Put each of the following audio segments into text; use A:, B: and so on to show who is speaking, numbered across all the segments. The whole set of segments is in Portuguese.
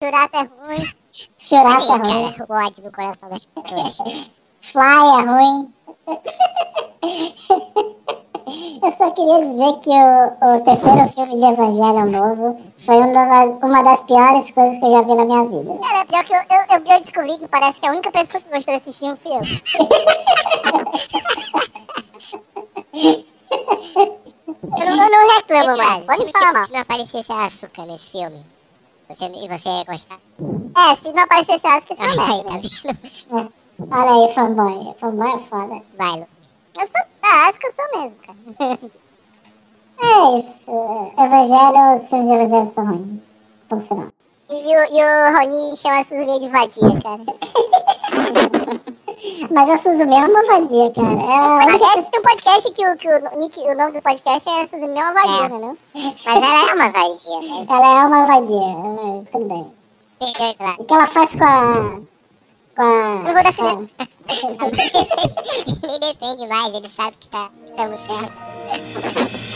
A: Chorar é ruim.
B: Chorar
A: Ih,
B: tá ruim.
A: cara, o ódio no coração das pessoas.
B: Fly é ruim. Eu só queria dizer que o, o terceiro filme de Evangelho Novo foi uma, uma das piores coisas que eu já vi na minha vida.
A: Cara, pior que eu, eu, eu- eu descobri que parece que é a única pessoa que gostou desse filme fui eu. eu, não, eu não reclamo mais, pode
C: Eduardo, Tá se,
A: me
C: não
A: falar
C: tinha-
A: mal.
C: se não aparecesse açúcar nesse filme, você, e você ia gostar?
A: É, se não aparecesse a que
C: Olha aí,
A: eu
C: tá vendo?
B: É. Olha aí, fanboy. Fanboy é foda.
C: Vai, Lu.
A: Eu sou da Asca, eu sou mesmo, cara.
B: É isso. Evangelho, os filmes de Evangelho são ruins. Ponto final.
A: E, o, e o Ronin chama Suzumi de vadia, cara.
B: Mas a Suzumi é uma vadia, cara. Ela é a única
A: Parece que tem um podcast que, o, que o, Nick, o nome do podcast é Suzumi é uma vadia,
C: É.
A: né? Não?
C: Mas ela é uma vadia, né? é
B: Ela é uma vadia, é, tudo bem.
C: Perdeu, Eduardo.
B: O que ela faz com a. Com a.
A: Eu vou defender.
C: ele defende mais, ele sabe que tá, estamos certos.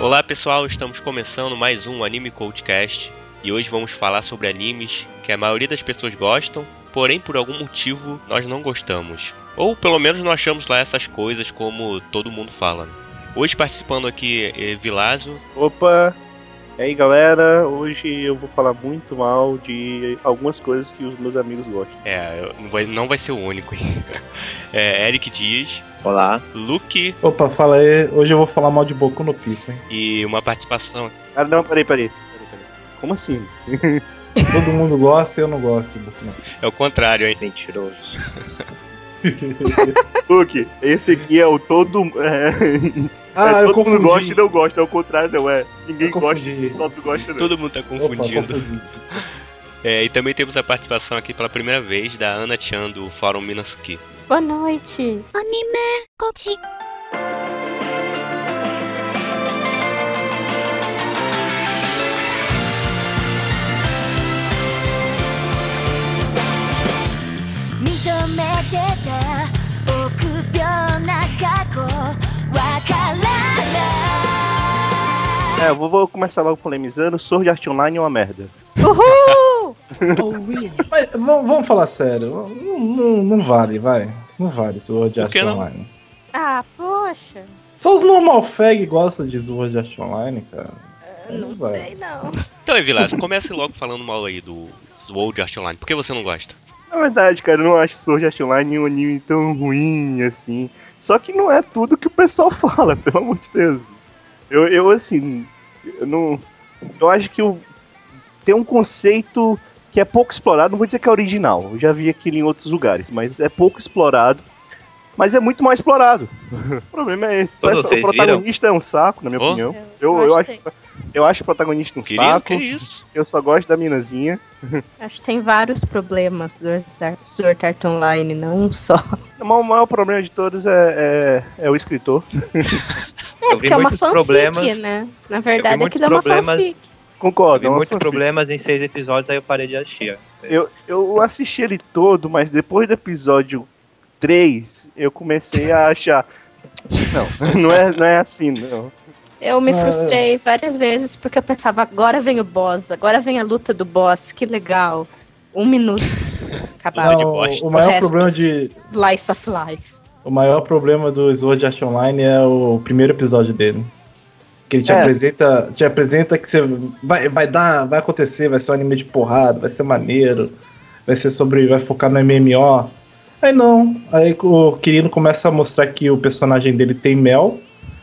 D: Olá pessoal, estamos começando mais um Anime Coldcast e hoje vamos falar sobre animes que a maioria das pessoas gostam, porém por algum motivo nós não gostamos. Ou pelo menos não achamos lá essas coisas como todo mundo fala. né? Hoje participando aqui é Vilazo,
E: Opa! E aí galera, hoje eu vou falar muito mal de algumas coisas que os meus amigos gostam.
D: é, eu- não vai- não vai ser o único, hein? É, Eric Dias,
F: Olá.
D: Luke
G: Opa, fala aí. Hoje eu vou falar mal de Boku no Pico, hein?
D: e uma participação.
E: Ah, não, peraí, peraí. Peraí, peraí. Como assim?
G: Todo mundo gosta e eu não gosto de Boku no Pico.
D: É o contrário, hein?
F: Mentiroso.
E: Luke, esse aqui é o todo. É,
G: Ah,
E: é
G: eu
E: todo mundo gosta
G: confundi.
E: e não gosta, é o contrário, não é. Ninguém
G: Eu
E: gosta,
G: confundi.
E: só tu gosta não.
D: Todo mundo tá
G: Opa,
D: confundido.
G: confundi.
D: É, e também temos a participação aqui pela primeira vez da Ana Chan do Fórum Minasuki.
H: Boa noite.
E: É, eu vou, vou começar logo polemizando. Sword Art Online é uma merda.
H: Uhul!
G: Mas v- vamos falar sério. Não, não- não vale, vai. Não vale Sword
D: Por
G: Art
D: que não?
G: Online.
H: Ah, poxa.
G: Só os normal fag gostam de Sword Art Online, cara.
H: Eu
G: Aí
H: Não
G: vai.
H: sei, não.
D: Então, Evilas, comece logo falando mal aí do World Art Online. Por que você não gosta?
E: Na verdade, cara, eu não acho Sword Art Online um anime tão ruim assim. Só que não é tudo que o pessoal fala, pelo amor de Deus. Eu, eu assim, eu não. Eu acho que o- tem um conceito que é pouco explorado. Não vou dizer que é original, eu já vi aquilo em outros lugares, mas é pouco explorado. Mas é muito mal explorado. o problema é esse. O
F: Todos
E: pessoal-
F: vocês
E: o protagonista é um saco, na minha
D: Oh.
E: opinião. Eu, eu, acho,
H: gostei.
E: eu acho o protagonista um
D: Querido,
E: saco.
D: que é isso?
E: Eu só gosto da minazinha.
H: Acho que tem vários problemas do Sword Art Online, não um só.
E: O maior- o maior problema de todos é, é, é o escritor.
H: É,
F: Eu vi
H: porque é uma
F: muitos
H: fanfic,
F: problemas.
H: né? Na verdade,
F: muitos
H: aquilo é uma
F: problemas.
H: fanfic.
E: Concordo.
F: vi
E: é uma
F: muitos
E: fanfic.
F: problemas em seis episódios, aí eu parei de assistir.
E: Eu, eu assisti ele todo, mas depois do episódio 3, eu comecei a achar. Não, não é, não é assim, não.
H: Eu me
G: Ah.
H: frustrei várias vezes porque eu pensava, agora vem o boss, agora vem a luta do boss, que legal. Um minuto. Acabava.
D: de
G: Não,
D: bosta.
G: o
H: O
G: maior
H: resto.
G: problema de.
H: Slice of Life.
G: O maior problema do Sword Art Online é o primeiro episódio dele. Que ele te
E: É.
G: apresenta. Te apresenta que você. Vai, vai dar. Vai acontecer, vai ser um anime de porrada, vai ser maneiro, vai ser sobre. Vai focar no MMO. Aí não. Aí o Kirino começa a mostrar que o personagem dele tem mel.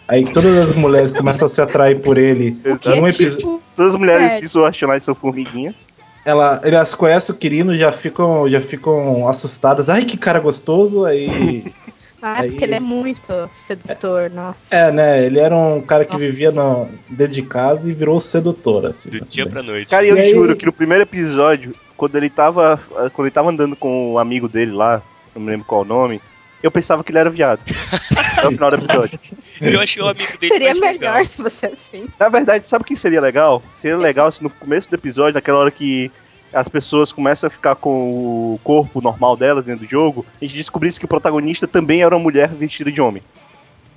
G: Aí todas as mulheres começam a se atrair por ele.
H: O que
G: Num
H: é
G: episo-
H: tipo...
E: Todas as mulheres
H: É.
E: que são Ashline são formiguinhas.
G: Ela, elas conhecem o Kirino já ficam, já ficam assustadas. Ai, que cara gostoso. Aí
H: Ah, é porque
G: Aí-
H: ele é muito sedutor, nossa.
G: É, né? Ele era um cara que
H: Nossa.
G: vivia na- dentro de casa e virou sedutor, assim.
D: Do
G: assim,
D: um dia
G: né?
D: pra noite.
E: Cara, e eu
G: E aí-
E: juro que no primeiro episódio, quando ele tava. Quando ele tava andando com o amigo dele lá, não me lembro qual o nome, eu pensava que ele era viado. Até o final do episódio.
D: E eu achei o amigo dele
H: Seria
D: mais legal.
H: melhor se fosse assim.
E: Na verdade, sabe o que seria legal?
H: É.
E: Seria legal se no começo do episódio, naquela hora que as pessoas começam a ficar com o corpo normal delas dentro do jogo, a gente descobrisse que o protagonista também era uma mulher vestida de homem.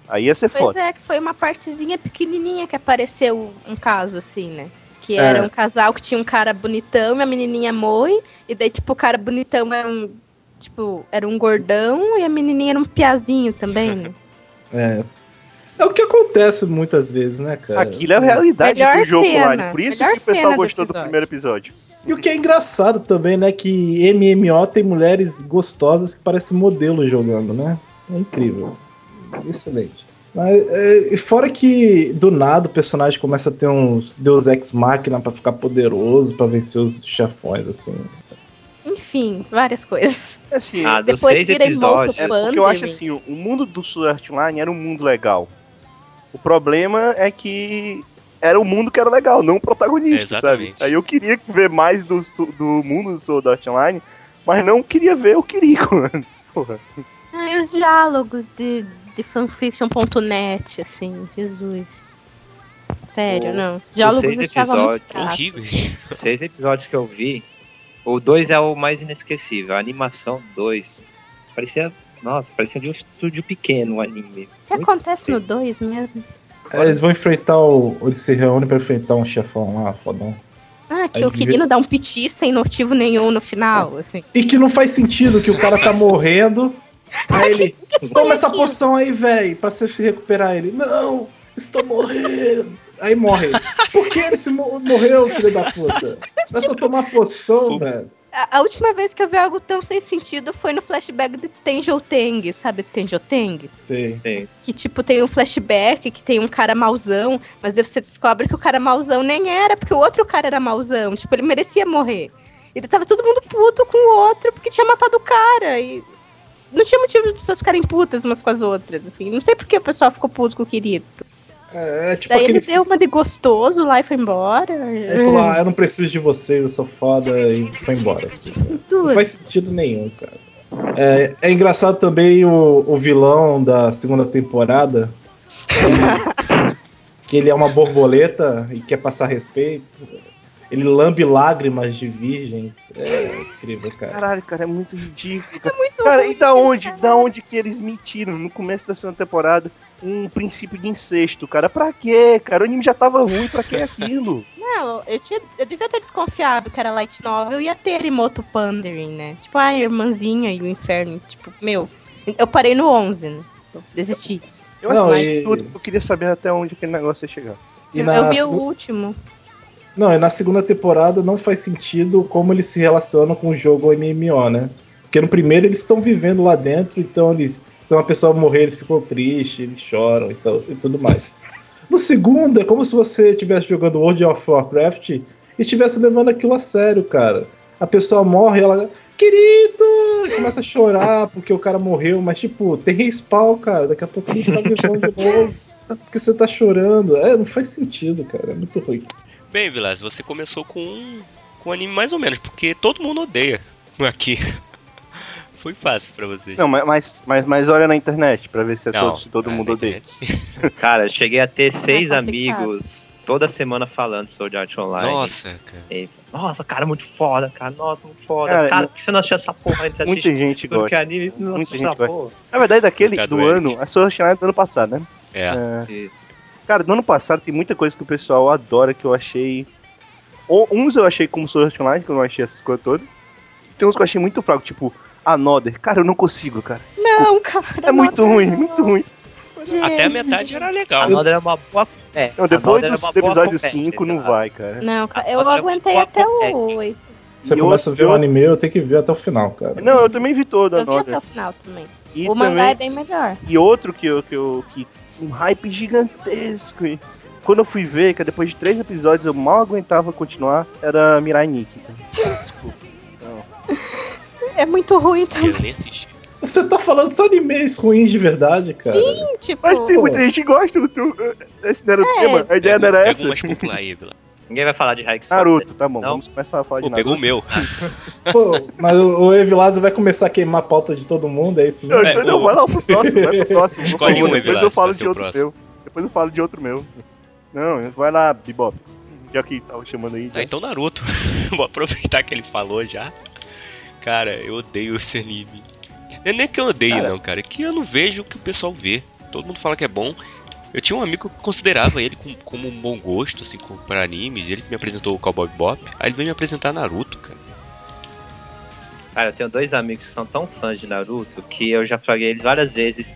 E: Aí ia ser
H: Pois
E: foda.
H: é, que foi uma partezinha pequenininha que apareceu um caso, assim, né? Que
G: É.
H: era um casal que tinha um cara bonitão e a menininha moi. E daí, tipo, o cara bonitão era um... Tipo, era um gordão e a menininha era um piazinho também. né?
G: É. É o que acontece muitas vezes, né, cara?
E: Aquilo é a realidade
H: Melhor
E: do jogo
H: cena.
E: online. Por isso que
H: Melhor
E: o pessoal
H: cena do
E: gostou do,
H: episódio.
E: primeiro episódio.
G: E o que é engraçado também, né, que MMO tem mulheres gostosas que parecem modelo jogando, né? É incrível. Excelente. Mas, é, e fora que do nada o personagem começa a ter uns Deus Ex Machina pra ficar poderoso, pra vencer os chefões, assim.
I: Enfim, várias coisas.
E: É Assim,
J: Ah, dos
I: Depois
J: seis
I: vira e volta
J: episódios.
H: Um
E: é porque eu acho assim, o mundo do Sword Art Online era um mundo legal. O problema é que era o mundo que era legal, não o protagonista,
D: É,
E: sabe?
D: exatamente.
E: Aí eu queria ver mais do, su- do mundo do Sword Art Online, mas não queria ver o Kiriko, mano. Porra.
I: Ah, e os diálogos de, de fanfiction.net, assim, Jesus. Sério,
J: O-
I: não. Os diálogos eu
J: seis
I: achava muito
J: episódios,
I: fracos.
D: Horríveis.
J: Os seis episódios que eu vi, o dois é o mais inesquecível. A animação 2 parecia. Nossa, parecia de um estúdio pequeno o anime.
I: O que acontece no 2 mesmo?
G: É, eles vão enfrentar o. Eles se reúnem pra enfrentar um chefão lá, fodão.
I: Ah, que
G: Aí
I: o
G: vira-
I: Quirino dá um piti sem motivo nenhum no final, assim.
G: E que não faz sentido que o cara tá morrendo. Aí ele. Toma essa poção aí, velho, pra você se recuperar. Ele. Não, estou morrendo. Aí morre. Por que ele se mo- morreu, filho da puta? Não é só tomar poção, velho.
I: A, a última vez que eu vi algo tão sem sentido foi no flashback de Tenjo Teng, sabe? Tenjo Teng?
G: Sei.
J: Sim.
I: que tipo tem um flashback que tem um cara mauzão, mas daí você descobre que o cara mauzão nem era, porque o outro cara era mauzão, tipo, ele merecia morrer. E daí tava todo mundo puto com o outro porque tinha matado o cara e não tinha motivo de pessoas ficarem putas umas com as outras, assim. Não sei por que o pessoal ficou puto com o querido.
G: É, é tipo
I: daí
G: aquele.
I: ele deu uma de gostoso lá e foi embora.
G: Ele falou, ah, eu não preciso de vocês, eu sou foda, e foi embora. assim. Não faz sentido nenhum, cara. É, é engraçado também o, o vilão da segunda temporada. que- que ele é uma borboleta e quer passar respeito. Ele lambe lágrimas de virgens. É incrível, cara.
E: Caralho, cara, é muito ridículo. Cara, Cara, e da onde? Da onde que eles mentiram no começo da segunda temporada um princípio de incesto, cara? Pra quê, cara? O anime já tava ruim, pra que aquilo?
I: Não, eu, tinha, eu devia ter desconfiado que era light novel e ia ter Emoto Pandering, né? Tipo, a irmãzinha e o inferno. Tipo, meu, eu parei no 11, né? Eu desisti.
E: Eu
G: Não,
E: assisti
G: e-
E: tudo, eu queria saber até onde aquele negócio ia chegar.
G: E
I: eu
G: na,
I: vi o
G: segu-
I: último.
G: não, e na segunda temporada não faz sentido como eles se relacionam com o jogo MMO, né? Porque no primeiro eles estão vivendo lá dentro, então eles. Se uma pessoa morrer, eles ficam tristes, eles choram e, tal, e tudo mais. No segundo, é como se você estivesse jogando World of Warcraft e estivesse levando aquilo a sério, cara. A pessoa morre, ela. Querido! e Começa a chorar porque o cara morreu, mas tipo, tem respawn, cara. Daqui a pouco ele tá vivendo de novo. Porque você tá chorando. É, não faz sentido, cara. É muito ruim.
D: Bem, Vilas, você começou com um, com um anime mais ou menos, porque todo mundo odeia aqui. Foi fácil pra vocês.
E: Não, mas- mas, mas, mas olha na internet pra ver se é
D: Não,
E: todo, se todo
D: ah,
E: mundo
D: na
E: odeia.
D: internet, sim.
J: Cara, eu cheguei a ter seis
I: complicado.
J: amigos toda semana falando de Sword Art Online.
D: Nossa, cara.
J: E, nossa, cara, muito foda, cara. Nossa, muito foda.
E: Cara,
J: Cara, por que você não assistiu essa porra antes de
E: Muita
J: assistir
E: gente
J: tudo que é
E: gosta.
J: anime? e Não
E: Muita
J: assistiu
E: gente
J: essa porra.
E: Na verdade, daquele
D: Coitado
E: do
D: do Eric.
E: ano, a sua original é do ano passado, né?
D: É.
J: Isso.
E: Cara, do ano passado tem muita coisa que o pessoal adora que eu achei. Ou- Uns eu achei como Sword Art Online, que eu não achei essas coisas todas. Tem uns que eu achei muito fraco, tipo, Another. Cara, eu não consigo, cara.
I: Não, cara.
E: É muito ruim, muito ruim.
D: Até a metade era
J: A
D: legal.
J: Nodra era uma boa. É,
E: Não,
J: a
E: depois
J: Nodra era
E: do,
J: uma
E: do
J: boa
E: episódio
J: compete,
E: 5 não
J: exato.
E: vai, cara.
I: Não, cara, eu
J: Nossa,
I: aguentei
J: eu-
I: até
J: é.
I: o 8.
G: Você
E: E
G: começa
E: outro-
G: a ver o anime, eu tenho que ver até o final, cara.
E: Não, eu também vi todo
I: Eu vi
E: Another.
I: até o final também.
E: E,
I: o mangá
E: também-
I: é bem melhor.
E: e outro que eu, que eu. que um hype gigantesco. E quando eu fui ver, cara, depois de três episódios eu mal aguentava continuar, era Mirai Nikki. cara. Desculpa.
I: É muito ruim também,
D: Eu nem assisti.
G: Você tá falando só animes ruins de verdade, cara.
I: Sim. tipo.
E: Mas tem muita gente que gosta do teu. Esse não era o
I: É.
E: tema. A ideia não era
D: Pega
E: essa.
D: umas popular aí, Vilas.
J: Ninguém vai falar de High School.
E: Naruto, tá bom.
J: Não.
E: Vamos começar a falar
D: Pô,
E: de Naruto.
D: pegou o meu.
G: Pô, mas o, o Evilásio vai começar a queimar a pauta de todo mundo, é isso
E: Não,
G: mesmo?
D: É,
E: então não,
D: o-
E: vai lá pro próximo, vai pro próximo. por
D: Escolhe
E: favor,
D: um,
E: depois
D: Evilásio,
E: eu falo
D: pra ser
E: de
D: o
E: outro
D: próximo.
E: meu. Depois eu falo de outro meu. Não, vai lá, Bebop. Já que tava chamando aí.
G: Né?
D: Ah,
E: já.
D: então Naruto. Vou aproveitar que ele falou já. Cara, eu odeio esse anime. Não é nem que eu odeio,
E: Cara.
D: não, cara. É que eu não vejo o que o pessoal vê. Todo mundo fala que é bom. Eu tinha um amigo que eu considerava ele com- como um bom gosto, assim, com- pra animes. Ele que me apresentou o Cowboy Bop. Aí ele veio me apresentar Naruto, cara.
J: Cara, eu tenho dois amigos que são tão fãs de Naruto que eu já falei eles várias vezes.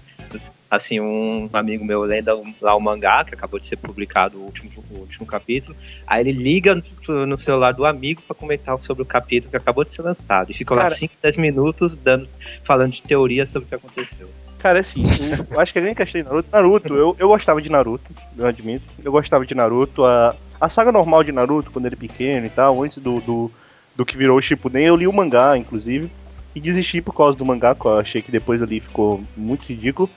J: Assim, um amigo meu lendo lá o mangá, que acabou de ser publicado o último, o último capítulo. Aí ele liga no- no celular do amigo pra comentar sobre o capítulo que acabou de ser lançado. E ficou lá
E: Cara.
J: 5, 10 minutos dando, falando de teoria sobre o que aconteceu.
E: Cara, assim, eu- eu acho que a grande questão de Naruto. Naruto, eu, eu gostava de Naruto, eu admito. Eu gostava de Naruto. A, a saga normal de Naruto, quando ele pequeno e tal, antes do, do, do que virou o Shippuden, eu li o mangá, inclusive. E desisti por causa do mangá, que eu achei que depois ali ficou muito ridículo.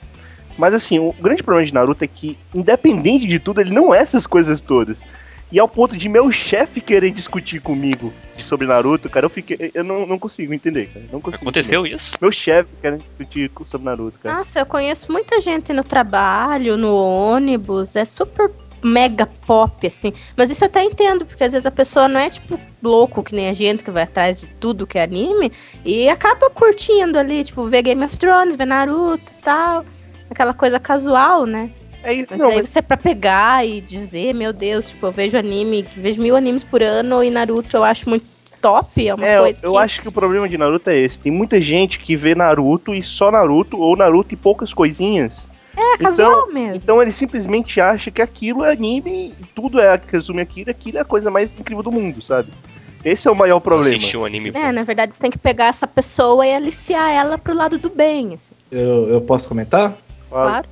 E: Mas assim, o grande problema de Naruto é que, independente de tudo, ele não é essas coisas todas. E ao ponto de meu chefe querer discutir comigo sobre Naruto, cara, eu fiquei. Eu não, não consigo entender, cara. Não consigo
D: Aconteceu isso?
E: entender. Meu chefe querendo discutir sobre Naruto, cara.
H: Nossa, eu conheço muita gente no trabalho, no ônibus, é super mega pop, assim. Mas isso eu até entendo, porque às vezes a pessoa não é, tipo, louco, que nem a gente que vai atrás de tudo que é anime, e acaba curtindo ali, tipo, vê Game of Thrones, vê Naruto e tal. Aquela coisa casual, né?
E: É isso,
H: Mas
E: não,
H: daí
E: mas-
H: você é pra pegar e dizer, meu Deus, tipo, eu vejo anime, vejo mil animes por ano e Naruto eu acho muito top, é uma
E: é, eu-
H: coisa
E: eu
H: que
E: acho que o problema de Naruto é esse. Tem muita gente que vê Naruto e só Naruto, ou Naruto e poucas coisinhas.
H: é casual mesmo.
E: Então ele simplesmente acha que aquilo é anime e tudo é resume aquilo, aquilo é a coisa mais incrível do mundo, sabe? Esse é o maior problema.
D: Assistir um anime
E: Tipo,
H: É, na verdade, você tem que pegar essa pessoa e aliciar ela pro lado do bem, assim,
G: Eu, eu posso comentar?
E: Fala.
H: claro.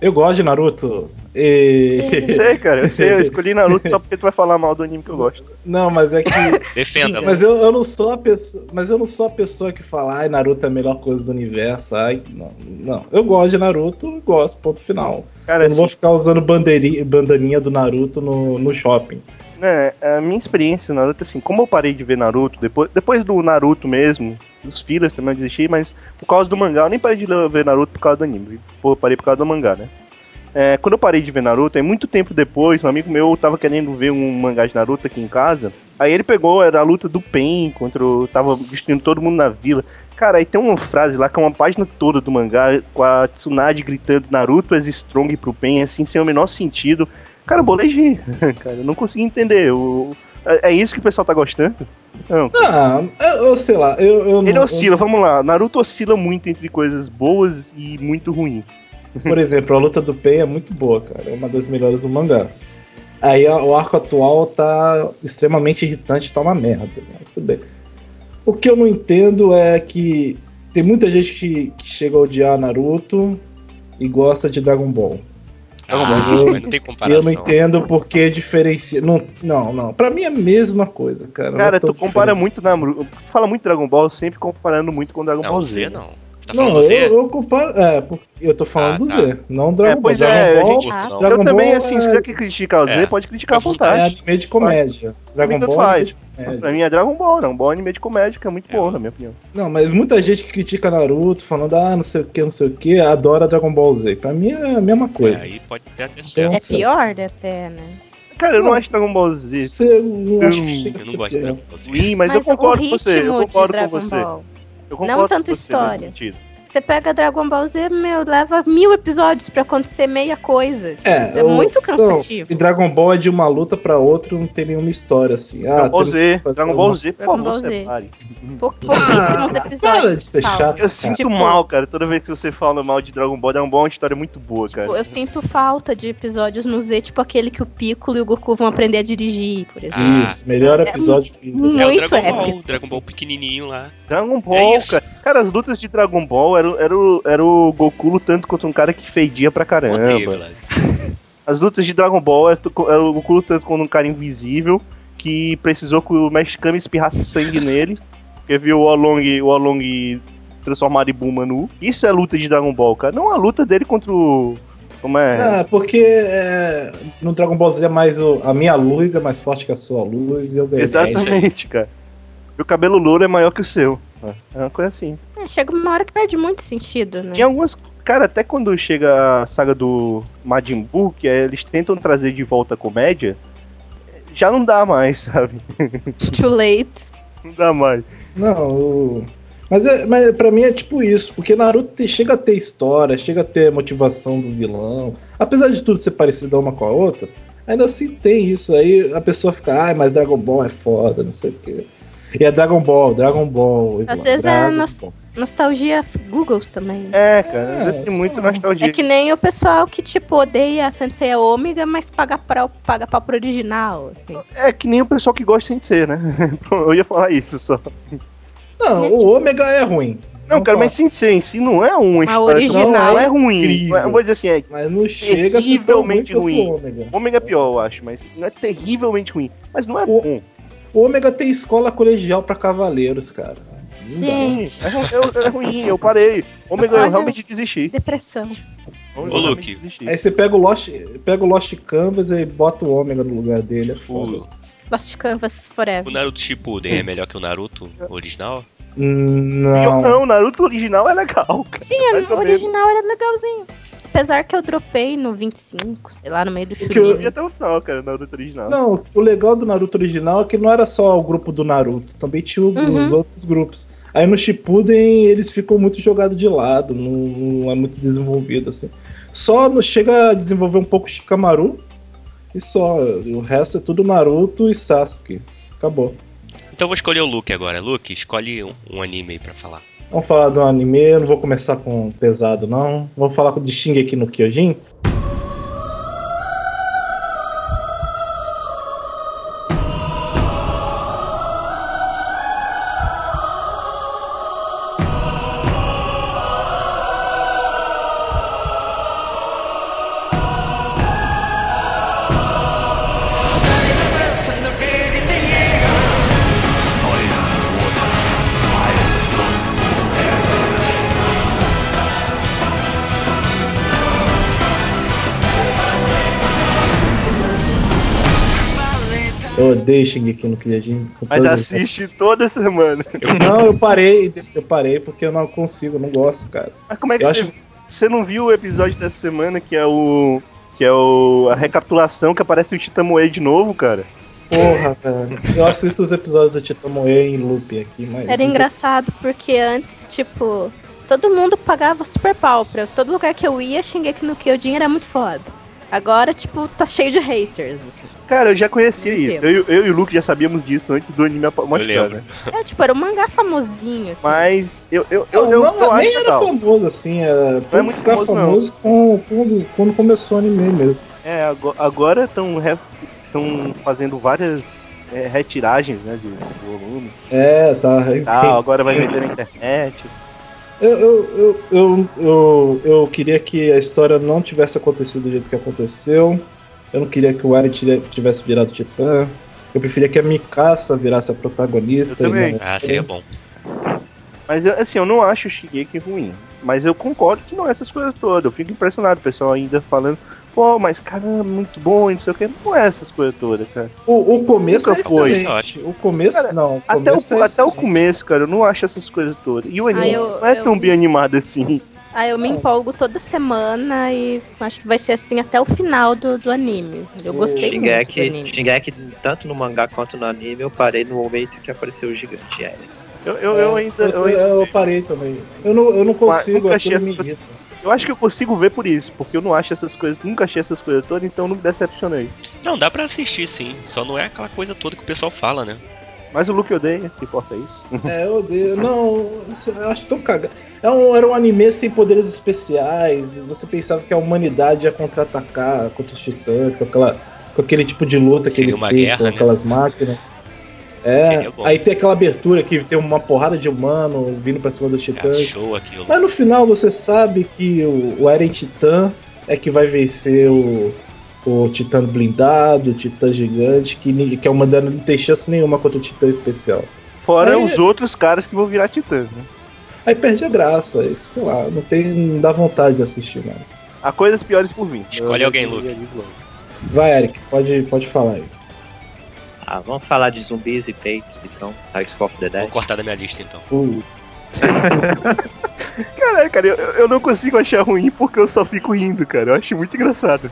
G: Eu gosto de Naruto. E...
E: Eu sei, cara, eu sei, eu escolhi Naruto só porque tu vai falar mal do anime que eu gosto.
G: Não, mas é que.
D: Defenda,
G: Mas eu, eu não sou a pessoa. Mas eu não sou a pessoa que fala, ai, Naruto é a melhor coisa do universo. Ai, não. não. Eu gosto de Naruto, gosto, ponto final.
E: Cara,
G: Eu não
E: assim,
G: vou ficar usando bandeirinha, bandaninha do Naruto no, no shopping.
E: né, a minha experiência em Naruto, assim, como eu parei de ver Naruto, depois, depois do Naruto mesmo, dos fillers também eu desisti, mas por causa do mangá, eu nem parei de ler- ver Naruto por causa do anime, pô, eu parei por causa do mangá, né? É, quando eu parei de ver Naruto, aí muito tempo depois, um amigo meu tava querendo ver um mangá de Naruto aqui em casa, aí ele pegou, era a luta do Pen contra o... tava destruindo todo mundo na vila. Cara, aí tem uma frase lá que é uma página toda do mangá, com a Tsunade gritando Naruto is strong pro Pen, assim, sem o menor sentido. Cara, eu bolei de rir cara. Eu não consegui entender. O... É é isso que o pessoal tá gostando? Não.
G: Ah, eu, eu sei lá, eu, eu
E: Ele é
G: não-
E: oscila, vamos lá. Naruto oscila muito entre coisas boas e muito ruins.
G: Por exemplo, a luta do Pain é muito boa, cara. É uma das melhores do mangá. Aí a- o arco atual tá extremamente irritante, tá uma merda. né? Tudo bem. O que eu não entendo é que tem muita gente que, que chega a odiar Naruto e gosta de Dragon Ball.
D: Ah,
G: mas eu-
D: mas não tem
G: E
D: comparação.
G: eu não entendo porque diferencia. Não, não, não. Pra mim é a mesma coisa, cara. Não
E: Cara,
G: é tão
E: tu compara
G: diferente.
E: muito Naruto. Tu fala muito Dragon Ball, sempre comparando muito com Dragon
D: Não,
E: Ball
D: Z
E: Z.
D: não. Você tá falando
G: Não,
D: do Z?
G: eu, eu comparo. É, porque eu tô falando
D: Ah,
G: do
D: tá.
G: Z, não Dragon
E: É, pois
G: Ball.
E: é,
G: Dragon
E: a
G: Ball
E: gente-
H: Ah.
D: Gosto, não.
G: Dragon
E: eu também,
G: Ball
E: assim,
G: é-
E: se quiser criticar o Z,
D: É.
E: pode criticar à
D: Fica à vontade.
G: é
E: vontade.
G: anime de comédia. Dragon
E: tanto
G: Ball
E: faz.
G: é anime de comédia.
E: Pra mim é Dragon Ball, Dragon Ball é um anime de comédia, que é muito
D: É.
E: bom, na minha opinião.
G: Não, mas muita gente que critica Naruto, falando, ah, não sei o que, não sei o que, adora Dragon Ball Z. Pra mim é a mesma
D: É,
G: coisa.
D: aí pode ter até
G: Então,
D: certo.
H: É
G: Nossa.
H: pior né, até, né?
E: Cara, eu não
G: Não.
E: acho Dragon Ball Z
G: Você não acha
E: Hum,
G: que chega
D: Eu
G: a
D: não
G: ser
D: gosto de
G: pior.
D: Dragon Ball Z.
E: ruim, mas,
H: Mas
E: eu
H: é
E: concordo
H: o
E: com você. Eu
H: ritmo de
E: concordo com
H: Dragon
E: você.
H: Ball.
E: Eu concordo
H: tanto
E: com você nesse
H: história.
E: sentido.
H: Você pega Dragon Ball Z, meu, leva mil episódios pra acontecer meia coisa. Tipo,
G: É,
H: isso é
G: eu-
H: muito
G: E
H: cansativo.
G: Dragon Ball é de uma luta pra outra, não tem nenhuma história assim. Ah,
E: Dragon Ball
G: temos
E: Z,
G: que fazer
E: Dragon
G: uma-
E: Ball Z, por
H: Dragon
E: favor,
H: Ball Z.
E: separe.
H: Pou- pouquíssimos
G: Ah,
H: episódios.
G: Para de ser
H: salvo.
G: chato.
E: Eu sinto
H: Tipo-
E: mal, cara, toda vez que você fala mal de Dragon Ball. Dragon Ball é uma história muito boa,
H: Tipo,
E: cara.
H: Eu sinto falta de episódios no Z, tipo aquele que o Piccolo e o Goku vão aprender a dirigir, por exemplo.
D: Ah.
G: Isso, melhor episódio filho.
D: É o
H: Muito
D: Dragon
H: épico.
D: Ball, Dragon Ball pequenininho lá.
E: Dragon Ball,
D: É isso.
E: cara. Cara, as lutas de Dragon Ball era, era, o- era o Goku lutando contra um cara que fedia pra
D: Odeio,
E: caramba.
D: Velasco.
E: As lutas de Dragon Ball era, tu- era o Goku lutando contra um cara invisível que precisou que o Mestre Kami espirrasse sangue nele. Porque viu o Olong, o Olong transformar em Buma nu. Isso é luta de Dragon Ball, cara. Não a luta dele contra o. Como é?
G: Ah, porque é, no Dragon Ball Z é mais o, a minha luz é mais forte que a sua luz e eu ganhei.
E: Exatamente, cara. Meu cabelo louro é maior que o seu. É uma coisa assim.
H: É, chega uma hora que perde muito sentido, né?
E: Tinha algumas. Cara, até quando chega a saga do Majin Buu, que é, eles tentam trazer de volta a comédia, já não dá mais, sabe?
H: Too late.
E: Não dá mais.
G: Não, o- mas, é, mas pra mim é tipo isso, porque Naruto te- chega a ter história, chega a ter motivação do vilão, apesar de tudo ser parecido uma com a outra, ainda assim tem isso, aí a pessoa fica, ai, mas Dragon Ball é foda, não sei o quê. E é Dragon Ball, Dragon Ball.
H: Às
G: Ivan,
H: vezes é
G: Dragon
H: nos-
G: Ball.
H: Nostalgia f- Googles também.
E: É, cara, às
G: É,
E: vezes tem muito
H: É.
E: nostalgia.
H: que nem o pessoal que, tipo, odeia a Sensei Ômega, mas paga pau, paga pau pro original, assim.
E: É que nem o pessoal que gosta de ser, né? Eu ia falar isso só.
G: Não, o
H: tipo
G: Ômega é ruim.
E: Não, cara,
G: falar.
E: mas Sensei em si não é uma história que-
H: original
E: não é ruim.
G: incrível.
E: Não é- eu vou dizer assim, é
G: Mas não chega a ser tão ruim
E: Terrivelmente
G: quanto
E: ruim.
G: o Ômega.
E: Ômega é pior, eu acho, mas não é terrivelmente ruim. Mas não é
G: O-
E: bom.
G: O Ômega tem escola colegial pra cavaleiros, cara. Não dá.
H: Gente,
E: É, ru- eu- é ruim, eu parei. Ômega eu
H: Olha.
E: realmente desisti.
H: depressão.
E: Ômega
D: Ô,
E: eu
D: Luke.
E: realmente desisti.
G: Aí você pega o Lost, pega o Lost Canvas e bota o Ômega no lugar dele, é foda.
D: O,
H: Lost Canvas
D: o
H: Forever.
D: Naruto Shippuden é melhor que o Naruto original?
G: Hum,
E: Eu-
G: Não.
E: Não, o Naruto original é legal, cara.
H: Sim,
E: mais
H: o
E: ou menos.
H: original era legalzinho. Apesar que eu dropei no 25, sei lá, no meio do
E: Eu
H: churinho.
E: vi até o final, cara, o Naruto original.
G: Uhum. Não, o legal do Naruto original é que não era só o grupo do Naruto, também tinha o-
H: Uhum.
G: os outros grupos. Aí no Shippuden eles ficam muito jogados de lado, não, não é muito desenvolvido assim. Só no- chega a desenvolver um pouco o Shikamaru e só. O resto é tudo Naruto e Sasuke. Acabou.
D: Então eu vou escolher o Luke agora. Luke, escolhe um, um anime aí pra falar.
G: Vamos falar do anime, não vou começar com pesado não. Vamos falar de Shingeki no Kyojin. Eu odeio Shingeki no Kyojin. com
E: Mas assim-
G: todas as-
E: assiste toda semana.
G: Não, eu parei, eu parei porque eu não consigo, eu não gosto, cara.
E: Mas como é que
G: Eu
E: você. Você não viu o episódio dessa semana que é o. Que é o. A recapitulação que aparece o Titamoe de novo, cara?
G: Porra, cara. Eu assisto os episódios do Titamoe em loop aqui, mas.
H: Era engraçado porque antes, tipo, todo mundo pagava super pau pra eu. Todo lugar que eu ia, Shingeki no Kyojin era muito foda. Agora, tipo, tá cheio de haters, assim.
E: Cara, eu já conhecia
H: Meu
E: isso. Eu, eu e o Luke já sabíamos disso antes do anime apa- mostrar,
D: lembro.
E: né?
H: É, tipo, era um mangá famosinho, assim.
E: Mas eu, eu, eu,
G: Não,
E: eu,
G: não,
E: eu acho
G: nem era
E: legal.
G: famoso assim, é, foi
E: muito
G: ficar
E: famoso, não.
G: famoso com, quando, quando começou o anime mesmo.
E: É, ago- agora estão fazendo várias é, retiragens, né, de volume.
G: É, tá. enfim.
E: Tal, agora vai vender na internet.
G: Eu, eu, eu, eu, eu, eu queria que a história não tivesse acontecido do jeito que aconteceu. Eu não queria que o Eren tira- tivesse virado Titã. Eu preferia que a Mikasa virasse a protagonista.
E: Eu também.
G: e não-
D: Ah, seria bom.
E: Mas eu- assim, eu não acho o Shigeki ruim. Mas eu concordo que não é essas coisas todas. Eu fico impressionado, o pessoal ainda falando, pô, mas caramba, muito bom, e não sei o que. Não é essas coisas todas, cara.
G: O, o começo é
E: Nunca foi.
G: excelente. O começo,
E: Cara,
G: não. o
E: Até, o,
G: começo é
E: até o
G: excelente.
E: começo, cara, eu não acho essas coisas todas. E o anime
H: Ah, eu-
E: não é
H: eu-
E: tão bem animado assim.
H: Aí Ah, eu me empolgo toda semana e acho que vai ser assim até o final do, do anime. Eu gostei muito do
J: Shingeki,
H: anime.
J: Shingeki, tanto no mangá quanto no anime, eu parei no momento que apareceu o gigante é. Eren.
E: Eu, eu, eu
G: É,
E: ainda.
G: eu,
E: Eu, ainda-
G: eu parei também. Eu não, eu não consigo,
E: nunca
G: aquilo
E: achei
G: me
E: essa-
G: irrita.
E: eu acho que eu consigo ver por isso, porque eu não acho essas coisas, nunca achei essas coisas todas, então eu não me decepcionei.
D: Não, dá pra assistir sim. Só não é aquela coisa toda que o pessoal fala, né?
E: Mas o Luke odeia, que importa isso.
G: É, eu odeio. Não, isso eu acho tão cagado. É um, era um anime sem poderes especiais. e Você pensava que a humanidade ia contra-atacar contra os titãs, com, aquela, com aquele tipo de luta que
D: Seria
G: eles
D: uma
G: têm
D: guerra,
G: com
D: né?
G: aquelas máquinas. É,
D: Seria bom.
G: aí tem aquela abertura que tem uma porrada de humano vindo pra cima dos
D: Cara,
G: titãs.
D: show É, aquilo.
G: Mas no final você sabe que o, o Eren Titã é que vai vencer o, o Titã blindado, o Titã gigante, que, ni- que a humanidade não tem chance nenhuma contra o Titã especial.
E: Fora
G: Aí-
E: os outros caras que vão virar titãs, né?
G: é Aí perde a graça, aí, sei lá, não tem. não dá vontade de assistir, mano.
E: Há coisas piores por vir.
D: Escolhe
E: Eu-
D: alguém,
E: eu-
D: Luke.
E: eu digo logo.
G: Vai, Eric, pode, pode falar aí.
J: Ah, vamos falar de zumbis e peitos, então. Alex of the
D: Vou
J: Dead.
D: cortar da minha lista então.
G: Uh,
E: Caralho, cara, eu, eu não consigo achar ruim porque eu só fico rindo, cara. Eu acho muito engraçado.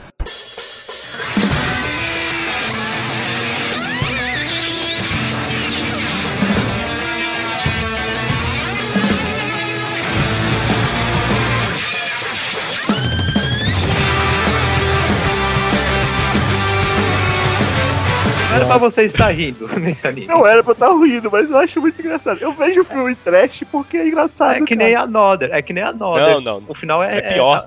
J: Não era pra você estar rindo nesse anime.
E: Não era pra eu estar rindo, mas eu acho muito engraçado. Eu vejo o filme trash porque é engraçado.
J: É que
E: cara.
J: nem a Noder, é que nem a Noder.
D: Não, não.
J: O final é,
D: É pior.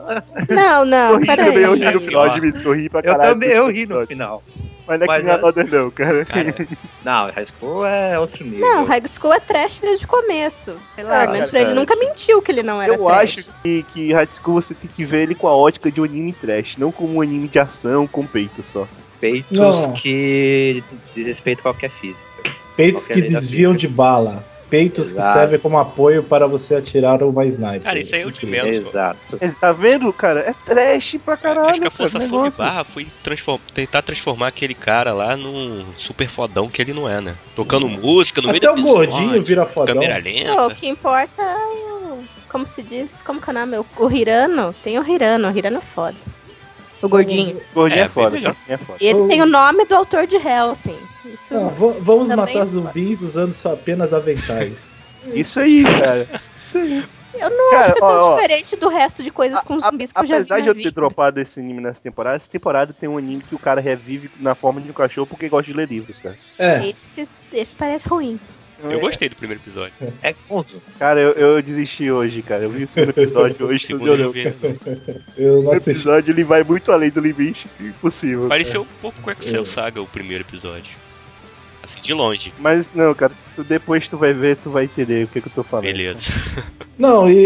H: Não,
E: Eu
H: não,
E: ri
H: Ah, peraí.
E: também, eu ri no
D: Sim,
E: final,
D: ó.
E: admito, eu ri pra
J: Eu
E: caralho.
J: também eu ri no final.
E: Mas não é que
J: Mas
E: nem a
J: é-
E: Mother, não, cara.
D: Cara,
J: Não, High School é outro nível.
H: Não, High School é trash desde o começo. Sei lá,
E: Ah,
H: mas pra
E: cara.
H: ele nunca mentiu que ele não era
E: Eu
H: trash.
E: acho que, que High School você tem que ver ele com a ótica de um anime trash, não como um anime de ação com peito só.
J: Peitos
G: Não.
J: que desrespeitam qualquer física.
G: peitos
J: Qualquer
G: que
J: lei da
G: desviam de bala. Peitos que
J: Exato.
G: servem como apoio para você atirar uma sniper.
D: Cara, isso aí é o de
G: Incrível.
D: menos, pô.
J: Exato.
E: Mas tá vendo, cara? É trash pra caralho,
D: Acho que a
E: cara,
D: forçação de
E: negócio.
D: barra foi transform- tentar transformar aquele cara lá num super fodão que ele não é, né? Tocando música no meio
G: Até
D: da
G: o gordinho
D: episódio,
G: vira fodão.
D: Câmera
H: Pô, o
D: lenta.
H: que importa é o. Como se diz? Como que é o nome? O- O Hirano? Tem o Hirano, o Hirano é foda. O gordinho.
E: Gordinho
D: É,
E: é,
D: bem
E: foda,
D: melhor.
E: gordinho é foda.
H: E ele
G: O-
H: tem o nome do autor de Hellsing. Isso.
G: Não, va- vamos
H: Também-
G: matar zumbis usando só apenas aventais.
E: Isso aí, cara. Isso aí.
H: Eu não
E: Cara,
H: acho que é tão
E: ó, ó.
H: diferente do resto de coisas com
E: A-
H: zumbis que eu já vi.
E: Apesar de
H: na
E: eu ter
H: vida.
E: dropado esse anime nessa temporada, essa temporada tem um anime que o cara revive na forma de um cachorro porque gosta de ler livros, cara.
G: É,
H: Esse, esse parece ruim.
D: Eu gostei do primeiro episódio.
J: É conzo.
E: Cara, eu, eu desisti hoje, cara. Eu vi o segundo episódio hoje, não
D: Segundo
E: deu não.
D: eu vi.
G: eu não
E: O
G: assisti.
E: episódio ele vai muito além do limite impossível.
D: Pareceu um pouco com o Excel Saga o primeiro episódio. Assim, de longe.
E: Mas não, cara, tu- depois tu vai ver, tu vai entender o que, que eu tô falando.
D: Beleza.
G: Não, e,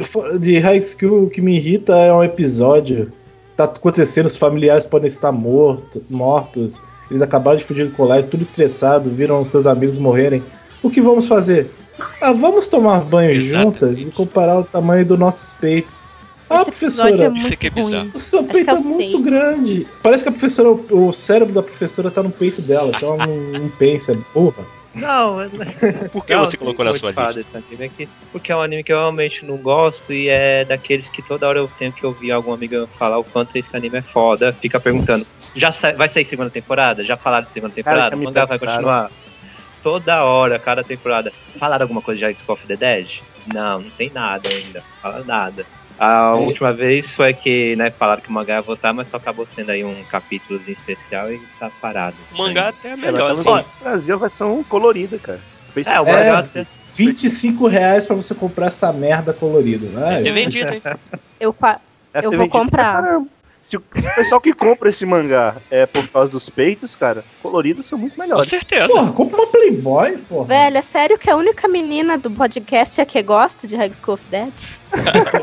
G: e fo- de High School o que me irrita é um episódio. Tá acontecendo, os familiares podem estar morto, mortos. Eles acabaram de fugir do colégio, tudo estressado, viram seus amigos morrerem. O que vamos fazer? Ah, vamos tomar banho
D: Exatamente.
G: juntas e comparar o tamanho dos nossos peitos. Ah,
H: esse episódio é
D: Isso
G: professora,
H: muito
D: aqui é
H: ruim.
D: bizarro.
G: o seu
H: que
G: peito
H: é
G: é
H: o
G: muito
H: seis.
G: grande. Parece que a professora, o cérebro da professora tá no peito dela, então ela não, não pensa, é burra.
J: Não,
D: Por que você colocou na sua lista?
J: porque é um anime que eu realmente não gosto e é daqueles que toda hora eu tenho que ouvir algum amigo falar o quanto esse anime é foda. Fica perguntando, já sa- vai sair segunda temporada? Já falaram de segunda temporada?
E: já
J: O
E: tá me
J: mangá vai
E: perguntaram.
J: continuar? Toda hora, cada temporada. Falaram alguma coisa de High School of the Dead? Não, não tem nada ainda. não Fala nada.
E: É.
J: A última vez foi que, né, falaram que o mangá ia voltar, mas só acabou sendo aí um capítulo especial e tá parado.
D: O mangá até é
E: Ela tá
D: melhor.
E: lançando
D: assim.
E: no Brasil a versão colorida, cara. Fez
J: É, o
E: sucesso.
J: mangá
G: É.
J: até-
G: 25 reais pra você comprar essa merda colorida, né?
D: Deve ter vendido, É hein?
H: Eu, pa-
E: Deve
H: eu
E: ter
H: vou
E: vendido pra
H: comprar.
E: caramba. Se o se o pessoal que compra esse mangá é por causa dos peitos, cara, coloridos são muito
D: Com
E: melhores.
D: certeza.
G: Porra, compra uma Playboy, porra.
H: Velho, é sério que a única menina do podcast é que gosta de High School of Dead?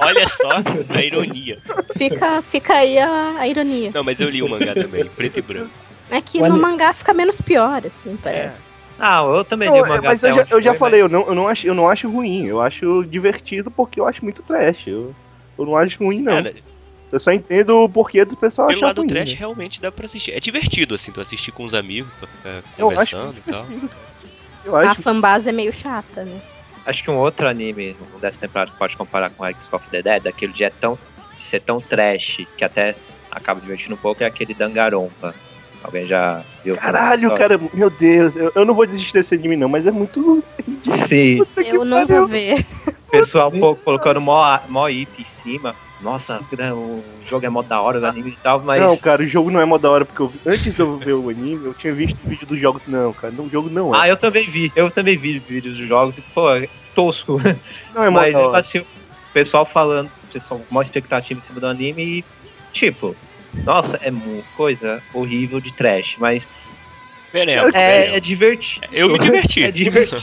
D: Olha só a ironia.
H: Fica, fica aí a, a ironia.
D: Não, mas eu li o mangá também, preto e branco.
H: É que
G: Olha-
H: no mangá fica menos pior, assim, parece.
J: Ah, eu também li
E: Não, é,
J: o mangá.
E: mas
J: até
E: eu já,
J: onde
E: eu já
J: foi,
E: falei, eu, não, eu, não acho, eu não acho ruim, eu acho divertido porque eu acho muito trash. Eu, eu não acho ruim, não.
D: Cara,
E: Eu só entendo o porquê do pessoal
D: pelo
E: achar
D: lado
E: ruim.
D: trash,
E: né?
D: realmente dá pra assistir. É divertido, assim, tu assistir com os amigos, pra ficar
E: Eu acho
D: conversando e tal.
E: divertido. Eu
H: A
E: acho
H: fanbase é meio chata, né?
J: Acho que um outro anime no dessa temporada que pode comparar com X of the Dead, daquele de, é tão, de ser tão trash que até acaba divertindo um pouco, é aquele Dangarompa. Alguém já viu?
E: Caralho, cara, meu Deus, eu, eu não vou desistir desse anime não, mas é muito ridículo.
J: Sim,
H: Eu não vou ver.
J: o pessoal um pouco colocando mó, mó hip em cima. Nossa, o jogo é mó da hora, os animes e tal, mas...
E: Não, cara, o jogo não é mó da hora, porque eu vi- antes de eu ver o anime, eu tinha visto vídeo dos jogos. Não, cara, não, o jogo não é.
J: Ah, eu também vi, eu também vi vídeos dos jogos e, pô, é tosco.
E: não é mó
J: mas,
E: da hora.
J: assim, o pessoal falando, o pessoal com maior expectativa em cima do anime e, tipo, nossa, é muita coisa horrível de trash, mas
D: Veremos,
J: é, é
D: veremos.
J: divertido.
D: Eu me diverti.
J: É divertido.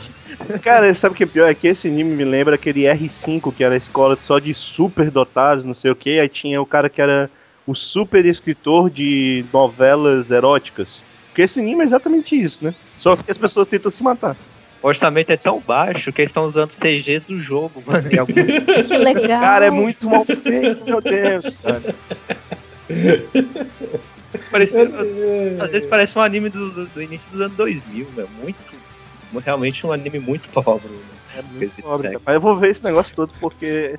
E: Cara, sabe o que é pior? É que esse anime me lembra aquele R5, que era a escola só de super dotados, não sei o que. Aí tinha o cara que era o super escritor de novelas eróticas. Porque esse anime é exatamente isso, né? Só que as pessoas tentam se matar.
J: O orçamento é tão baixo que eles estão usando CGs do jogo, mano. em algum-
H: Que legal.
E: Cara, é muito mal feito, meu Deus, cara.
J: Parece- às vezes parece um anime do, do- do início dos anos 2000, né? Muito. Realmente um anime muito pobre. né?
E: É muito pobre, cara. Mas eu vou ver esse negócio todo porque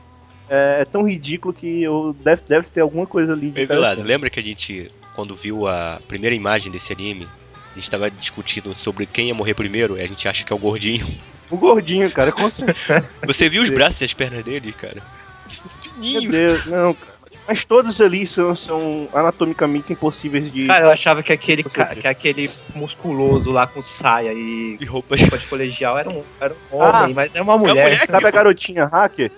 E: é, é tão ridículo que eu deve, deve ter alguma coisa ali de
D: Ei, Vilas,
E: interessante.
D: lembra que a gente, quando viu a primeira imagem desse anime, a gente tava discutindo sobre quem ia morrer primeiro e a gente acha que é o gordinho.
E: O Um gordinho, cara, com certeza.
D: Você viu os
E: Sim.
D: braços e as pernas dele, cara?
E: Meu
D: Fininho.
E: Deus, não, cara. Mas todos ali são, são anatomicamente impossíveis de.
J: Cara, eu achava que aquele,
E: Você
J: ca-
E: vê.
J: que aquele musculoso lá com saia e
D: E roupas.
J: roupa de colegial era um, era um homem,
E: Ah,
J: mas é uma
D: uma
J: mulher.
D: mulher.
E: Sabe a garotinha hacker?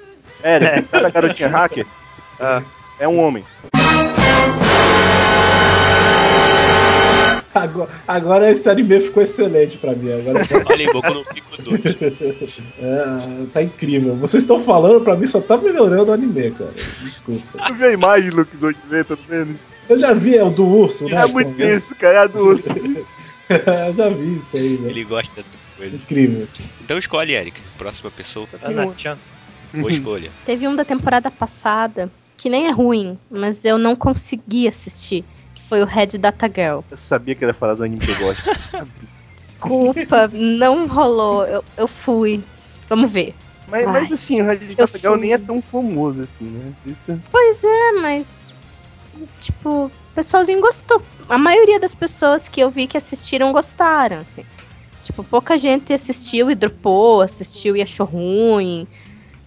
E: É, sabe a garotinha hacker?
J: Ah.
E: É um homem.
G: Agora, agora esse anime ficou excelente pra mim. Agora tá,
D: Olha aí, Boku no Pico 2.
G: é, tá incrível. Vocês estão falando, pra mim só tá melhorando o anime, cara. Desculpa.
E: Tu viu a imagem, Luke, do anime, pelo menos?
G: Eu já vi, é o do urso, né?
E: É muito isso, cara, é a do urso.
G: Eu já vi isso aí, velho.
D: Ele gosta dessas coisas.
G: Incrível.
D: Então escolhe, Eric. Próxima pessoa,
J: Ana-chan.
D: boa escolha.
H: Teve um da temporada passada, que nem é ruim, mas eu não consegui assistir, que foi o Red Data Girl.
E: Eu sabia que ele ia falar do anime que eu gosto.
H: Desculpa, não rolou. Eu, eu fui. Vamos ver.
E: Mas, mas assim, o Red
H: Eu
E: Capital
H: fui.
E: nem é tão famoso assim, né? Por isso que-
H: É, mas. Tipo, o pessoalzinho gostou. A maioria das pessoas que eu vi que assistiram gostaram, assim. Tipo, pouca gente assistiu e dropou, assistiu e achou ruim.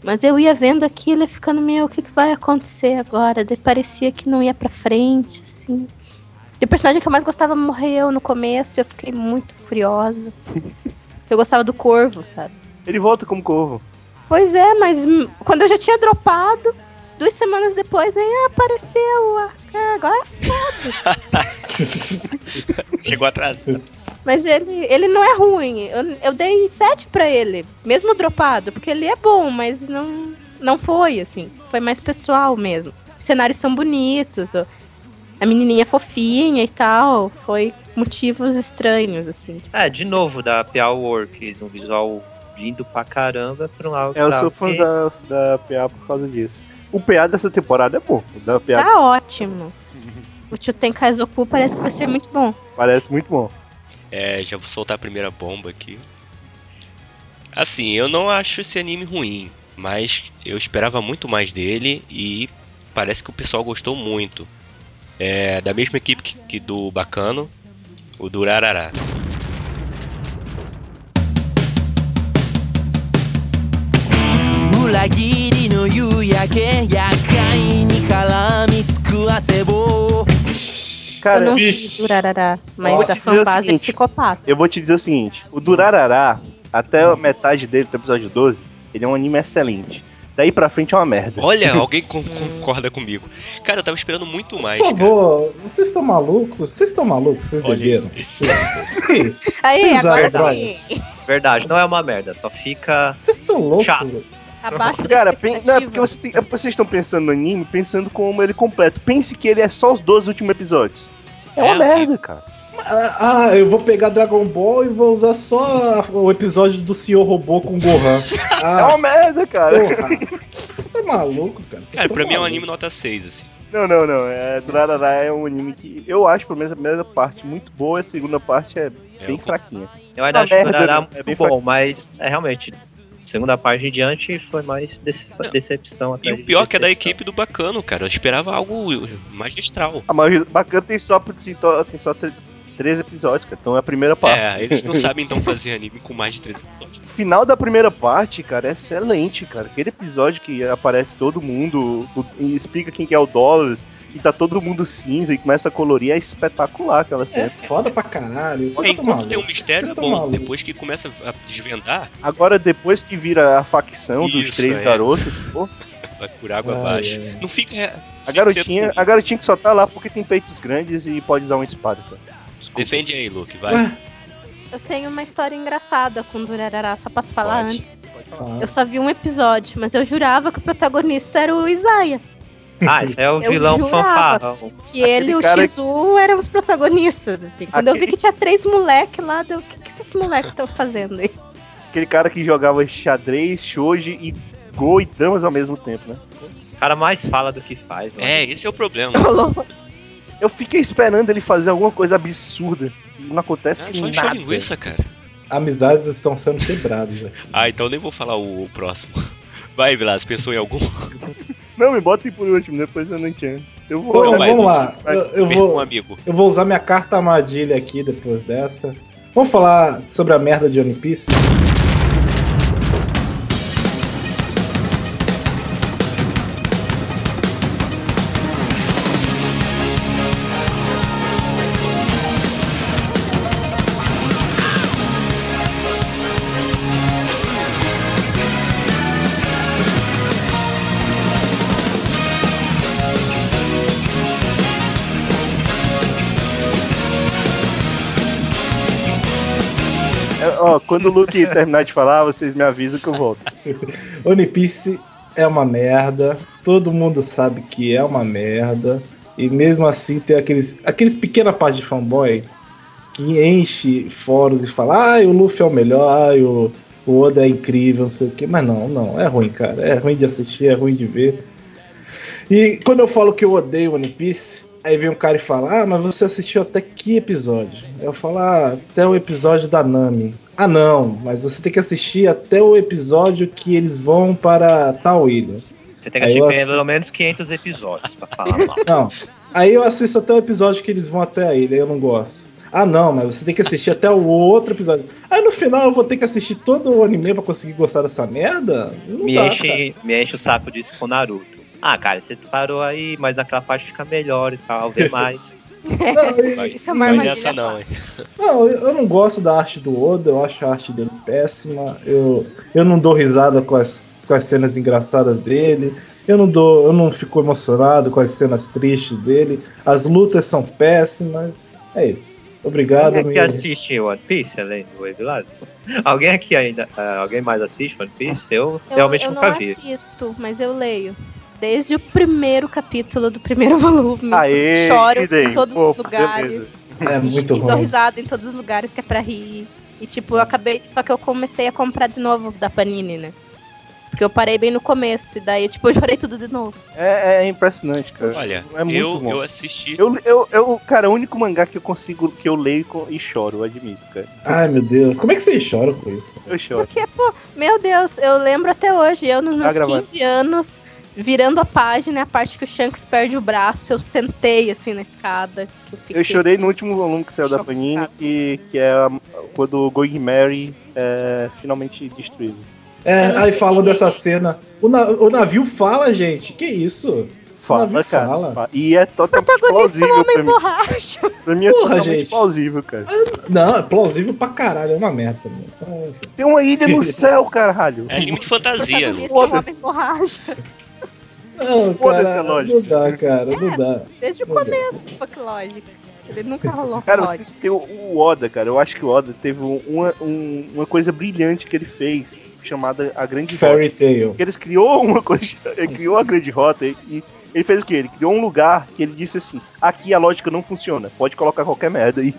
H: Mas eu ia vendo aquilo e ficando, meu, o que, que vai acontecer agora? Daí parecia que não ia pra frente, assim. E o personagem que eu mais gostava morreu no começo, eu fiquei muito furiosa. eu gostava do corvo, sabe?
E: Ele volta como corvo.
H: Pois é, mas hum, quando eu já tinha dropado, duas semanas depois nem apareceu. ah, ah, Agora foda-se.
D: Chegou atrasado.
H: mas ele, ele não é ruim. Eu, eu dei sete pra ele, mesmo dropado, porque ele é bom, mas não, não foi assim. Foi mais pessoal mesmo. Os cenários são bonitos, ó, a menininha é fofinha e tal. Foi motivos estranhos, assim.
J: É, de novo, da PA Works, um visual lindo pra caramba pra um algo.
E: É, eu
J: pra-
E: sou fã da, da PA por causa disso. O PA dessa temporada é bom. O da PA
H: Tá ótimo. O tio Tenkaizoku parece que vai ser muito bom.
E: parece muito bom.
D: É, já vou soltar a primeira bomba aqui. Assim, eu não acho esse anime ruim, mas eu esperava muito mais dele e parece que o pessoal gostou muito. É da mesma equipe que, que do Bacano, o Durarará.
H: eu
E: Cara,
H: não
G: Vixe.
H: vi Urarará,
E: Vou
H: mas
E: te
H: a
E: dizer o
H: fanbase é
E: seguinte.
H: psicopata.
E: eu vou te dizer o seguinte: o Durarará, até a metade dele, até o episódio 12, ele é um anime excelente. Daí pra frente é uma merda.
D: Olha, alguém con- concorda comigo. Cara, eu tava esperando muito mais.
G: Por favor, vocês estão malucos? Vocês estão malucos? Vocês
D: Olha.
G: beberam? que isso?
H: Aí,
G: Exato,
H: agora
G: brother.
H: sim.
J: Verdade, não é uma merda, só fica.
G: Vocês estão loucos?
J: Chato.
G: velho?
H: Abaixo da
E: Cara, pen- não,
H: expectativa.
E: é porque você tem- é porque vocês estão pensando no anime, pensando como ele completo. Pense que ele é só os 12 últimos episódios. É uma
D: É,
E: merda, cara.
G: Ah, ah, eu vou pegar Dragon Ball e vou usar só o episódio do Senhor Robô com Gohan.
E: É
G: Ah,
E: uma merda, cara.
G: porra. Você tá maluco, cara? Vocês
D: Cara,
G: tão
D: pra mim é um
G: malucos.
D: anime nota 6, assim.
E: Não, não, não. É, Durarará é um anime que eu acho, pelo menos, a primeira parte muito boa, a segunda parte é
D: É,
E: bem
D: eu-
E: fraquinha.
J: Eu
E: Uma
H: Tá
J: ainda acho que o
E: merda,
J: Dará
E: né? É
J: muito
E: bem
J: bom, mas é realmente. Segunda parte em diante foi mais dece-
D: Não.
J: decepção até.
D: E
G: né?
D: o pior que é da equipe do Bacano, cara. Eu esperava algo magistral.
E: A maioria bacana tem só, tem só- tem só tre- três episódios, cara. Então é a primeira parte.
D: É, eles não sabem então fazer anime com mais de 3 episódios.
E: O final da primeira parte, cara, é excelente, cara. Aquele episódio que aparece todo mundo o- e explica quem que é o Dollars e tá todo mundo cinza e começa a colorir, é espetacular aquela cena.
G: É foda pra caralho. tá Vocês estão
D: Enquanto tem um
G: malucos.
D: mistério, é
G: Vocês tão
D: bom.
G: maluco.
D: Depois que começa a desvendar,
E: Agora, depois que vira a facção dos
D: Isso,
E: três
D: é.
E: garotos, pô,
D: vai por água
G: Ah,
D: abaixo.
G: é.
D: Não fica. é,
E: a
D: 100%
E: garotinha,
D: ruim.
E: a garotinha que só tá lá porque tem peitos grandes e pode usar uma espada, cara. Desculpa.
D: Defende aí, Luke, vai.
G: Ué,
H: Eu tenho uma história engraçada com Durarará, só posso falar
D: Pode.
H: antes.
G: ah,
H: Eu só vi um episódio, mas eu jurava que o protagonista era o Isaiah.
J: Ah, esse é o
H: Eu
J: vilão
H: jurava.
J: fanfarrão.
H: Que ele e o
E: cara que-
H: Shizu eram os protagonistas, assim. Quando eu vi
E: Aquele-
H: que tinha três moleques lá, deu, o que, que esses moleques estão fazendo aí?
E: Aquele cara que jogava xadrez, shoji e go e damas ao mesmo tempo, né?
J: O cara mais fala do que faz, mano.
D: É, esse é o problema.
E: Eu fiquei esperando ele fazer alguma coisa absurda. e Não acontece
D: É, só encher
E: nada.
D: linguiça, cara.
G: Amizades estão sendo quebradas. velho.
D: Ah, então nem vou falar o, o próximo. Vai, Vilas, pensou em algum?
E: Não, me bota aí por último, depois eu não entendo. Eu vou.
G: Então,
D: Não, vai,
G: vamos
D: vai,
G: lá.
E: vai.
G: Eu, eu
D: Mesmo um
G: vou,
D: amigo.
G: eu vou usar minha carta armadilha aqui depois dessa. Vamos falar sobre a merda de One Piece?
E: É, ó, quando o Luke terminar de falar, vocês me avisam que eu volto.
G: One Piece é uma merda, todo mundo sabe que é uma merda, e mesmo assim tem aqueles, aqueles pequena parte de fanboy que enche fóruns e fala: ai, o Luffy é o melhor, ai, o, o Oda é incrível, não sei o que, mas não, não, é ruim, cara, é ruim de assistir, é ruim de ver. E quando eu falo que eu odeio One Piece, aí vem um cara e fala: ah, mas você assistiu até que episódio? Eu falo: ah, até o episódio da Nami. Ah não, mas você tem que assistir até o episódio que eles vão para tal ilha.
J: Você tem que
G: Aí eu
J: assistir
G: assisto-
J: pelo menos 500 episódios pra falar mal.
G: Não. Aí eu assisto até o episódio que eles vão até a ilha, eu não gosto. Ah não, mas você tem que assistir até o outro episódio. Aí no final eu vou ter que assistir todo o anime pra conseguir gostar dessa merda? Não
J: me,
G: dá, cara.
J: enche, me enche o saco disso com o Naruto. Ah, cara, você parou aí, mas naquela parte fica melhor e tal, vê mais.
G: Não, e-
I: Isso é uma
D: Não é
I: armadilha
D: dessa não, hein?
G: Não, eu eu não gosto da arte do Oda, eu acho a arte dele péssima. Eu, eu não dou risada com as, com as cenas engraçadas dele. Eu não dou, eu não fico emocionado com as cenas tristes dele. As lutas são péssimas. É isso. Obrigado,
J: Alguém aqui
G: me...
J: assiste One Piece, além do Evilado? Alguém aqui ainda, ah, alguém mais assiste One Piece? Eu,
H: Eu,
J: realmente
H: eu
J: nunca
H: não
J: vi.
H: assisto, mas eu leio. Desde o primeiro capítulo do primeiro volume.
E: Aê,
H: Choro
E: que dei.
H: em todos os
E: Opa,
H: lugares.
E: beleza.
G: é
H: E-
G: muito
H: e dou
G: ruim.
H: risada em todos os lugares que é pra rir. E tipo, eu acabei. Só que eu comecei a comprar de novo da Panini, né? Porque eu parei bem no começo. E daí, tipo, eu chorei tudo de novo.
E: É, é impressionante, cara.
D: Olha,
E: é muito
D: eu,
E: bom.
D: eu assisti.
E: Eu, eu, eu, cara, é o único mangá que eu consigo, que eu leio co- e choro, eu admito, cara.
G: Ai meu Deus, como é que vocês choram com isso?
E: Eu choro.
H: Porque, pô, meu Deus, eu lembro até hoje, eu nos
E: Tá
H: meus
E: gravando.
H: 15 anos, virando a página, a parte que o Shanks perde o braço, eu sentei assim na escada. Que eu, fiquei,
E: Eu chorei
H: assim,
E: no último volume que saiu da
H: Chocado.
E: Panini, que, que é a- quando o Going Mary é finalmente destruído.
G: É,
H: Eu
G: aí
H: sei.
G: falam dessa cena. O, na- o navio fala, gente. Que isso?
E: Fala,
G: Navio
E: cara.
G: fala.
E: fala. E é totalmente
H: Protagonista é
E: plausível
H: um
E: pra
H: homem
E: mim.
H: borracha.
E: Pra mim é
G: Porra,
E: totalmente
G: gente.
E: plausível, cara.
G: Não, é plausível pra caralho, é uma merda. essa merda. Então, enfim.
E: Tem uma ilha no céu, caralho.
D: É anime de
H: O
D: fantasia.
H: protagonista é um
E: Foda-se.
H: homem borracha.
G: Não,
E: Foda-se
G: cara,
E: a lógica. É.
G: Não dá, cara, não dá.
H: Desde o
G: Meu Deus.
H: começo, fuck lógico. Ele nunca rolou um
E: Cara, você
H: lógica.
E: tem que ter o- o Oda, cara. Eu acho que o Oda teve um- uma, um- uma coisa brilhante que ele fez, chamada A Grande Rota.
G: Fairy Tail.
E: Que eles criou uma coisa, ele criou a Grande Rota e- e ele fez o quê? Ele criou um lugar que ele disse assim: aqui a lógica não funciona, pode colocar qualquer merda e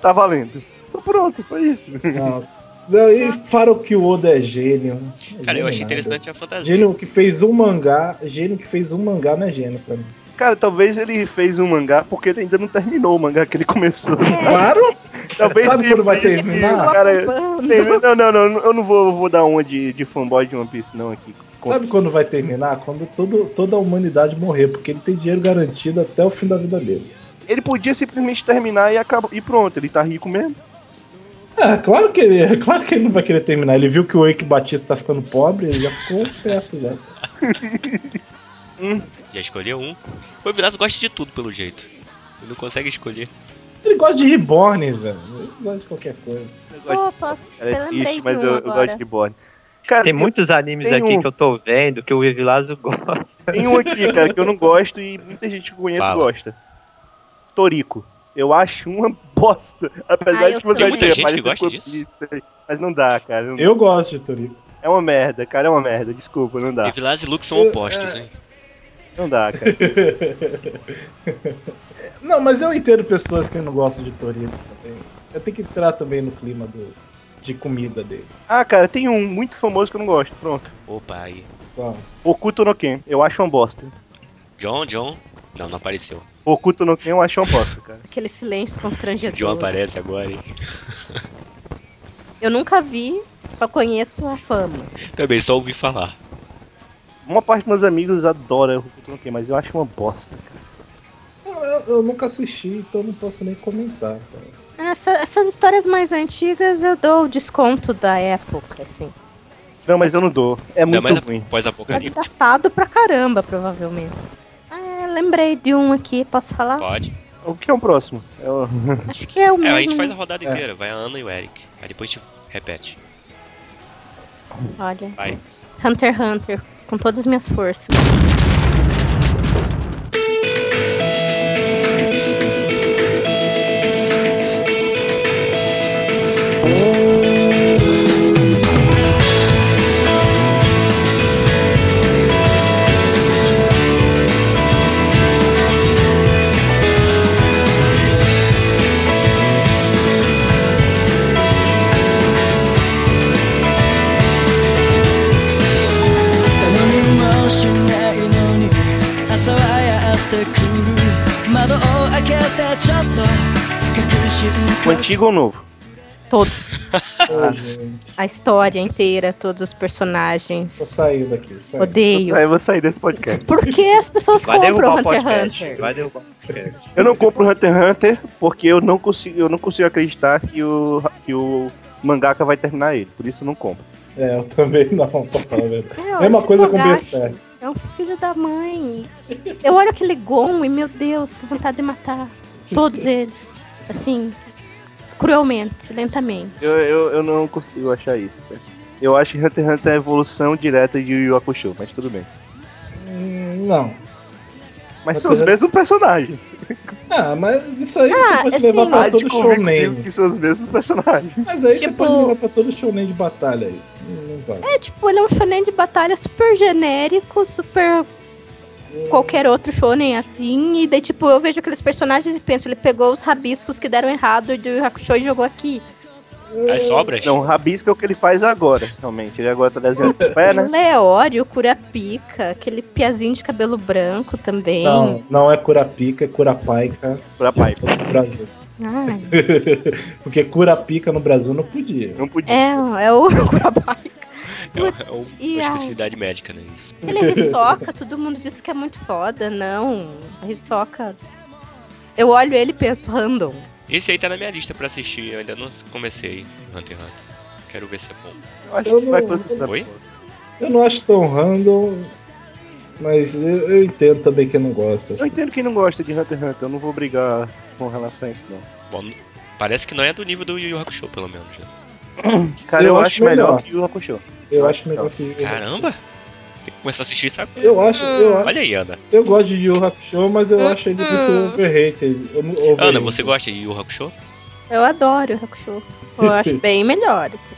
E: tá valendo. Então pronto, foi isso.
G: Não. Não, e falam que o Oda é gênio.
D: Cara, eu
G: Gênio
D: achei
G: nada.
D: interessante a fantasia.
G: Gênio que fez um mangá, gênio que fez um mangá não é gênio pra mim.
E: Cara, talvez ele fez um mangá porque ele ainda não terminou o mangá que ele começou.
G: Claro!
E: Talvez
G: Sabe
E: seja
G: quando vai
E: por isso que,
G: terminar?
E: Cara,
H: Acabando.
E: Tem- Não, não, não, eu não vou, vou dar uma de, de fanboy de One Piece, não, aqui.
G: Sabe quando vai terminar? Quando todo, toda a humanidade morrer, porque ele tem dinheiro garantido até o fim da vida dele.
E: Ele podia simplesmente terminar e, acabou, e pronto, ele tá rico mesmo.
G: Ah, claro que ele, é claro que ele não vai querer terminar. Ele viu que o Eike Batista tá ficando pobre, ele já ficou esperto já.
D: Já escolheu um. O Evilásio gosta de tudo, pelo jeito. Ele não consegue escolher.
G: Ele gosta de Reborn, velho. Ele gosta de qualquer coisa.
H: Opa,
E: Cara,
H: Eu
E: é
H: lembrei
E: triste,
H: de
E: mas
H: um
E: eu, eu
H: agora.
E: gosto de Reborn. Cara,
J: Tem
E: eu-
J: muitos animes
E: tem
J: aqui
E: um-
J: que eu tô vendo que o Evilado gosta.
E: tem um aqui, cara, que eu não gosto e muita gente que eu conheço
D: Fala.
E: gosta. Torico. Eu acho uma bosta. Apesar
H: Ah, eu
E: de que você
H: também.
D: Tem
E: vai
D: muita
E: ter
D: gente que
E: parecido com
D: gosta
E: One Piece, Mas não dá, cara. não-
G: Eu gosto de Toriko.
E: É uma merda, cara. É uma merda. Desculpa, não
D: Tá.
E: dá.
D: e Luke são opostos, hein?
E: Não dá, cara.
G: Não, mas eu entendo pessoas que não gostam de Torino também. Eu tenho que entrar também no clima do, de comida dele.
E: Ah, cara, tem um muito famoso que eu não gosto. Pronto.
D: Opa, aí.
G: Então,
E: Okuto no Ken. Eu acho uma bosta.
D: John, John. Não, não apareceu.
E: Okuto no Ken eu acho uma bosta, cara.
H: Aquele silêncio
D: O John
H: constrangedor.
D: aparece agora, hein?
H: Eu nunca vi, só conheço a fama.
D: Também só ouvi falar.
E: Uma parte dos meus amigos adora Okuto no Ken, mas eu acho uma bosta, cara.
G: eu, eu- eu nunca assisti, então não posso nem comentar. tá? cara.
H: Essa- essas histórias mais antigas eu dou o desconto da época, assim.
E: Não, mas eu não dou. É
D: Ainda
E: muito
D: mais
E: ruim.
H: É
D: pós-apocalipse.
H: datado pra caramba, provavelmente. Ah, lembrei de um aqui, posso falar?
D: Pode.
E: O que é o próximo? É o-
H: Acho que é o
D: É,
H: mesmo.
D: a gente faz a rodada
G: É.
D: inteira. Vai a Ana e o Eric. Aí depois a gente repete.
H: Olha.
D: Vai.
H: Hunter x Hunter, com todas as minhas forças.
E: O um antigo ou o novo?
H: Todos. Ah.
G: Ô, gente,
H: A história inteira, todos os personagens.
G: tô saindo daqui. Saindo.
E: Eu vou
H: Odeio.
E: sair, eu vou sair desse podcast.
H: Por que as pessoas
J: Vai
H: compram
J: derrubar o
H: Hunter x
J: podcast.
H: Hunter?
J: Vai derrubar o podcast.
E: Eu não compro Hunter x Hunter porque eu não consigo, eu não consigo acreditar que o, que o mangaka vai terminar ele. Por isso eu não compro.
G: É, eu também não, pra falar a verdade.
H: Meu,
G: Mesma
H: esse
G: coisa com o
H: Togashi
G: Berserk.
H: É um filho da mãe. Eu olho aquele Gon e, meu Deus, que vontade de matar todos eles. Assim, cruelmente, lentamente.
E: Eu, eu, eu não consigo achar isso. cara. Eu acho que Hunter x Hunter é a evolução direta de Yu Yu Hakusho, mas tudo bem.
G: Hum, Não.
E: Mas são os
G: Hunter x
E: mesmos personagens. Ah,
G: Ah, mas isso aí você pode
H: assim,
G: levar pra
E: Há de
G: é todo
E: convir
G: showman.
E: comigo que são os mesmos personagens.
G: Mas aí
H: Tipo-
G: você pode levar pra todo showman de batalha isso. Não, não vai.
H: É tipo, ele é um shonen de batalha super genérico, super qualquer outro shonen assim. E daí, tipo, eu vejo aqueles personagens e penso, ele pegou os rabiscos que deram errado do Yu Yu Hakusho e jogou aqui.
D: As obras?
E: Não, o rabisco é o que ele faz agora, realmente. Ele agora tá desenhando com os pés, né?
H: Leório, Curapica, aquele piazinho de cabelo branco também.
G: Não, não é Curapica, é Curapaica
E: Pra pai.
G: no Brasil.
H: Ai,
G: Porque Curapica no Brasil não podia.
E: Não podia.
H: é, é o Curapaica.
D: É, uma-
H: Putz,
D: é uma
H: e a-
D: especialidade médica, né? Isso.
H: Ele é risoca, todo mundo diz que é muito foda. Não, a risoca. Eu olho ele e penso, random.
D: Esse aí tá na minha lista pra assistir. Eu ainda não comecei Hunter x Hunter. Quero ver se é bom.
E: Eu acho que isso vai
G: Eu não-
E: acontecer. essa
D: Oi?
E: porra.
G: Eu não acho tão random, mas eu, eu entendo também quem não gosta.
E: Eu entendo quem não gosta de Hunter x Hunter. Eu não vou brigar com relação a isso, não.
D: Bom, não- parece que não é do nível do Yu Yu Hakusho, pelo menos. né?
E: Cara, eu,
G: Eu
E: acho,
G: acho
E: melhor,
G: melhor.
E: que o Hakusho.
G: Eu acho melhor que.
D: Caramba! Tem que começar a assistir isso agora.
G: Eu acho, eu, acho-
D: Olha aí, Ana.
G: eu gosto de Yu Yu Hakusho, mas eu acho ele muito overrated. Eu não- overrated.
D: Ana, você gosta de Yu Yu Hakusho?
H: Eu adoro o Hakusho. Eu acho bem melhor. assim.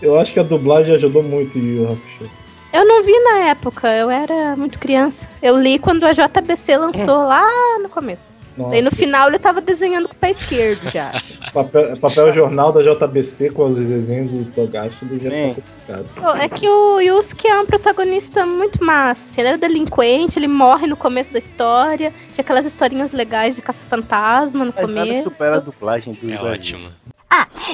G: Eu acho que a dublagem ajudou muito Yu Yu Hakusho.
H: Eu não vi na época, eu era muito criança. Eu li quando a JBC lançou lá no começo. Daí no
G: Nossa,
H: final ele tava desenhando com o pé esquerdo já. assim.
G: papel, papel jornal da JBC com os desenhos do Togashi devia
E: Sim.
G: ser complicado.
H: Bom, É que o Yusuke é um protagonista muito massa, assim, ele era delinquente, ele morre no começo da história, tinha aquelas historinhas legais de caça-fantasma no
E: Mas nada
H: começo.
E: supera a dublagem do
D: É
E: Brasil.
D: ótimo.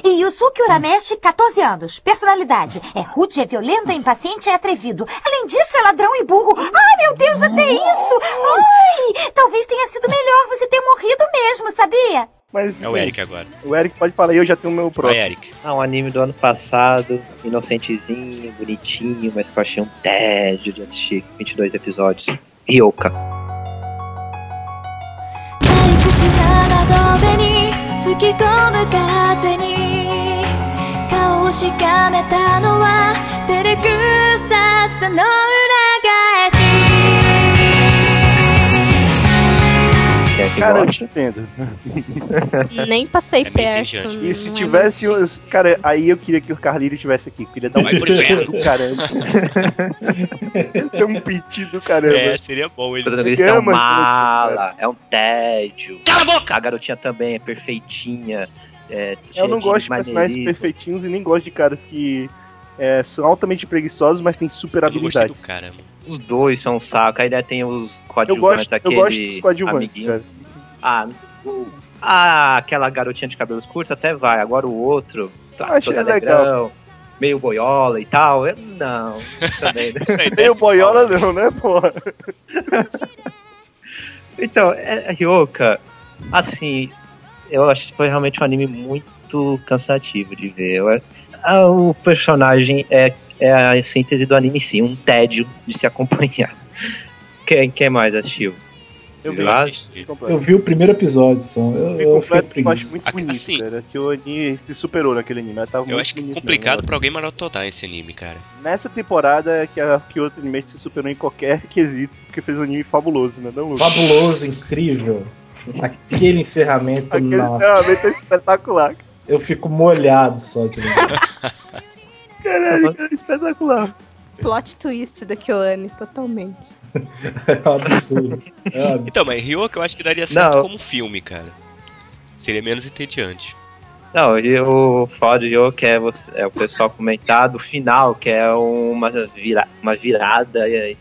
K: E Yusuke Urameshi, 14 anos. Personalidade. É rude, é violento, é impaciente, é atrevido. Além disso, é ladrão e burro. Ai, meu Deus, até isso! Ai! Talvez tenha sido melhor você ter morrido mesmo, sabia?
E: Mas
D: É o Eric agora.
E: o Eric pode falar e eu já tenho o meu
D: Vai,
E: próximo.
D: Eric.
J: Ah, um anime do ano passado, inocentezinho, bonitinho, mas que eu achei um tédio de assistir 22 episódios. Ryoka.
C: 退屈な窓辺に吹き込む風に顔をしかめたのは照れくささの裏返し
J: Quer que é
E: Cara, eu
J: goste?
E: te entendo.
H: Nem passei
J: É
D: meio
H: perto.
D: intrigante.
E: E se
H: não é
E: tivesse.
H: muito-
E: os- Cara, aí eu queria que o Carlinho tivesse aqui. Queria dar um
D: Vai pro
E: pedido do caramba. Esse é um pedido do caramba.
D: É, seria bom
J: O
D: ele.
J: protagonista é um
E: Gama,
J: mala, é um tédio.
D: Cala a boca!
J: A garotinha também é perfeitinha. é,
E: Eu não
J: cheio
E: gosto de personagens
J: maneirismo.
E: perfeitinhos e nem gosto de caras que é, são altamente preguiçosos, mas têm super
D: Eu não gostei do
E: habilidades.
D: cara. mano.
J: Os dois são um saco. Ainda tem os
E: Eu
J: coadjuvantes
E: gosto, eu
J: daquele
E: gosto dos coadjuvantes,
J: amiguinho.
E: cara.
J: Ah, não- ah, aquela garotinha de cabelos curtos até vai. Agora o outro, tá,
E: Achei
J: todo
E: legal.
J: alegrão, meio boiola e tal. Eu- não, também, né?
D: Isso aí,
E: Meio
D: desce
E: boiola
D: bola.
E: não, né, porra?
J: Então, é, Ryoka, assim, eu acho que foi realmente um anime muito cansativo de ver. Eu é- ah, o personagem é, é a síntese do anime, sim, um tédio de se acompanhar. Quem, quem mais assistiu?
E: Eu
D: Eu
E: vi.
J: Lá-
D: assisti.
G: Eu vi o primeiro episódio só.
E: Eu
G: Eu, eu
E: completo, eu
G: fiquei
E: acho
G: preguiça.
E: muito
D: Aqui-
E: bonito,
D: assim-
E: cara. Que o Oni se superou naquele anime. ela Tava
D: Eu
E: muito
D: acho que é
E: bonito
D: complicado
E: mesmo.
D: pra alguém maratonar esse anime, cara.
E: Nessa temporada é que a Kyoto Animation se superou em qualquer quesito, porque fez um anime fabuloso, né? Não, Lu?
G: Fabuloso, incrível. Aquele encerramento,
E: Aquele
G: nossa.
E: encerramento é espetacular.
G: Eu fico molhado só tipo, é de lembrar.
E: Caralho, cara, é espetacular.
I: Plot twist da Kyoane, totalmente.
G: É um absurdo. É um absurdo.
D: Então, mas Ryoka eu acho que daria certo
J: Não.
D: como filme, cara. Seria menos entediante.
J: Não, e o foda de Ryoka é, você- é o pessoal comentar do final, que é uma, vira, uma virada é,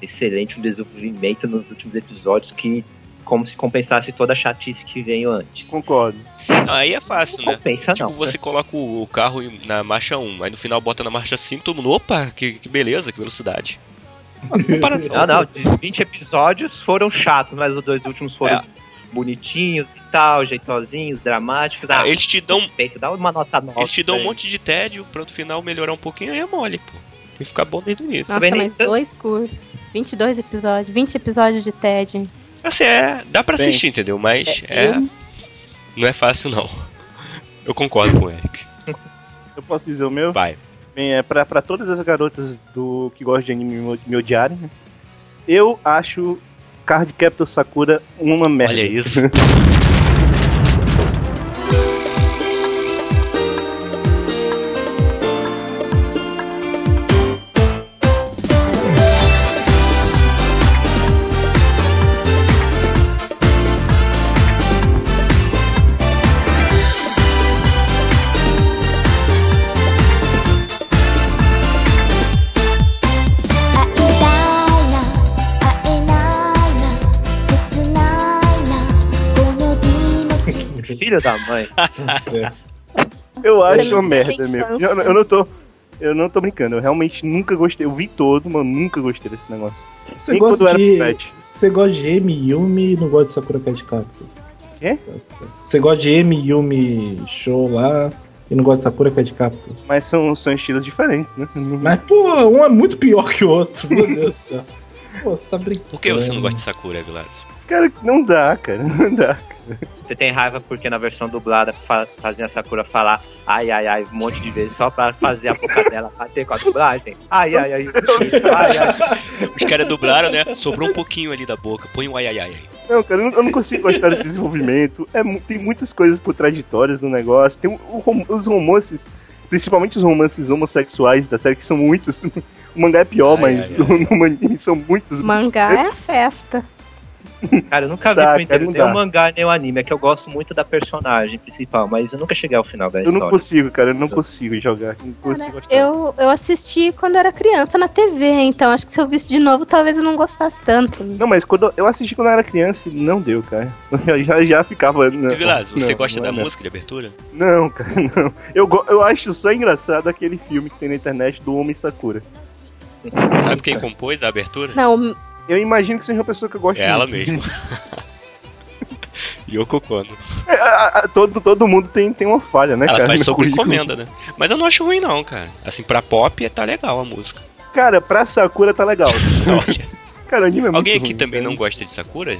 J: excelente, um desenvolvimento nos últimos episódios que como se compensasse toda a chatice que veio antes.
E: Concordo.
D: Não, aí é fácil,
J: Não
D: né?
J: compensa,
D: Tipo,
J: não.
D: você coloca o o carro em- na marcha 1, aí no final bota na marcha 5, todo mundo, opa, que, que beleza, que velocidade. Uma comparação.
J: Não, não, de 20 episódios foram chatos, mas os dois últimos foram
D: É.
J: bonitinhos e tal, jeitosinhos, dramáticos. Ah,
D: Ah, eles te dão,
J: perfeito, dá uma nota nova.
D: eles te dão um
J: aí.
D: monte de tédio pra no final melhorar um pouquinho, aí é mole, pô. Tem que ficar bom desde o
E: Ah.
D: início.
J: bem
I: Nossa,
J: nem
I: mas
J: tanto.
I: dois cursos. 22 episódios. 20 episódios de TED.
D: Assim, é, dá pra
E: Bem,
D: assistir, entendeu? Mas é, não é fácil, não. Eu concordo com o Eric.
E: Eu posso dizer o meu?
D: Vai.
E: Bem, é pra, pra todas as garotas do que gostam de anime me- me odiarem, né? Eu acho Card Captor Sakura uma merda.
D: Olha isso.
C: 「会いたいな会えないな切ないなこの気持ち」
J: Filho da mãe.
G: Certo.
E: Eu acho
I: não
E: uma merda
I: tem
E: mesmo.
I: chance.
E: Eu, eu não tô. Eu não tô brincando, eu realmente nunca gostei. Eu vi todo, mas nunca gostei desse negócio.
G: Você
E: Nem
G: gosta,
E: quando era
G: de,
E: pivete.
G: você gosta de M Yumi e não gosta de Sakura Card Cactus.
E: Quê?
G: Tá certo. Você gosta de M Yumi Show lá e não gosta de Sakura Card Cactus.
E: Mas são, são estilos diferentes, né?
G: Mas, pô, um é muito pior que o outro, meu Deus do céu. Pô, você tá brincando.
D: Por que você não gosta de Sakura, Vilas?
E: Cara, não dá, cara, não dá.
J: Você tem raiva porque na versão dublada fa fazem a Sakura falar ai, ai, ai, um monte de vezes só pra fazer a boca dela bater com a dublagem. Ai, ai, ai. ai, ai.
D: Os caras dublaram, né? Sobrou um pouquinho ali da boca. Põe um ai ai ai. aí.
E: Não, cara, eu não, eu não consigo gostar do desenvolvimento. É mu- tem muitas coisas contraditórias no negócio. Tem o- o rom- os romances, principalmente os romances homossexuais da série, que são muitos. O mangá é pior,
D: Ai,
E: mas
D: ai, ai.
E: no anime são muitos.
I: Mangá é a festa.
J: Cara, eu nunca vi
E: Dá,
J: pro
E: cara,
J: inteiro
E: não
J: nem o
E: dá.
J: mangá nem o anime. É que eu gosto muito da personagem principal, mas eu nunca cheguei ao final da
E: Eu
J: história.
E: não consigo, cara, eu não consigo jogar. Não consigo gostar.
I: Eu, eu assisti quando era criança na TV, então acho que se eu visse de novo, talvez eu não gostasse tanto.
E: Não, mas quando eu assisti quando eu era criança, não deu, cara. Eu já, já ficava. Não,
D: E Vilas, você
E: não,
D: gosta
E: não é
D: da
E: não.
D: música de abertura?
E: Não, cara, não. Eu, go- eu acho só engraçado aquele filme que tem na internet do Homem Sakura.
D: Sabe quem compôs a abertura?
I: Não,
E: Eu imagino que seja uma pessoa que eu gosto
D: É ela
E: muito.
D: mesma. Yoko Kono.
E: É, a- a- todo, todo mundo tem, tem uma falha, né,
D: Ela
E: cara?
D: faz
E: no
D: sobre
E: currículo.
D: encomenda, né? Mas eu não acho ruim, não, cara. Assim, pra pop tá legal a música.
E: Cara, pra Sakura tá legal.
D: Eu acho.
E: Cara, o anime é muito
D: Alguém aqui
E: ruim,
D: também
E: cara.
D: não gosta de Sakura?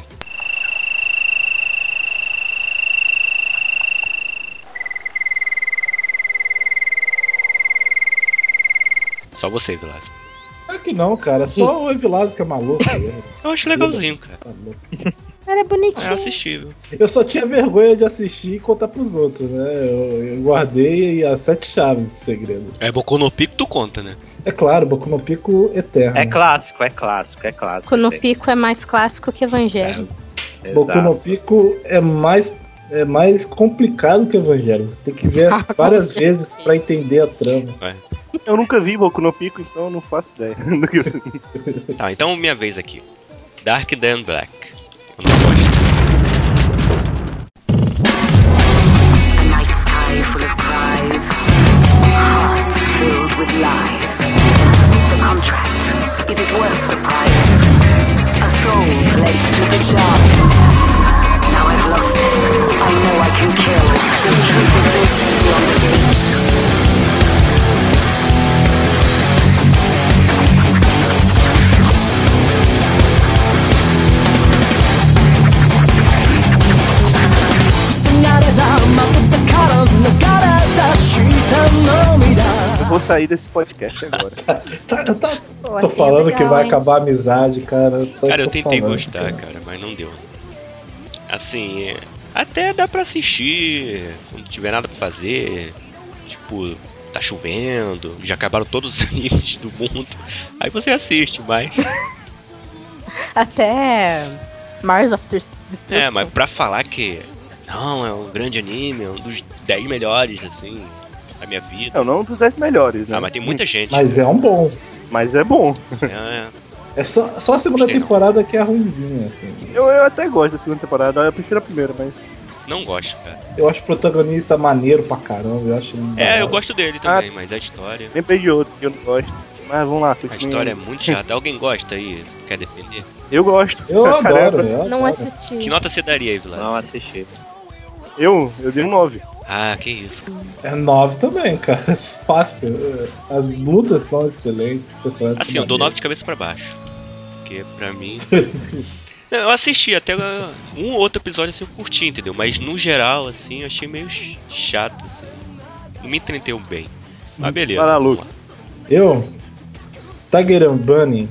D: Só você, Vilas.
G: Claro que não, cara. Só o Evilazo que é maluco. né?
D: Eu acho legalzinho, cara.
G: Tá louco.
I: era
D: É
J: Ah,
I: bonitinho.
D: assistível.
G: Eu só tinha vergonha de assistir e contar pros outros, né? Eu, eu guardei as sete chaves de segredo.
D: É Boku no Pico, tu conta, né?
G: É claro, Boku no Pico eterno.
J: É clássico, é clássico, é clássico.
I: Quando o
J: Sim,
I: Pico é mais clássico que Evangélico.
G: Boku
J: exato.
G: no Pico é mais é mais complicado que o Evangelho. Você tem que ver
E: Ah, com
G: várias
E: certeza.
G: vezes pra entender a trama.
E: Eu nunca vi Boku no Pico, então eu não faço ideia do que eu
D: Tá, então minha vez aqui. Dark Dan Black.
L: sky full of cries, hearts filled with lies. The contract, is it worth the price? A soul pledged to the darkness. Now I've lost it. I know I can kill. Does truth exist beyond the gates?
E: vou sair desse podcast agora.
G: Tá, tô
H: assim, é
G: falando que vai acabar a amizade, cara. Tô-
D: Cara, eu
G: tô
D: tentei
G: falando.
D: gostar, cara, mas não deu. Assim, é, até dá pra assistir, se não tiver nada pra fazer. Tipo, tá chovendo, já acabaram todos os animes do mundo. Aí você assiste, mas.
H: Até Mars of Dis- Destruction.
D: É, mas pra falar que. Não, é um grande anime, é um dos 10 melhores, assim, da minha vida.
E: Não, não um dos 10 melhores, né?
D: Ah, mas tem muita gente.
G: Mas é um bom.
E: Mas é bom.
D: É,
G: É só, só a segunda temporada que é ruimzinha. assim.
E: Eu, eu até gosto da segunda temporada, eu prefiro a primeira, mas.
D: não gosto, cara.
G: Eu acho o protagonista maneiro pra caramba. Eu acho ele
D: É, eu gosto dele também, mas a história.
E: Lembrei de outro que eu não gosto. Mas vamos lá,
D: A história é muito chata. Alguém gosta aí? Quer defender?
E: Eu gosto.
G: Eu
E: Caramba.
G: adoro, eu
H: Não assisti.
D: Que nota você daria aí, Vlad?
J: Não assisti.
E: Eu? Eu dei um 9.
D: Ah, que isso.
G: É nove também, cara. É fácil. As lutas são excelentes. os personagens
D: Assim,
G: são
D: eu dou
G: maneiros.
D: 9 de cabeça pra baixo. Porque pra mim. Não, Eu assisti até uh, um ou outro episódio assim eu curti, entendeu? Mas no geral, assim, eu achei meio ch- chato, assim. Não me entreteu bem. Mas beleza.
G: Vai lá,
D: vamos
G: Luke. Eu? Tiger Bunny.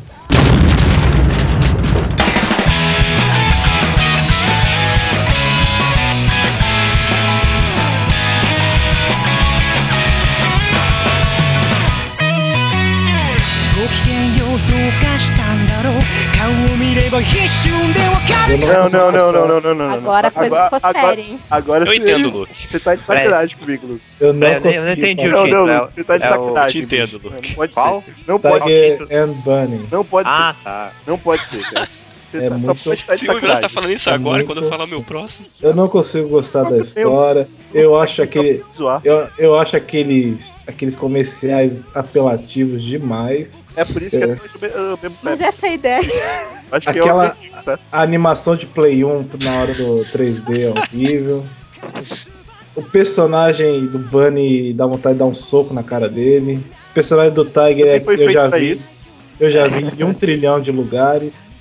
L: Go
E: Não, não, não, não, não, não, não.
H: Agora a coisa ficou séria, hein?
E: Agora
D: Eu
E: você-
D: entendo, Luke.
E: Você tá de sacanagem comigo, Luke.
G: Eu não
J: É, eu não
G: consegui
J: entendi
G: falar.
J: o
E: Não, não,
J: título. é o-
E: Luke, você tá de
J: é o-
E: sacanagem.
D: Te entendo,
E: bicho.
D: Luke.
E: Não pode
J: Qual?
E: ser. Não
G: Tá
J: é.
E: pode ser.
G: Tiger and Bunny.
E: Não pode
J: Ah,
E: ser.
J: tá.
E: Não pode ser, cara. Você
G: É
E: tá só
G: muito-
E: pode estar de
D: Se o Vlad tá
E: sacanagem.
D: falando isso
G: É
D: agora,
G: muito-
D: quando eu falar meu próximo.
G: Eu não consigo gostar da história. Eu acho aquele.
E: Zoar.
G: Eu, eu acho aqueles, aqueles comerciais apelativos demais.
E: É por isso que
G: É.
E: até hoje eu be- eu bebo
H: Mas
E: Pepsi.
H: essa é a ideia.
E: Acho que
G: Aquela-
E: eu acredito, sabe?
G: A animação de Play 1 na hora do 3D é horrível. O personagem do Bunny dá vontade de dar um soco na cara dele. O personagem do Tiger
E: Também
G: é que
E: foi
G: eu
E: feito
G: já
E: pra
G: vi.
E: isso.
G: Eu já vi em um trilhão de lugares.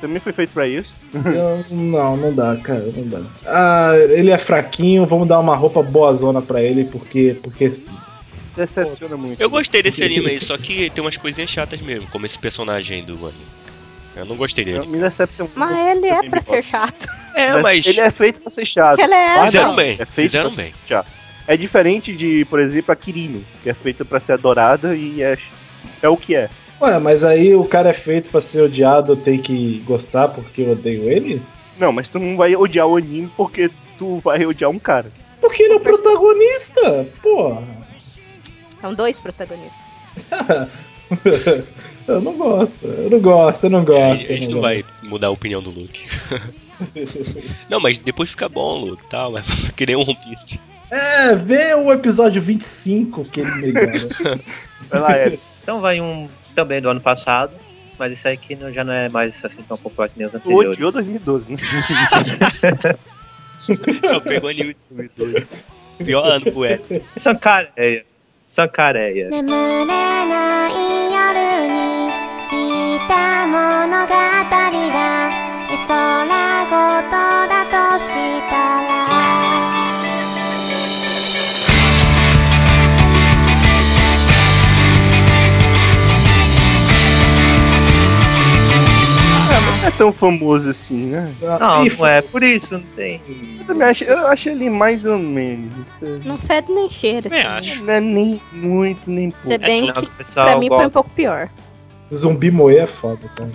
E: Também foi feito pra isso.
G: Eu- não, não dá, cara, não dá. Ah, ele é fraquinho, vamos dar uma roupa boa zona pra ele, porque. porque sim.
E: Decepciona muito.
D: Eu gostei desse anime aí, só que tem umas coisinhas chatas mesmo, como esse personagem aí do anime. Eu não gostei
E: Eu-
D: dele.
E: Me decepciona
H: Mas
E: muito.
H: ele é
E: Também
H: pra
E: me
H: ser chato.
D: É,
E: Mas
D: mas.
E: Ele é feito pra ser chato.
H: Que ela é
E: Vai,
D: Fizeram
E: não.
D: bem,
E: É feito
D: fizeram
E: pra ser
D: bem.
E: chato. É diferente de, por exemplo, a Kirino, que é feita pra ser adorada e é, é o que é.
G: Ué, mas aí o cara é feito pra ser odiado, tem que gostar porque eu odeio ele?
E: Não, mas tu não vai odiar o anime porque tu vai odiar um cara.
G: Porque ele é o protagonista! Porra!
H: São dois protagonistas.
G: eu não gosto, eu não gosto, eu não
D: A
G: gosto. eu
D: gente não vai mudar a opinião do Luke.
G: gosto.
D: Não, mas depois fica bom, Luke, tal, mas que nem um One Piece.
G: É, vê o episódio 25 que ele melhora.
E: Vai lá, Eric.
J: Então vai um também do ano passado, mas isso aqui não, já não é mais assim tão popular que nem os
E: Tu
J: anteriores.
E: odiou 2012, né?
D: Só pegou anime de 2012. Pior ano pro Eric.
J: Sancareia. Sancareia.
C: 眠れない夜に聞いた物語が空ごとだとしたら
E: Não é tão famoso assim, né?
J: Não,
G: Ih,
J: não é por isso, não tem.
E: Eu também acho, eu acho ele mais ou menos.
H: Não fede nem cheira,
D: Nem
H: assim.
D: acho.
E: Não é nem muito, nem pouco.
H: Você bem
J: Não,
H: que
J: o
H: pra
J: pessoal
H: mim foi um
J: gosta.
H: pouco pior.
G: Zumbi moer é foda, cara.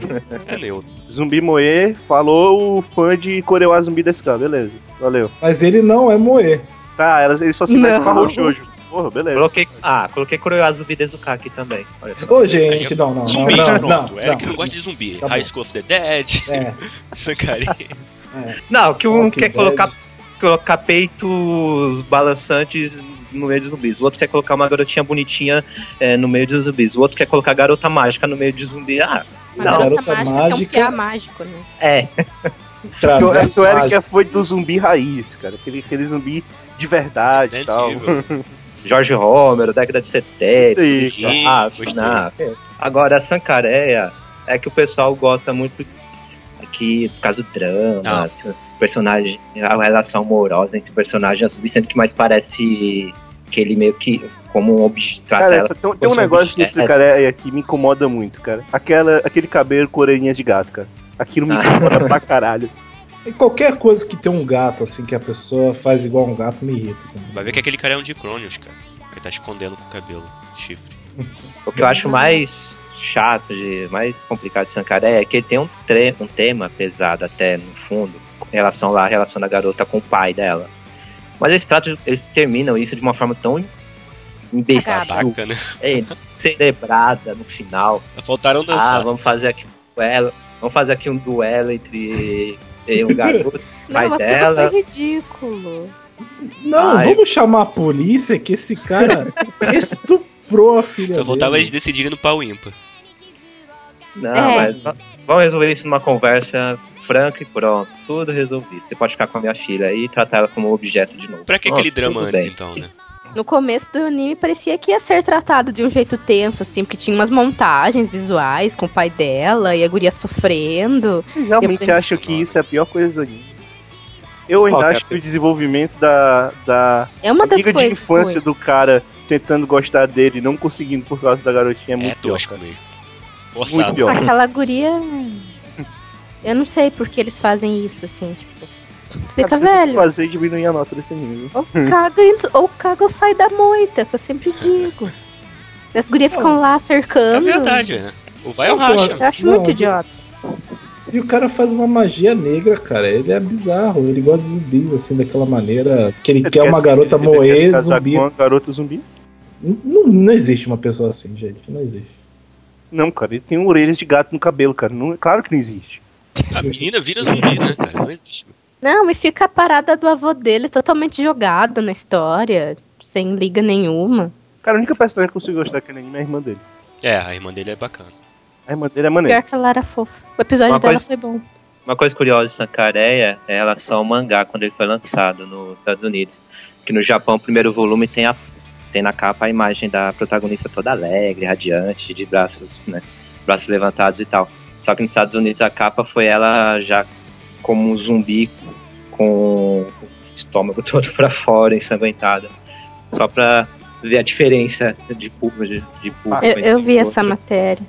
D: É neutro.
E: Zumbi Moê falou o fã de Coreoá Zumbi desse cara, beleza. Valeu.
G: Mas ele não é moer.
E: Tá, ela- ele só se mete com a
G: Não.
E: Rochojo. Porra, beleza.
J: Coloquei, ah, coloquei Kuroyazu Bidezu K aqui também. Olha só.
G: Ô, gente, não, não, não,
D: É, Zumbi,
G: não,
D: pronto.
G: não,
D: é
G: não.
D: que não gosta de zumbi.
G: Tá bom.
D: High School of the Dead.
G: É.
D: Sankarin.
J: Não, que um
G: Walking
J: quer
G: Dead.
J: colocar, colocar peitos balançantes no meio de zumbis. O outro quer colocar uma garotinha bonitinha eh, no meio de zumbis. O outro quer colocar garota mágica no meio de zumbi. Ah,
I: Uma
J: não.
I: garota
G: Garota
I: mágica, é um
G: mágica.
I: piá mágico, né?
J: É.
E: Então, é que o Eric
G: Mágico.
E: é foi do zumbi raiz, cara. Aquele, aquele zumbi de
D: Né,
E: verdade e tal.
J: Jorge Romero, década de 70.
E: Isso aí,
J: tudo
D: cara.
J: clássico,
D: Gostei.
J: né? Agora, a Sancareia é que o pessoal gosta muito aqui por causa do drama,
D: Ah.
J: assim, personagem, a relação amorosa entre personagens e zumbi, sendo que mais parece que ele meio que como um objeto.
E: Cara, essa- tem, tem um negócio que esse cara aqui me incomoda muito, cara. Aquela, aquele cabelo com orelhinhas de gato, cara. Aquilo me
J: Ah.
E: incomoda pra caralho.
G: E qualquer coisa que tem um gato, assim, que a pessoa faz igual um gato, me irrita. cara.
D: Vai ver que aquele cara é um de Crônios, cara. Ele tá escondendo com o cabelo. Chifre.
J: O que eu acho mais chato, de, mais complicado de Sancaré é que ele tem um, tre- um tema pesado até no fundo, com relação lá, a relação da garota com o pai dela. Mas eles tratam, eles terminam isso de uma forma tão imbecil,
D: Saca, né?
J: é, celebrada no final.
D: Só Faltaram
J: Ah,
D: dançar.
J: vamos fazer aqui um duelo, vamos fazer aqui um duelo entre eh, o garoto e o pai
I: Não, aquilo
J: dela.
I: foi ridículo.
G: Não,
J: Ai.
G: vamos chamar a polícia que esse cara estuprou a filha
D: Só faltava eles
G: dele.
D: decidirem no pau ímpar.
J: Não,
I: É.
J: mas va- vamos resolver isso numa conversa franca e pronto. Tudo resolvido. Você pode ficar com a minha filha aí e tratar ela como objeto de novo.
D: Pra que
J: Ó,
D: aquele
J: tudo
D: drama antes,
J: bem.
D: então, né?
H: No começo do anime parecia que ia ser tratado de um jeito tenso, assim, porque tinha umas montagens visuais com o pai dela e a guria sofrendo.
E: Vocês realmente
H: Eu-
E: acham que isso é a pior coisa do anime? Eu ainda
J: Qual que é a
E: acho que o desenvolvimento da, da
H: É uma das
E: amiga de
H: coisas.
E: infância do cara tentando gostar dele e não conseguindo por causa da garotinha é
D: É
E: Ah, muito pior,
D: tosco
E: cara.
D: mesmo.
E: Muito
D: Forçado.
E: pior.
H: Aquela guria. Eu não sei por que eles fazem isso, assim, tipo. Fica
E: Cara, vocês têm que
H: velho.
E: fazer e diminuir a nota desse anime. viu?
H: Ou caga, e- ou caga ou sai da moita, que eu sempre digo. As gurias ficam lá
D: É
H: cercando.
D: verdade, né? O vai ou
G: Não, pô,
D: racha.
H: Eu acho
G: Não,
H: muito
G: eu-
H: idiota.
G: E o cara faz uma magia negra, cara. Ele é bizarro. Ele gosta de zumbis, assim, daquela maneira. Que ele, quer uma
E: se-
G: garota
E: ele quer se
G: moer
E: casar
G: zumbi.
E: com uma garota zumbi?
G: Não, não existe uma pessoa assim, gente. Não existe.
E: Não, cara, ele tem orelhas de gato no cabelo, cara. Não, é claro que não existe.
D: A menina vira zumbi, né, cara? Não existe.
H: Não, e fica a parada do avô dele totalmente jogada na história, sem liga nenhuma.
E: Cara, a única personagem que eu consigo gostar daquele anime é a irmã dele.
D: É, a irmã dele é bacana.
E: A irmã dele é maneira.
H: Pior que ela era fofa. O episódio
J: Uma
H: dela
J: coisa-
H: foi bom.
J: Uma coisa curiosa de Sankareia é em relação ao mangá, quando ele foi lançado nos Estados Unidos. Que no Japão, o primeiro volume tem, a, tem na capa a imagem da protagonista toda alegre, radiante, de braços, né, braços levantados e tal. Só que nos Estados Unidos a capa foi ela já como um zumbi com o estômago todo pra fora, ensanguentada. Só pra ver a diferença de público. De, de público
H: Eu,
J: entre
H: eu vi
J: um e
H: essa
J: outro.
H: matéria.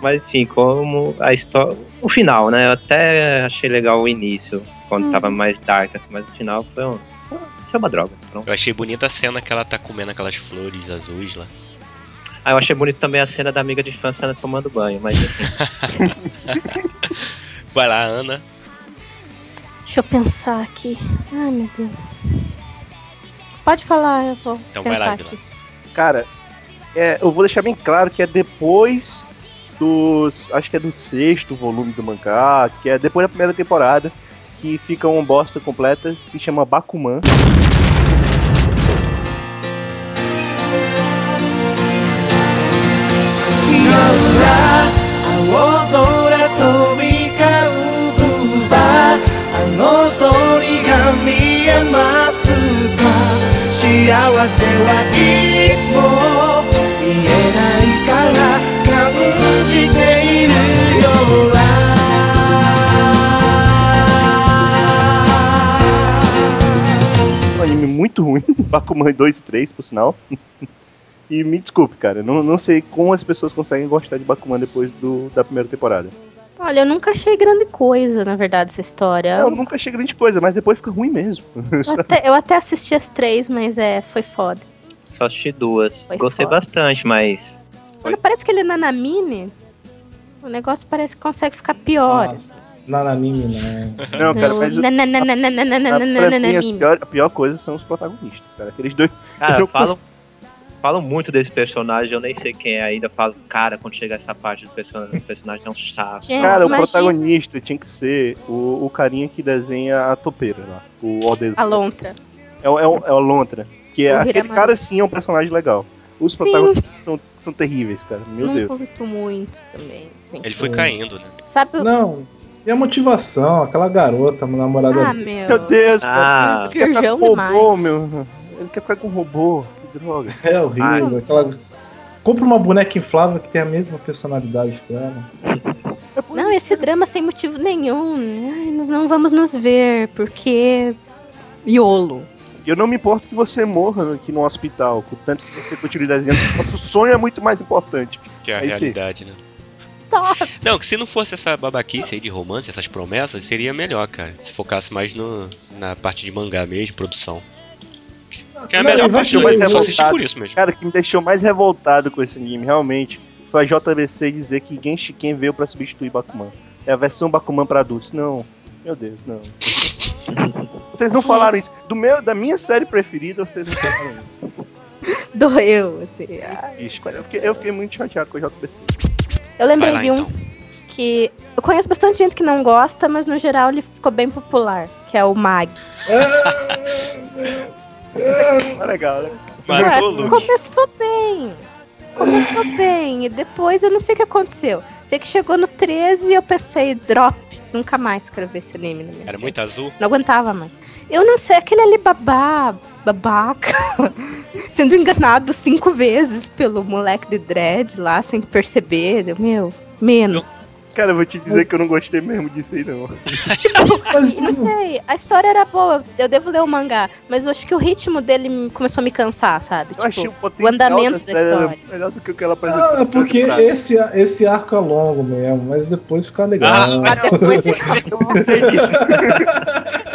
J: Mas enfim, como a história. O final, né? Eu até achei legal o início, quando
H: Hum.
J: tava mais dark, assim, mas o final foi um. Foi uma droga. Pronto.
D: Eu achei bonita a cena que ela tá comendo aquelas flores azuis lá.
J: Ah, eu achei bonito também a cena da amiga de infância né, tomando banho, mas enfim.
D: Vai lá, Ana.
H: Deixa eu pensar aqui. Ai, meu Deus. Pode falar, eu vou
D: Então vai lá,
H: pensar
D: Vila.
H: aqui.
E: Cara, é, eu vou deixar bem claro que é depois dos. Acho que é do sexto volume do mangá, que é depois da primeira temporada, que fica uma bosta completa, se chama Bakuman. um anime muito ruim, Bakuman 2 e 3, por sinal. E me desculpe, cara, não, não sei como as pessoas conseguem gostar de Bakuman depois do, da primeira temporada.
H: Olha, eu nunca achei grande coisa, na verdade, essa história.
E: Eu nunca achei grande coisa, mas depois fica ruim mesmo.
H: Eu até, eu até assisti as três, mas é, foi foda.
J: Só assisti duas.
H: Foi
J: Gostei
H: foda.
J: bastante, mas.
H: Quando parece que ele é Nanamine, o negócio parece que consegue ficar pior.
G: Nananime, né?
E: Não, cara, mas o- Ah, Pra mim, as
H: Nananananananananananananime.
E: pior, a pior coisa são os protagonistas, cara. Aqueles dois.
J: Cara, um
E: eu não
J: falam,
E: cons-
J: falam muito desse personagem, eu nem sei quem é ainda. Falo, cara, quando chega essa parte do personagem, o personagem é um saco.
E: Cara, o protagonista tinha que ser o, o carinha que desenha a topeira lá. O Odessa.
H: A lontra.
E: É, o- é, o- é o Lontra. Que é
H: O
E: aquele
H: Hiramaru.
E: cara sim é um personagem legal. Os
H: Sim.
E: protagonistas são, são terríveis, cara. Meu
H: Não
E: Deus.
H: curto muito também. assim.
D: Ele
E: Hum.
D: foi caindo, né?
H: Sabe o.
G: Não. E a motivação, aquela garota, a namorada
H: Ah,
G: dele.
H: meu.
E: Meu Deus, cara.
J: Ah.
E: Ele quer ficar
H: Virgão
E: com robô,
H: demais.
E: meu. Ele quer ficar com robô. Que droga.
G: É horrível. aquela... Compra uma boneca inflável que tem a mesma personalidade dela.
H: Não, esse drama sem motivo nenhum. Ai, não- não vamos nos ver, porque. Iolo.
E: Eu não me importo que você morra aqui no hospital, contanto que você continue desenhando. Nosso sonho é muito mais importante.
D: Que é a
E: Aí sim.
D: realidade, né?
H: Stop!
D: Não, que se não fosse essa babaquice aí de romance, essas promessas, seria melhor, cara. Se focasse mais no, na parte de mangá mesmo, produção. Que é a
G: Não,
D: melhor
G: eu
D: parte
G: acho
D: do
G: mais
D: anime, só assiste
E: revoltado.
D: por isso mesmo.
E: Cara, o que me deixou mais revoltado com esse anime, realmente, foi a JBC dizer que Genshiken veio pra substituir Bakuman. É a versão Bakuman pra adultos. Não. Meu Deus, não. Vocês não falaram isso. Do meu, da minha série preferida, vocês não falaram isso.
H: Doeu, assim. ai.
E: Isso, cara. Eu fiquei, eu fiquei muito chateado com a JBC.
H: Eu lembrei
D: Vai lá,
H: de um
D: então.
H: que. Eu conheço bastante gente que não gosta, mas no geral ele ficou bem popular, que é o Mag.
E: Tá legal, né?
H: Ué,
D: Matou o Luke.
H: começou bem. Começou bem. E depois eu não sei o que aconteceu. Sei que chegou no 13 e eu pensei, drops, nunca mais quero ver esse anime na minha
D: Era
H: vida.
D: muito azul.
H: Não aguentava mais. Eu não sei, aquele ali babá, babaca, sendo enganado cinco vezes pelo moleque de dread lá, sem perceber. deu, Meu, menos.
E: Cara, eu vou te dizer que eu não gostei mesmo disso aí, não.
H: Tipo,
G: Mas,
H: Não sei, a história era boa, eu devo ler o mangá, mas eu acho que o ritmo dele me- começou a me cansar, sabe?
E: Eu achei o potencial
H: Tipo,
E: da
H: andamento da
E: série era
H: história.
E: melhor do que o que ela apresentou.
G: ah, é porque esse, esse arco é longo mesmo, mas depois fica legal.
H: Ah, depois
E: Eu não sei disso.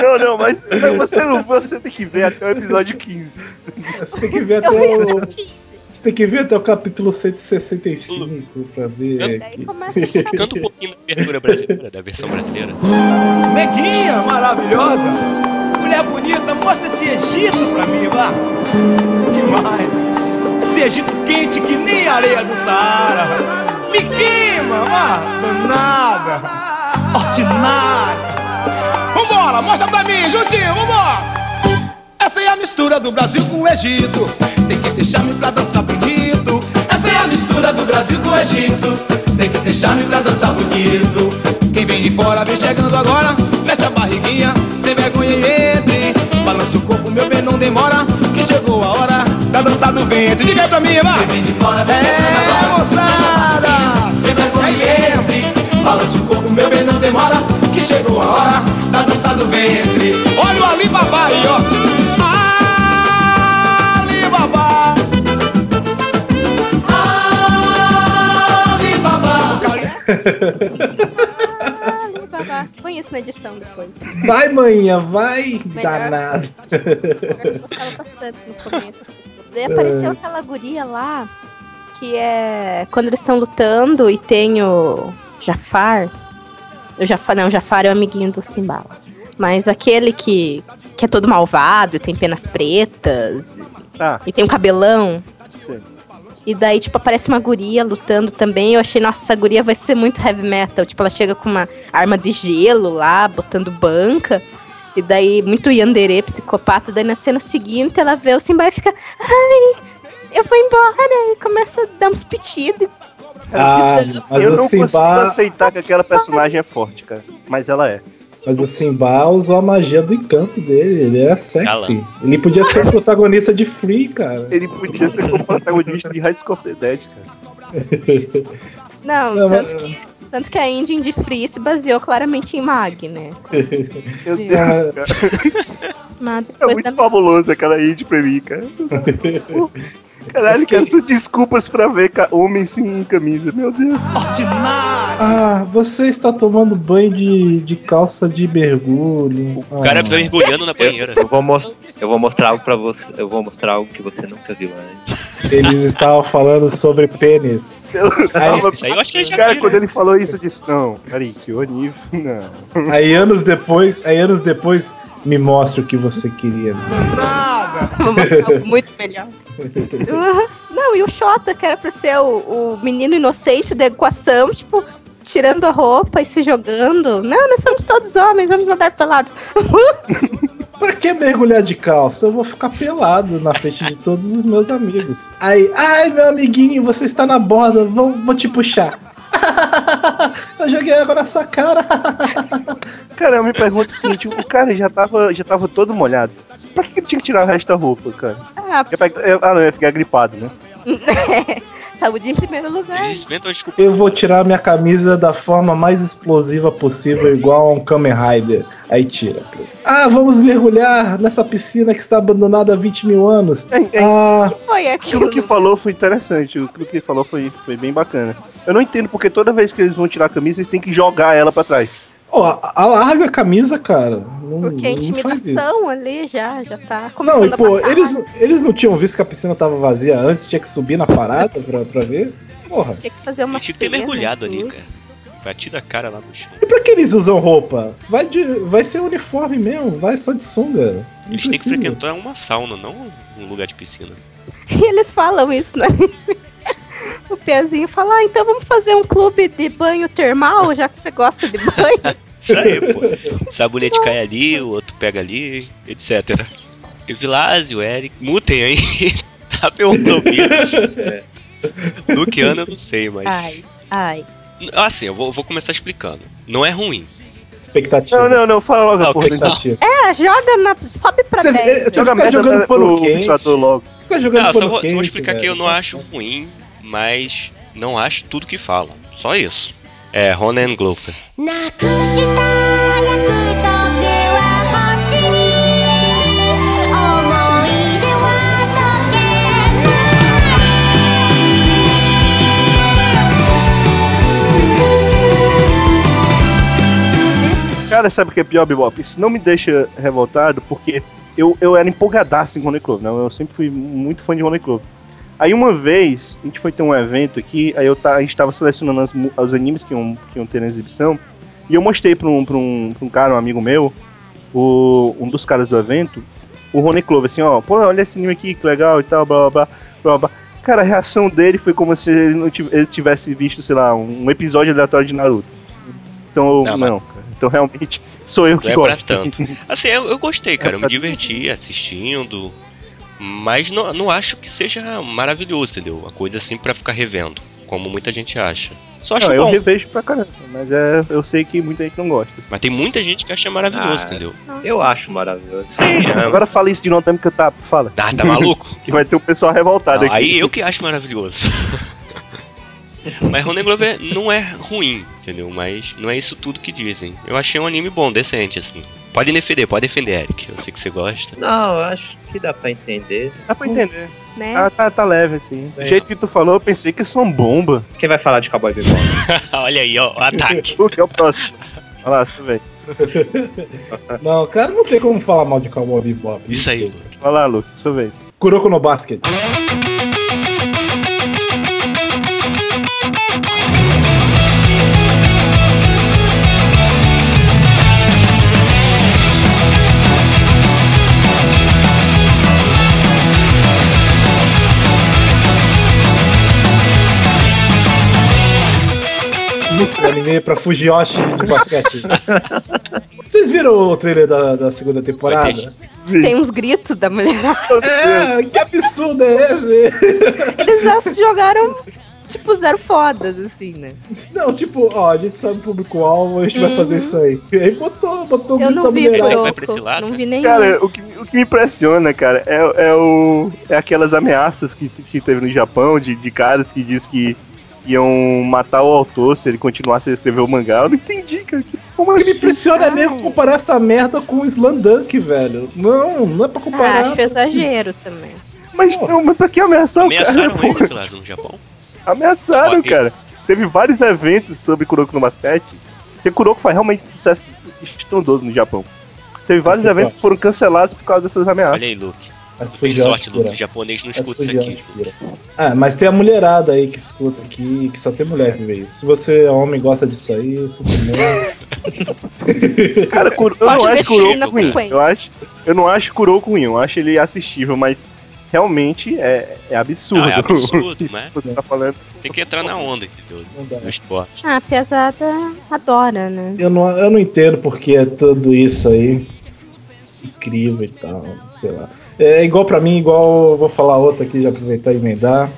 E: não, não, mas você não você tem que ver até o episódio 15.
G: Você tem que ver até
H: eu vi
G: o.
H: até o 15.
G: Você tem que ver até o capítulo 165 pra ver.
H: Daí
G: que-
H: começa a ficar
D: Canta um pouquinho da abertura brasileira, da versão brasileira.
M: Neguinha maravilhosa! Mulher bonita, mostra esse Egito pra mim, vá! Demais! Esse Egito quente que nem areia do Saara! Me queima, vá! Danada! Ordinária! Vambora, mostra pra mim, juntinho, vambora! Essa é a mistura do Brasil com o Egito. Tem que deixar-me pra dançar bonito. Essa é a mistura do Brasil com o Egito. Tem que deixar-me pra dançar bonito. Quem vem de fora vem chegando agora. Mexe a barriguinha, sem vergonha e entre. Balança o corpo, meu bem, não demora. Que chegou a hora da dança do ventre. Diga aí pra mim, vai. Quem vem de fora vem é, moçada. Sem vergonha e entre. Balança o corpo, meu bem, não demora. Que chegou a hora da dança do ventre. Olha o Ali Babá aí, ó. Alibaba. Alibaba.
H: ali, babá. Põe isso na edição depois.
G: Vai, manhã, vai, danado.
H: Eu gostava bastante no começo.
E: É.
H: Daí apareceu aquela guria lá, que é quando eles estão lutando e tem o Jafar. O Jafar, não, o Jafar é o amiguinho do Simbala. Mas aquele que, que é todo malvado e tem penas pretas
E: Tá,
H: e tem um cabelão.
E: sim.
H: E daí, tipo, aparece uma guria lutando também. Eu achei, nossa, essa guria vai ser muito heavy metal. Tipo, ela chega com uma arma de gelo lá, botando banca. E daí, muito yandere, psicopata. Daí, na cena seguinte, ela vê o Simba e fica... Ai, eu vou embora. E começa a dar uns pitidos.
G: Ah, mas
E: eu
G: o
E: não consigo
G: Simba,
E: aceitar que aquela personagem é forte, cara. Mas ela é.
G: mas o Simba usou a magia do encanto dele, ele era sexy.
D: Galã.
G: Ele podia ser o protagonista de Free, cara.
E: Ele podia ser como protagonista de High School of the Dead, cara.
H: Não,
E: É,
G: Não,
H: tanto que... Tanto que a engine de Free se baseou claramente em Mag, né?
E: Meu
H: Sim.
E: Deus, cara.
H: Mas
E: É
H: depois
E: muito
H: da-
E: fabuloso aquela indie pra mim, cara. Caralho, quero só desculpas pra ver ca- homem sem camisa. Meu Deus.
G: Ah, você está tomando banho de, de calça de mergulho. Ah, O
D: cara fica mergulhando na banheira.
J: Eu vou, mos- eu vou mostrar algo pra você. Eu vou mostrar algo que você nunca viu antes.
G: Eles estavam falando sobre pênis.
E: Eu, tava-
J: Isso aí eu
D: é
J: acho que ele já
E: cara,
J: viu,
E: quando
J: né?
E: ele falou isso, eu disse: Não, peraí, que horrível. Não.
G: Aí anos depois, aí anos depois, me mostra o que você queria. né?
I: Vou mostrar algo muito melhor.
H: Uhum.
I: Não, e o Xota, que era pra ser o, o menino inocente da equação, tipo, tirando a roupa e se jogando. Não, nós somos todos homens, vamos andar pelados.
G: Pra que mergulhar de calça? Eu vou ficar pelado na frente de todos os meus amigos. Aí, ai meu amiguinho, você está na borda, vou, vou te puxar. Eu joguei água na sua cara.
E: Cara, eu me pergunto o seguinte: o cara já tava, já tava todo molhado. Pra que ele tinha que tirar o resto da roupa, cara?
I: Ah,
E: Ia pegar- ia- ah, não, ia ficar gripado, né?
I: Saúde em primeiro lugar.
G: Eu vou tirar minha camisa da forma mais explosiva possível, igual a um Kamen Rider. Aí tira. Ah, vamos mergulhar nessa piscina que está abandonada há 20 mil anos.
E: É,
D: É
G: ah,
I: Foi
E: aquilo que falou foi interessante. Aquilo que falou foi, foi bem bacana. Eu não entendo porque toda vez que eles vão tirar a camisa, eles têm que jogar ela pra trás.
G: ó, alarga a camisa, cara. Não,
I: Porque a
G: não faz isso.
I: intimidação ali já, já tá começando
G: Não, e pô,
I: a batalha.
G: eles, eles não tinham visto que a piscina tava vazia antes, tinha que subir na parada pra, pra ver? Porra.
I: Tinha que fazer uma
D: Tinha que ter mergulhado ali, cara. Batido a cara lá no chão.
G: E pra que eles usam roupa? Vai, de, vai ser uniforme mesmo, vai só de sunga. Não
D: Eles têm que
G: precisa.
D: frequentar uma sauna, não um lugar de piscina.
I: E eles falam isso, né? O Piazinho fala, ah, então vamos fazer um clube de banho termal, já que você gosta de banho.
D: Isso aí, pô. Sabonete cai ali, o outro pega ali, etc. E Vilásio, Eric, mutem aí. tá perguntando
I: É.
D: Luciano, eu não sei, mas.
I: Ai, ai.
D: Assim, eu vou, vou começar explicando. Não é ruim.
G: Expectativa.
E: Não, não, não, fala logo a porra então. do
G: expectativa.
I: É, joga na. sobe pra 10.
E: ventilador logo.
G: Fica jogando
D: não, Tá, só
G: pano
D: vou, só vou
G: quente,
D: explicar que
G: velho.
D: eu não acho ruim, mas não acho tudo que falam. Só isso. É, Ronan Glover.
C: なくした約束は星に思い出は時計
E: Cara, sabe o que é pior, Bebop? Isso não me deixa revoltado, porque eu, eu era empolgadaço em Rony Clove, né? Eu sempre fui muito fã de Rony Clove. Aí uma vez, a gente foi ter um evento aqui, aí eu ta- a gente tava selecionando as mu- os animes que iam, que iam ter na exibição, e eu mostrei pra um, pra um, pra um cara, um amigo meu, o, um dos caras do evento, o Rony Clove, assim, ó, pô, olha esse anime aqui, que legal e tal, blá blá blá, blá blá. Cara, a reação dele foi como se ele não tiv- eles tivessem visto, sei lá, um episódio aleatório de Naruto. Então, eu,
D: Não, mas-
E: não, cara. Então, realmente, sou eu
D: Não
E: que
D: é pra
E: gosto.
D: tanto. Assim, eu, eu gostei,
E: É,
D: cara. Eu me diverti assistindo. Mas não, não acho que seja maravilhoso, entendeu? Uma coisa assim pra ficar revendo. Como muita gente acha. Só acho
E: não, eu
D: bom.
E: revejo pra caramba, mas é, eu sei que muita gente não gosta.
D: Mas tem muita gente que acha maravilhoso,
E: Ah,
D: entendeu? Ah,
J: Eu acho maravilhoso.
D: É.
E: Agora fala isso de Notami que tá, fala.
D: Tá, tá maluco?
E: que vai ter um pessoal revoltado
D: Não,
E: aqui.
D: aí eu que acho maravilhoso. Mas Ronan Glover não é ruim, entendeu? Mas não é isso tudo que dizem. Eu achei um anime bom, decente, assim. Pode defender, pode defender, Eric. Eu sei que você gosta.
J: Não, eu acho que dá pra entender.
E: Dá pra entender.
H: É.
I: Né?
E: Ah, tá, tá leve, assim. Do
J: É.
E: jeito que tu falou, eu pensei que eu sou um bomba.
J: Quem vai falar de Cowboy Bebop?
D: Olha aí, ó, o ataque.
E: o que é o próximo? Olha lá, você vê.
G: Não, cara, não tem como falar mal de Cowboy Bebop.
D: Isso aí.
E: Olha lá, Luke, sua vez.
G: Kuroko no Basket. Nunca anime pra Fujiyoshi de basquete. Vocês viram o trailer da, da segunda temporada?
I: Tem uns gritos da mulher.
G: É, que absurdo é esse?
I: Eles já se jogaram, tipo, zero fodas, assim, né?
G: Não, tipo, ó, a gente sabe o público-alvo, a gente vai fazer isso aí. E aí botou, botou o
I: Uhum. Eu
G: grito
I: não
G: da
I: vi,
G: mulherada.
I: Kuroko. Não vi nenhum.
E: tá Cara, o que, o que me impressiona, cara, é, é, o, é aquelas ameaças que, que teve no Japão de, de caras que diz que iam matar o autor se ele continuasse a escrever o mangá. Eu não entendi, cara. Que, como
G: O que
E: assim?
G: me impressiona é nego comparar essa merda com o Slandunk, velho. Não, não é pra comparar.
E: assim.
I: Ah, acho exagero também.
E: Mas não, mas pra que ameaçar o cara?
D: Ameaçaram
E: pô?
D: ele, claro, no Japão.
E: Ameaçaram,
D: Ok.
E: cara. Teve vários eventos sobre Kuroko no basquete. Porque Kuroko faz realmente sucesso estrondoso no Japão. Teve vários
D: Muito
E: eventos que foram cancelados por causa dessas ameaças.
D: Olha aí, Luke.
G: Mas
D: Tem
G: foi de
D: sorte, Luke.
G: obscura.
D: O japonês não
G: Essa
D: escuta isso
G: foi de
D: aqui.
G: obscura. Ah, mas tem a mulherada aí que escuta aqui, que só tem mulher que vê isso. Se você é homem e gosta disso aí, isso também.
E: Cara, Kuro- eu
G: Pode
E: não acho
G: mexer na
E: Kuroko ruim.
G: sequência.
E: Eu, acho, eu não acho Kuroko ruim, eu acho ele assistível, mas realmente é, é absurdo.
D: Não, é absurdo,
E: Isso
D: né?
E: que você tá falando.
D: Tem que entrar na onda aqui do,
G: É.
D: do esporte.
H: Ah, a pesada adora, né?
G: Eu não, eu não entendo porque é tudo isso aí. Incrível e tal, sei lá. É igual pra mim, igual vou falar outro aqui, já aproveitar e emendar.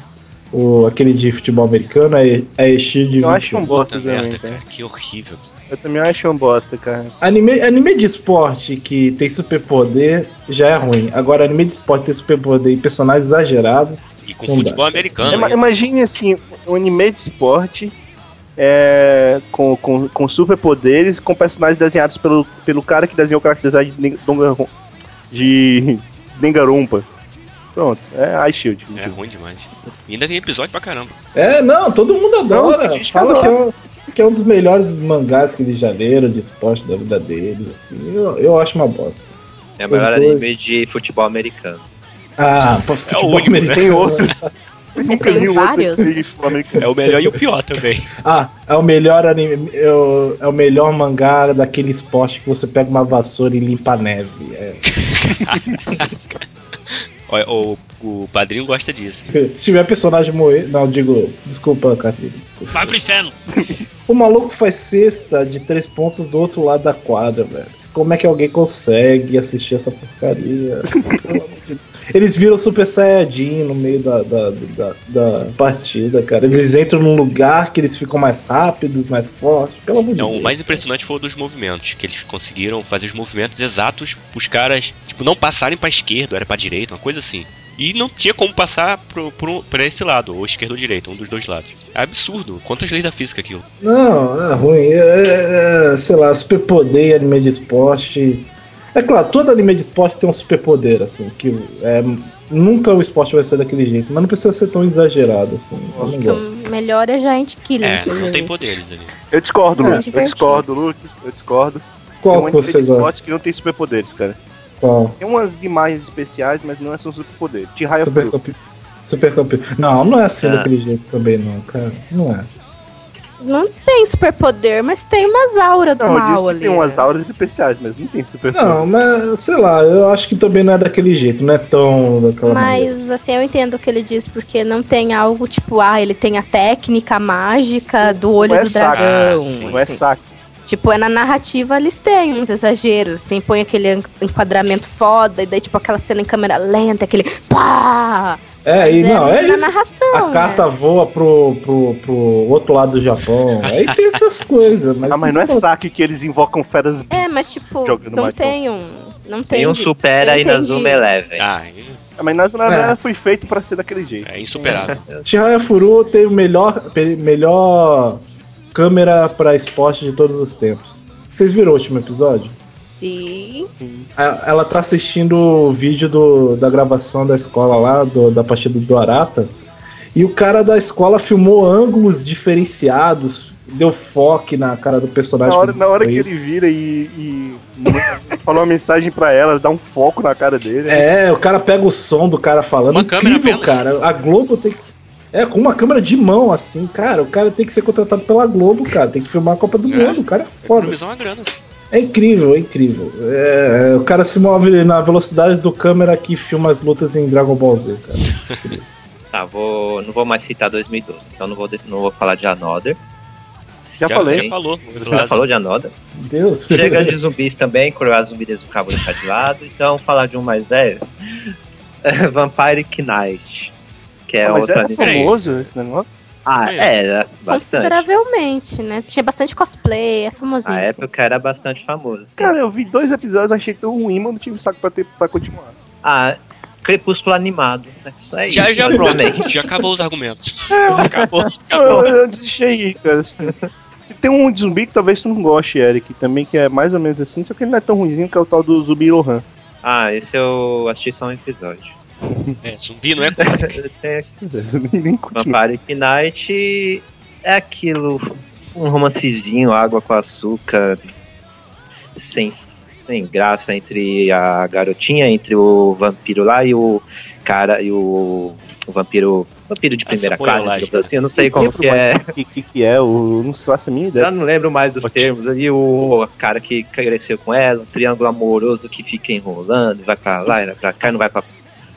G: O, aquele de futebol americano é, é estilo de
E: Eu acho um
G: 21.
E: bosta
D: Puta merda,
E: também, cara.
D: Que horrível.
E: Eu também acho um bosta, cara.
G: Anime, anime de esporte que tem superpoder já é ruim. Agora, anime de esporte que tem superpoder e personagens exagerados.
D: E com
G: não dá.
D: futebol americano.
E: Ima-
D: ainda.
E: imagine assim, um anime de esporte é, com, com, com superpoderes, com personagens desenhados pelo, pelo cara que desenhou o character design de, Nen- Dongan- de Danganronpa. Pronto, é iShield.
D: É ruim demais. E ainda tem episódio pra caramba.
G: É, não, todo mundo adora.
D: Não, tem gente que
G: Fala que é,
D: adora.
E: assim,
G: um, que é um dos melhores mangás que eles já leram de esporte da vida deles. Assim, eu, eu acho uma bosta.
J: É o
G: Os
J: melhor
G: dois.
J: anime de futebol americano.
G: Ah,
E: É
G: pô, futebol americano.
E: Tem outros. Nunca
G: Tem
E: vi um outro
G: vários.
E: anime de futebol americano.
D: É o melhor e o pior também.
G: Ah, é o melhor anime, é o, é o melhor mangá daquele esporte que você pega uma vassoura e limpa a neve. É.
D: Olha, O, o padrinho gosta disso.
G: Se tiver personagem morrer. Não, digo. Desculpa, Carlinhos. Desculpa.
B: Vai pro inferno.
G: O maluco faz cesta de três pontos do outro lado da quadra, velho. Como é que alguém consegue assistir essa porcaria? Pelo amor de Deus. Eles viram Super Saiyajin no meio da, da, da, da partida, cara. Eles entram num lugar que eles ficam mais rápidos, mais fortes. Pelo amor de
D: Não, É, o
G: Deus.
D: mais impressionante foi o dos movimentos, que eles conseguiram fazer os movimentos exatos os caras, tipo, não passarem pra esquerda, era pra direita, uma coisa assim. E não tinha como passar pro, pro, pra esse lado, ou esquerda ou direita, um dos dois lados. É absurdo, quantas leis da física é aquilo.
G: Não, é ruim. É, é, sei lá, superpoder em anime de esporte. É claro, todo anime de esporte tem um superpoder, assim, que é, nunca o esporte vai ser daquele jeito, mas não precisa ser tão exagerado, assim. Eu não
H: Porque
G: gosto.
H: o melhor é Giant Killing.
D: É,
H: inclusive.
D: não tem poderes ali.
E: Eu discordo,
H: É,
E: Luke. Eu
H: divertido.
E: discordo, Luke. Eu discordo.
G: Qual
E: tem um
G: que
E: anime
G: você
E: de esporte
G: gosta?
E: que não tem superpoderes, cara.
G: Qual?
E: Tem umas imagens especiais, mas não são superpoderes. De raio
G: Super, campe... super campe... Não, não é assim
E: Ah.
G: daquele jeito também, não, cara. Não é.
H: Não tem superpoder, mas tem umas auras do
E: Não, eu disse
H: mal
E: que
H: ali. é.
E: tem umas auras especiais, mas não tem superpoderes.
G: Não, mas sei lá, eu acho que também não é daquele jeito, não é tão daquela maneira.
H: Mas assim, eu entendo o que ele diz, porque não tem algo tipo, ah, ele tem a técnica mágica do olho
E: não é
H: do
E: saco.
H: dragão.
D: Ah,
E: não é
H: assim.
E: saco.
H: Tipo, é na narrativa eles têm uns exageros, assim, põe aquele en- enquadramento foda, e daí, tipo, aquela cena em câmera lenta, aquele pá!
G: É, e
H: Mas
G: não, é
H: na
G: isso.
H: narração.
G: A carta voa pro, pro, pro outro lado do Japão. Aí tem essas coisas, mas. então,
E: Ah, mas não é saque que eles invocam feras
H: né? É, mas tipo,
E: Jogando
H: não
E: Michael.
H: tem um. Não tem,
J: Tem um supera
H: eu
J: aí na
H: entendi.
J: Zuma Eleven.
D: Ah,
E: Ah, mas Nazo
G: É.
E: foi feito pra ser daquele jeito.
D: É insuperável.
G: Shihaya Furu tem o melhor, pe- melhor câmera pra esporte de todos os tempos. Vocês viram o último episódio?
H: Sim.
G: A- Ela tá assistindo o vídeo do- da gravação da escola lá, do- da partida do Arata. E o cara da escola filmou ângulos diferenciados, deu foco na cara do personagem.
E: Na hora, na hora que
G: Isso aí.
E: ele vira e, e manda- fala uma mensagem pra ela, dá um foco na cara dele.
G: É, o cara pega o som do cara falando. Incrível, cara. A Globo tem que. É, com uma câmera de mão, assim, cara. O cara tem que ser contratado pela Globo, cara. Tem que filmar a Copa do Mundo. O cara é foda.
D: Economizou uma grana.
G: É incrível, é incrível. É, é, o cara se move na velocidade do câmera que filma as lutas em Dragon Ball Z, cara.
J: Tá, vou, não vou mais citar 2012, então não vou, de- não vou falar de Another.
E: Já
D: falei. Já falou.
J: Já falou de Another.
G: Deus.
J: Chega de zumbis também, curar zumbidas do cabo deixar de lado. Então, falar de um mais velho. É Vampire Knight. Que é
E: Ah, mas
J: outra
E: era famoso esse negócio?
J: Ah, era bastante. Ah,
H: Consideravelmente, né? Tinha bastante cosplay, é famosinho.
J: Na
H: assim.
J: época era bastante famoso.
E: Cara, eu vi dois episódios, achei tão ruim, mas não tive saco pra, ter, pra continuar.
J: Ah, Crepúsculo Animado. né? Isso aí.
D: Já, já pronto.
J: basicamente.
D: Já acabou os argumentos. Tá
E: Eu, eu desisti aí, cara. Tem um de zumbi que talvez tu não goste, Eric, também, que é mais ou menos assim, só que ele não é tão ruimzinho que é o tal do zumbi Lohan.
J: Ah, esse eu assisti só um episódio.
D: É, zumbi não é Gothic.
E: nem, nem
J: Vampiric Night é aquilo, um romancezinho, água com açúcar, sem, sem graça entre a garotinha, entre o vampiro lá e o cara, e o, o vampiro, vampiro de primeira classe,
E: Samuelagem.
J: digamos assim, eu não sei como
E: lembro
J: que é.
E: mais O que, que, que é? Eu não faço a mínima ideia.
J: Eu não lembro mais dos termos ali, o cara que cresceu com ela, um triângulo amoroso que fica enrolando, vai pra lá, e vai pra cá, não vai pra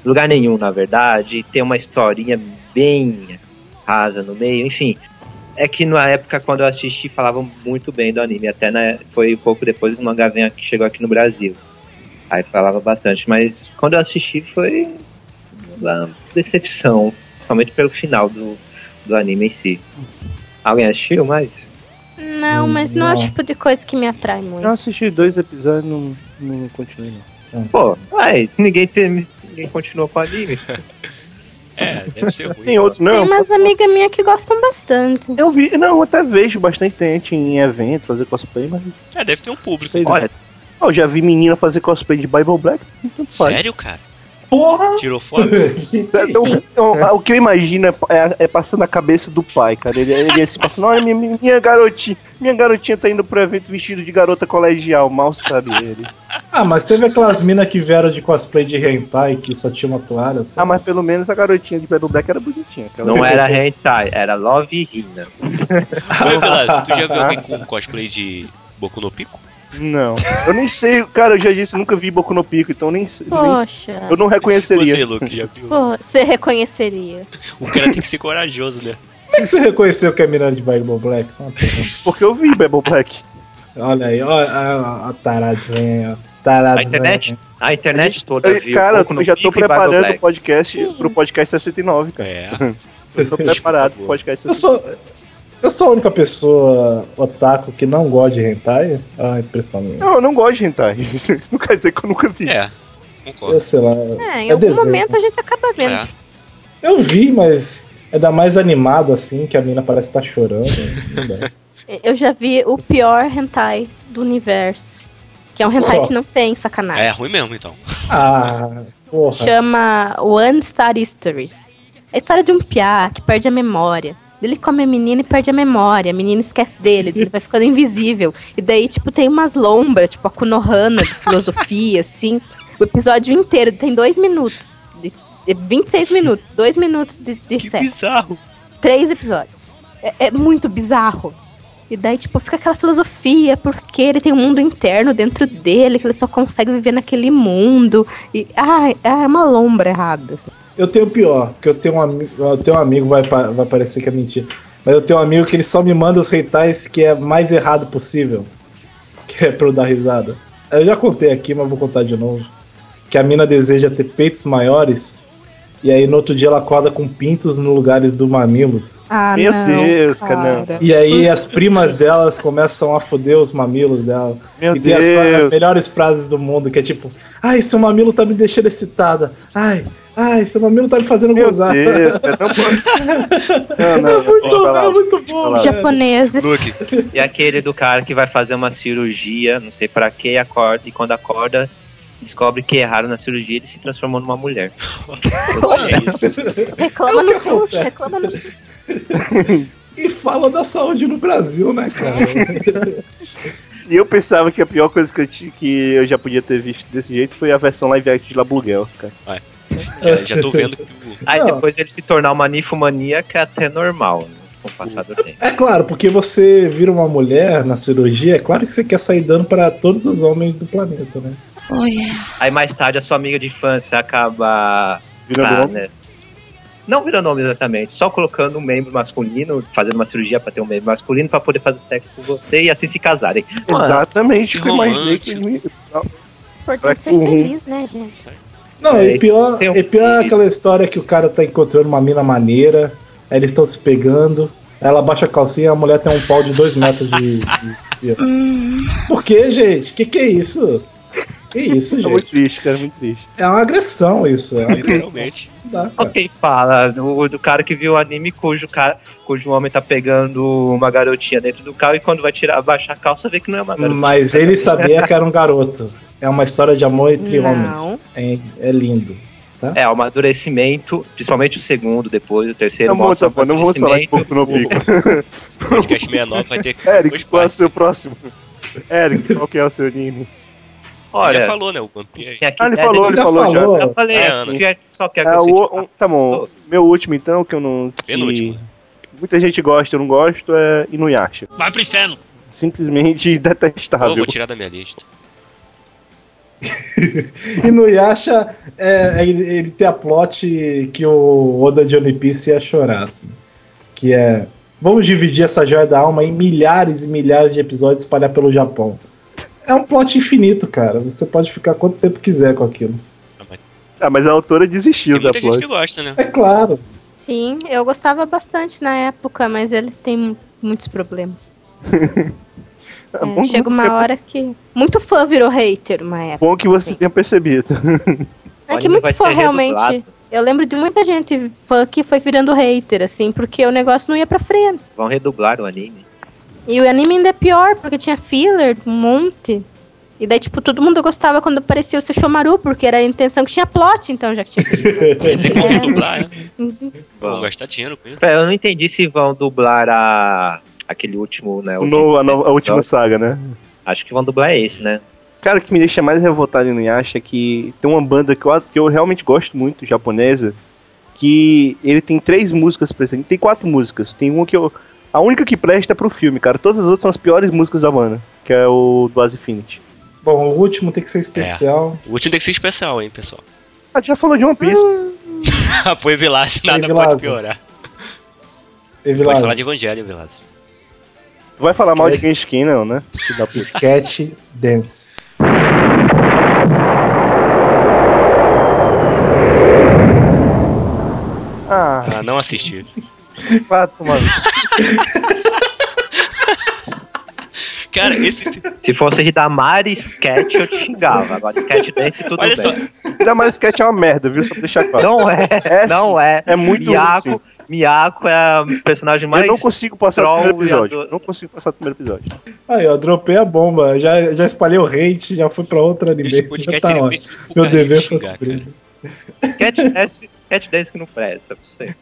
J: lugar nenhum, na verdade, e tem uma historinha bem rasa no meio, enfim. É que na época, quando eu assisti, falavam muito bem do anime, até na- foi um pouco depois que o mangá vem aqui, chegou aqui no Brasil. Aí falava bastante, mas quando eu assisti foi uma decepção, somente pelo final do, do anime em si. Alguém assistiu mais?
H: Não, mas não, é o
J: não.
H: tipo de coisa que me atrai muito.
E: Eu assisti dois episódios e não, não continuei, não.
J: Pô, ué, ninguém, tem, ninguém continuou com o anime.
D: É, deve ser ruim.
E: Tem outro, não?
H: Tem umas amigas minhas que gostam bastante.
E: Eu vi, não, eu até vejo bastante gente em evento fazer cosplay, mas.
D: É, deve ter um público.
E: Sei não. Eu já vi menina fazer cosplay de Bible Black, então tá tanto faz.
D: Sério, cara?
G: Porra!
D: Tirou foto?
E: Então, então, a- o que eu imagino é, é- é passando a cabeça do pai, cara. Ele, ele assim, passando, olha, minha, minha garotinha, minha garotinha tá indo pro evento vestido de garota colegial, mal sabe ele.
G: Ah, mas teve aquelas minas que vieram de cosplay de hentai que só tinha uma toalha. Só.
E: Ah, mas pelo menos a garotinha de Bible Black era bonitinha. aquela-
J: Não era hentai, era Love Hina.
D: Oi, Velasco, tu já viu alguém com um cosplay de Boku no Pico?
E: Não. Eu nem sei, cara, eu já disse, nunca vi Boku no Pico, então nem, sei- nem-
H: Poxa.
E: eu não reconheceria.
D: Você, Luke, já viu?
H: Pô, você reconheceria.
D: O cara tem que ser corajoso, né?
G: Como é que você reconheceu que é mina de Bible Black? Só uma pergunta.
E: Porque eu vi Bible Black.
G: Olha aí, olha a, a taradinha.
J: A internet, a internet toda viu.
E: cara,
J: Boku no
E: eu já tô
J: Pico e Bible
E: preparando o
J: Black.
E: podcast pro podcast 69, cara.
D: É.
E: Eu tô preparado pro podcast
G: Eu
E: 69.
G: sou, eu sou a única pessoa otaku que não gosta de hentai? É uma impressão minha.
E: Não, eu não gosto de hentai. Isso não quer dizer que eu nunca vi.
D: É.
G: Eu sei lá.
H: É, em
G: é
H: algum
G: desenho.
H: momento a gente acaba
D: É.
H: vendo.
G: Eu vi, mas é da mais animado assim, que a mina parece estar chorando. Não dá.
H: Eu já vi o pior hentai do universo. Que é um hentai
G: Ó.
H: que não tem sacanagem.
D: É ruim mesmo, então.
G: ah, porra.
H: Chama One Star Stories. É a história de um piá que perde a memória. Ele come a menina e perde a memória. A menina esquece dele, ele vai ficando invisível. E daí, tipo, tem umas lombras, tipo a Kunohana de filosofia, assim. O episódio inteiro tem dois minutos. De, de 26 minutos, dois minutos de, de sexo.
D: bizarro.
H: Três episódios. É, é muito bizarro. E daí, tipo, fica aquela filosofia, porque ele tem um mundo interno dentro dele, que ele só consegue viver naquele mundo. E, ai, é uma lombra errada. assim.
G: Eu tenho o pior, que eu tenho um amigo. Eu tenho um amigo, vai, pa- vai parecer que é mentira. Mas eu tenho um amigo que ele só me manda os reitais que é mais errado possível. Que é pra eu dar risada. Eu já contei aqui, mas vou contar de novo. Que a mina deseja ter peitos maiores. E aí no outro dia ela acorda com pintos no lugares do mamilos.
H: Ah,
E: Meu
H: não,
E: Deus, cara, não.
G: E aí as primas delas começam a foder os mamilos dela.
E: Meu
G: e tem as, fra- as
E: Deus.
G: melhores frases do mundo, que é tipo, ai, seu mamilo tá me deixando excitada. Ai, ai, seu mamilo tá me fazendo
E: Meu
G: gozar.
E: Deus, cara, não Não, não,
G: é muito
E: deixa pra lá,
G: bom, é muito
E: deixa pra
G: bom.
E: lá.
G: velho.
H: Japoneses.
J: E aquele do cara que vai fazer uma cirurgia, não sei pra que, acorda, e quando acorda, descobre que erraram na cirurgia e ele se transformou numa mulher.
H: Reclama
G: É o
H: no
G: que
H: SUS,
G: acontece.
H: reclama no SUS.
G: E fala da saúde no Brasil, né, cara?
E: E eu pensava que a pior coisa que eu, ti- que eu já podia ter visto desse jeito foi a versão live action de Labuguel, cara.
D: Já, já tô vendo que o...
J: Aí
G: Não.
J: depois ele se tornar uma ninfomaníaca é até normal, né, com o passar do tempo.
G: é claro, porque você vira uma mulher na cirurgia, é claro que você quer sair dando pra todos os homens do planeta, né?
J: Aí mais tarde a sua amiga de infância acaba.
E: Virando um
J: ah,
E: homem?
J: né? Não virando homem exatamente, só colocando um membro masculino, fazendo uma cirurgia pra ter um membro masculino pra poder fazer sexo com você e assim se casarem.
E: Exatamente o que eu imaginei
D: romântico.
E: que ele
H: Importante ser
E: Uhum.
H: feliz, né, gente?
G: Não,
J: É,
G: e pior,
J: tem um-
G: e pior é aquela história que o cara tá encontrando uma mina maneira, aí eles estão se pegando, aí ela baixa a calcinha e a mulher tem um pau de dois metros de. de... de- Por que, gente? Que que é isso? Que isso,
E: É muito
G: gente?
E: triste, cara, muito triste.
G: É uma agressão isso. É uma agressão.
D: Realmente.
G: Não dá, cara.
J: Ok, fala do, do cara que viu o anime cujo, cara, cujo homem tá pegando uma garotinha dentro do carro e quando vai tirar, baixar a calça vê que não é uma
E: Hum.
J: garotinha.
G: Mas ele sabia que era um garoto. É uma história de amor entre
H: Não.
G: homens. É, é lindo.
J: É, o amadurecimento, principalmente o segundo, depois o terceiro.
E: Tá bom,
J: mostra
E: tá bom, não vamos falar de Boku no Pico.
D: Podcast 69 vai ter que.
E: Eric, qual é o seu próximo? Eric, qual que é o seu anime?
D: Ele
J: Olha,
D: já falou, né? O One Piece.
E: Ah,
J: É,
E: ele falou, ele falou já.
J: Eu falei,
E: É,
J: assim,
E: sim.
J: que é- só que é
E: É,
J: que eu
E: o- um- tá bom, meu último então, que eu não. Que Muita gente gosta, eu não gosto, é Inuyasha.
D: Vai pro inferno!
E: Simplesmente
D: Pô,
E: detestável.
D: vou tirar da minha lista.
G: E no Yasha, é, é, ele, ele tem a plot que o Oda de One Piece ia chorar, assim. Que é. Vamos dividir essa joia da alma em milhares e milhares de episódios espalhar pelo Japão. É um plot infinito, cara. Você pode ficar quanto tempo quiser com aquilo.
E: Ah, mas a autora desistiu da
D: Tem gente
E: plot.
D: que gosta, né?
G: É claro.
H: Sim, eu gostava bastante na época, mas ele tem mu- muitos problemas. É,
E: bom que
H: chega uma
E: você-
H: hora que. Muito fã virou hater uma época.
E: Bom que você tenha percebido.
H: É que muito fã realmente. Eu lembro de muita gente fã que foi virando hater, assim, porque o negócio não ia pra frente.
J: Vão redublar o anime.
H: E o anime ainda é pior, porque tinha filler, um monte. E daí, tipo, todo mundo gostava quando aparecia o seu Shomaru, porque era a intenção que tinha plot, então já que tinha.
D: Quer dizer que vão dublar, né? Vão
J: Vão.
D: gastar dinheiro com isso.
J: Pera, É, Eu não entendi se vão dublar a... aquele último, né?
E: O
J: último
E: novo- a, nova- a última
J: episódio.
E: saga, né?
J: Acho que vão dublar esse, né?
E: Cara, o que me deixa mais revoltado no Yasha é que tem uma banda que eu, que eu realmente gosto muito, japonesa, que ele tem três músicas presentes. Tem quatro músicas. Tem uma que eu. A única que presta é pro filme, cara. Todas as outras são as piores músicas da banda, que é o do As Infinity.
G: Bom, o último tem que ser especial.
D: O último tem que ser especial, hein, pessoal.
E: Ah, já falou de One Piece.
D: Foi Vilas, Ah, nada
G: Foi
D: pode
G: Vilas.
D: piorar.
G: Teve
D: Pode
G: lá
D: É. falar de Evangelho, Vilas.
E: Tu vai falar mal de quem skin, não, né? Filho da puta.
G: Sketch Dance.
E: Ah,
D: Ah, não assisti.
E: vai tomar.
D: Cara, esse. esse-
J: Se fosse de Damari Sketch, eu te xingava. Agora Sketch Dance, tudo
D: Olha
J: bem.
D: só,
E: Ainda mais sketch é uma merda, viu? Só pra deixar claro.
J: Não é,
E: É,
J: não
E: sim.
J: é.
E: É muito
J: Miyako,
E: ruim,
J: Miyako é o personagem mais...
E: eu não consigo passar o
J: troll
E: primeiro
J: e
E: episódio.
J: adoro-
E: Não consigo passar o primeiro episódio.
G: Aí, ó, dropei a bomba. Já, já espalhei o hate, já fui pra outro
D: esse
G: anime. Já
D: podcast
G: tá
D: ele
G: ótimo.
D: fez pro
G: Meu
D: cara me
G: dever foi
D: xingar, cara.
G: cumprido.
J: Sketch Dance, Sketch Dance que não presta, pra você.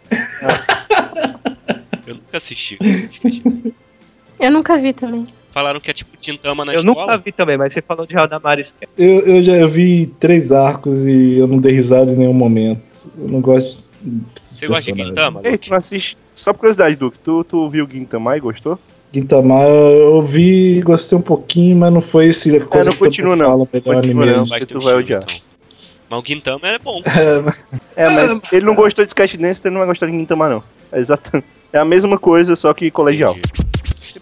D: Eu nunca assisti. Esqueci.
H: Eu nunca vi também.
D: Falaram que é tipo Tintama na
J: Eu
D: escola.
J: nunca vi também, mas você falou de Real Damari Sketch.
G: Eu, eu já eu vi três arcos e eu não dei risada em nenhum momento. Eu não gosto.
D: Você gosta de Quintama?
E: Ei, tu não assiste. Só por curiosidade, Duke, tu, tu viu o Gintama e gostou?
G: Gintama, eu vi, gostei um pouquinho, mas não foi esse
E: É,
G: coisa
E: não
G: que todo
E: continua,
G: mundo
E: não.
G: fala, melhor
E: Continua,
G: anime.
E: não.
D: Vai
E: que
D: ter
E: tu
D: um
E: vai
D: chão,
E: odiar.
D: então. Mas o Quintama é bom.
E: É, mas ele não gostou de Sketch Dance, então ele não vai gostar de Gintama, não. É exato. É a mesma coisa, só que colegial.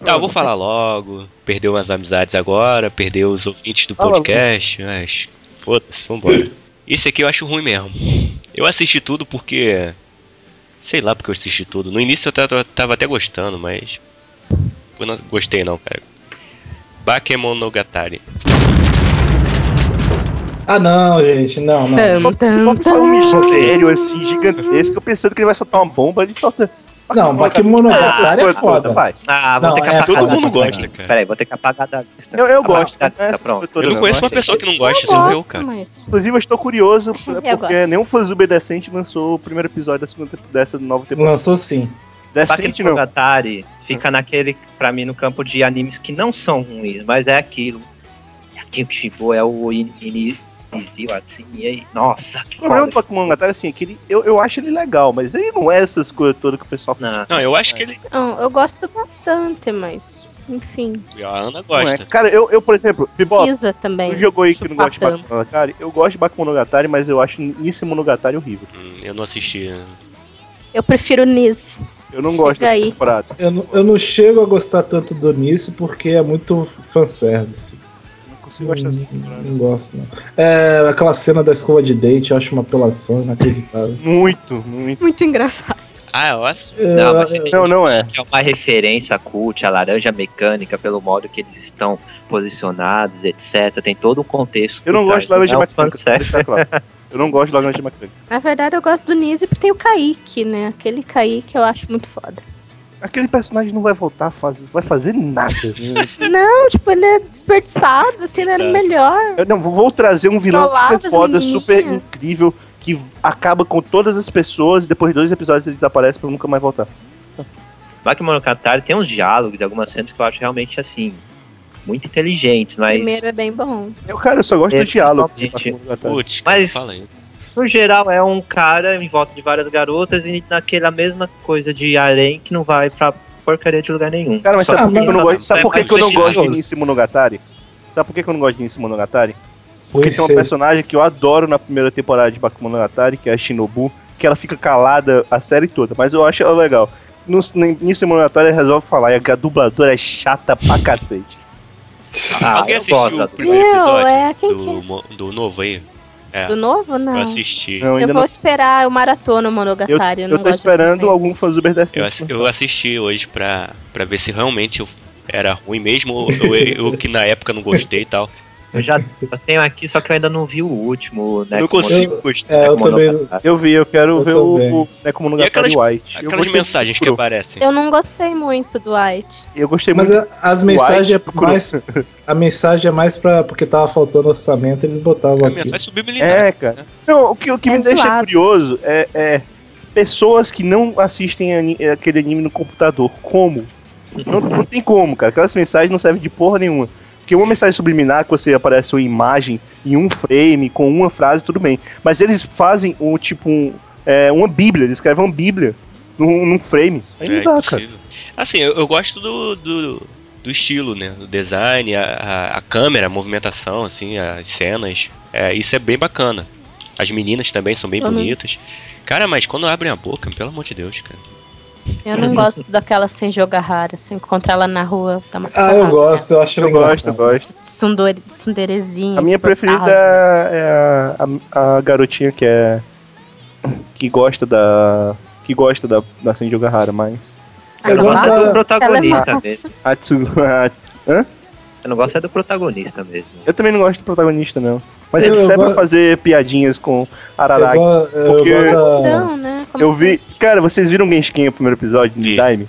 D: Tá, eu vou falar logo. Perdeu umas amizades agora, perdeu os ouvintes do
E: Fala,
D: podcast, mas. Foda-se, vambora. Esse aqui eu acho ruim mesmo. Eu assisti tudo porque. Sei lá porque eu assisti tudo. No início eu tava, tava até gostando, mas. Eu não gostei não, cara. Bakemonogatari.
G: Ah, não, gente, não, não.
H: Tam, tam,
E: Só um
H: tam.
E: mistério, assim, gigantesco, eu pensando que ele vai soltar uma bomba, ele solta.
G: Não,
E: essas
G: Bakemonogatari é
E: coisas todas,
G: foda.
E: vai.
J: Ah, vou
G: Não,
J: ter que
G: é,
J: apagar
G: todo
J: da
G: mundo
J: lista.
D: gosta, cara.
J: Peraí, vou ter que apagar da lista.
E: Eu, eu
J: Apagar
E: gosto.
J: da
E: Não,
J: lista,
E: é essas
J: pronto.
E: coisas todas,
D: Eu não conheço uma
E: achei.
D: pessoa que não
H: Eu
D: gosta, não sei o
H: gosto,
D: cara.
H: mas.
E: Inclusive, eu estou curioso, é porque
H: gosto.
E: nenhum fãzuber decente lançou o primeiro episódio da segunda temporada dessa nova temporada.
G: Lançou sim.
E: Decente não.
J: Bakemonogatari
E: Hum.
J: fica naquele, pra mim, no campo de animes que não são ruins, mas é aquilo. É aquilo tipo, é o in- in- início, assim, e aí, nossa, que
E: O problema do
J: foda.
E: Pokémon Gatari, assim, é que ele, eu, eu acho ele legal, mas ele não é essas coisas todas que o pessoal fala.
J: Não,
D: Não, eu acho que ele.
H: Não, eu gosto bastante, mas. Enfim.
D: A Ana
E: Não é.
D: gosta.
E: Cara, eu, eu, por exemplo, Bibola,
H: Precisa também.
E: tu jogou aí que não gosta de
H: Chupatão.
E: Bakumonogatari? Eu gosto de Bakumonogatari, mas eu acho Nisse Monogatari horrível.
D: Hum, Eu não assisti.
H: Eu prefiro Nise.
E: Eu não gosto
H: Fica
E: dessa
H: aí.
E: temporada.
G: Eu, não- eu não chego a gostar tanto do Nisso porque é muito fanservice.
E: Não consigo gostar
J: Hum.
E: dessa
G: Não,
E: temporada.
G: Hum, não gosto, não. É, aquela cena da escova de dente, eu acho uma apelação inacreditável.
E: Muito, muito.
H: Muito engraçado.
D: Ah, eu acho.
J: Não, mas
G: É,
E: Não, não é.
J: é uma referência à cult, à laranja mecânica, pelo modo que eles estão posicionados, etc. Tem todo um contexto.
E: Eu não
J: por
E: gosto de
J: trás,
E: laranja
J: não é um
E: mecânica, pra
J: fanservice.
E: deixar claro. Eu não gosto de laranja mecânica.
H: Na verdade, eu gosto do Nise porque tem o Kaique, né? Aquele Kaique eu acho muito foda.
E: Aquele personagem não vai voltar, a fazer, vai fazer nada. Hum.
H: Não, tipo, ele é
E: né?
H: desperdiçado, assim, ele era o melhor.
E: Eu não vou trazer um vilão
H: Trollava
E: super
H: as
E: foda,
H: menininhas.
E: super incrível, que acaba com todas as pessoas, depois de dois episódios ele desaparece pra nunca mais voltar.
J: Black Monogatari tem uns diálogos, algumas cenas que eu acho realmente assim, muito inteligentes, mas.
H: Primeiro é bem bom.
E: Eu, cara, eu só gosto do
J: Esse
E: diálogo. de
J: realmente-
E: Bakemonogatari.
J: mas, no geral, é um cara em volta de várias garotas e naquela mesma coisa de harém que não vai pra porcaria de lugar nenhum.
E: Cara, Ah, mas
J: Só
E: sabe por que que eu não gosto, sabe
J: é
E: por que
J: mais
E: que eu não gosto de
J: festivoso.
E: Nissi Monogatari? Sabe por que que eu não gosto de Nissi Monogatari? Porque
G: Pois
E: tem uma
G: é.
E: personagem que eu adoro na primeira temporada de Bakemonogatari, que é a Shinobu, que ela fica calada a série toda, mas eu acho ela legal. No, Nissi Monogatari ela resolve falar, e a dubladora é chata pra cacete.
J: Ah,
D: Alguém
J: eu
D: assistiu
J: gosto
D: o
J: da-
D: primeiro
H: Não,
D: episódio
H: é, quem
D: do, mo- do novo aí? É,
H: Do novo? Não.
D: Eu assisti.
H: eu vou esperar o maratona Monogatari. Eu, não gosto de
E: esperando algum fãzuber decente.
D: Eu, assi- eu assisti hoje pra, pra ver se realmente eu era ruim mesmo, ou ou eu, eu que na época não gostei e tal.
J: Eu já eu tenho aqui, só que eu ainda não vi o último, né? é,
D: não
J: como-
D: consigo gostar.
J: eu também-
E: Eu vi, eu quero
J: Eu
E: ver
J: também.
E: o, o Nekomonogatari
D: aquelas-
E: White. Eu
D: Aquelas
E: gostei-
D: mensagens que aparecem.
H: Eu não gostei muito do White.
E: Eu gostei
G: Mas
E: muito.
G: a- as
E: do
G: mensagens
E: White
G: é
E: Kuro.
G: mais- A mensagem é mais pra. Porque tava faltando orçamento, eles botavam aqui.
E: É, cara. Não, o que, o que me
G: É
E: deixa
G: zoado.
E: curioso é, é pessoas que não assistem ani- aquele anime no computador. Como? Não, não tem como, cara. Aquelas mensagens não servem de porra nenhuma. Porque uma mensagem subliminar que você aparece uma imagem em um frame, com uma frase, tudo bem. Mas eles fazem um tipo um, é, uma bíblia, eles escrevem uma bíblia num, num frame. Aí não
D: É
E: dá, cara.
D: impossível. Assim, eu, eu gosto do, do, do estilo, né? Do design, a, a- a câmera, a movimentação, assim, as cenas. É, isso é bem bacana. As meninas também são bem
H: Eu não-
D: bonitas. Cara, mas quando abrem a boca, pelo amor de Deus, cara.
H: Eu não gosto daquela sem jogar rara. Se eu encontrar ela na rua, tá uma
G: Ah, eu gosto, eu acho
E: Eu
G: legal.
E: gosto, eu gosto.
H: Sundore, sunderezinha.
E: A minha
H: insuportável.
E: preferida é a, a- a garotinha que é. que gosta da. que gosta da, da Senju Gahara, mas.
J: Ah, Eu não gosto gosto da- do protagonista Ela é mesmo.
E: A, a Tsu- a- hã?
J: Eu não gosto é do protagonista mesmo.
E: Eu também não gosto do protagonista, não. Mas ele
J: Eu
E: serve pra
J: gosto-
E: fazer piadinhas com Araragi.
G: Eu go- eu
E: porque
G: gosto da-
H: Então, né? Como
E: eu vi. Cara, vocês viram Genshin o primeiro episódio de Daime?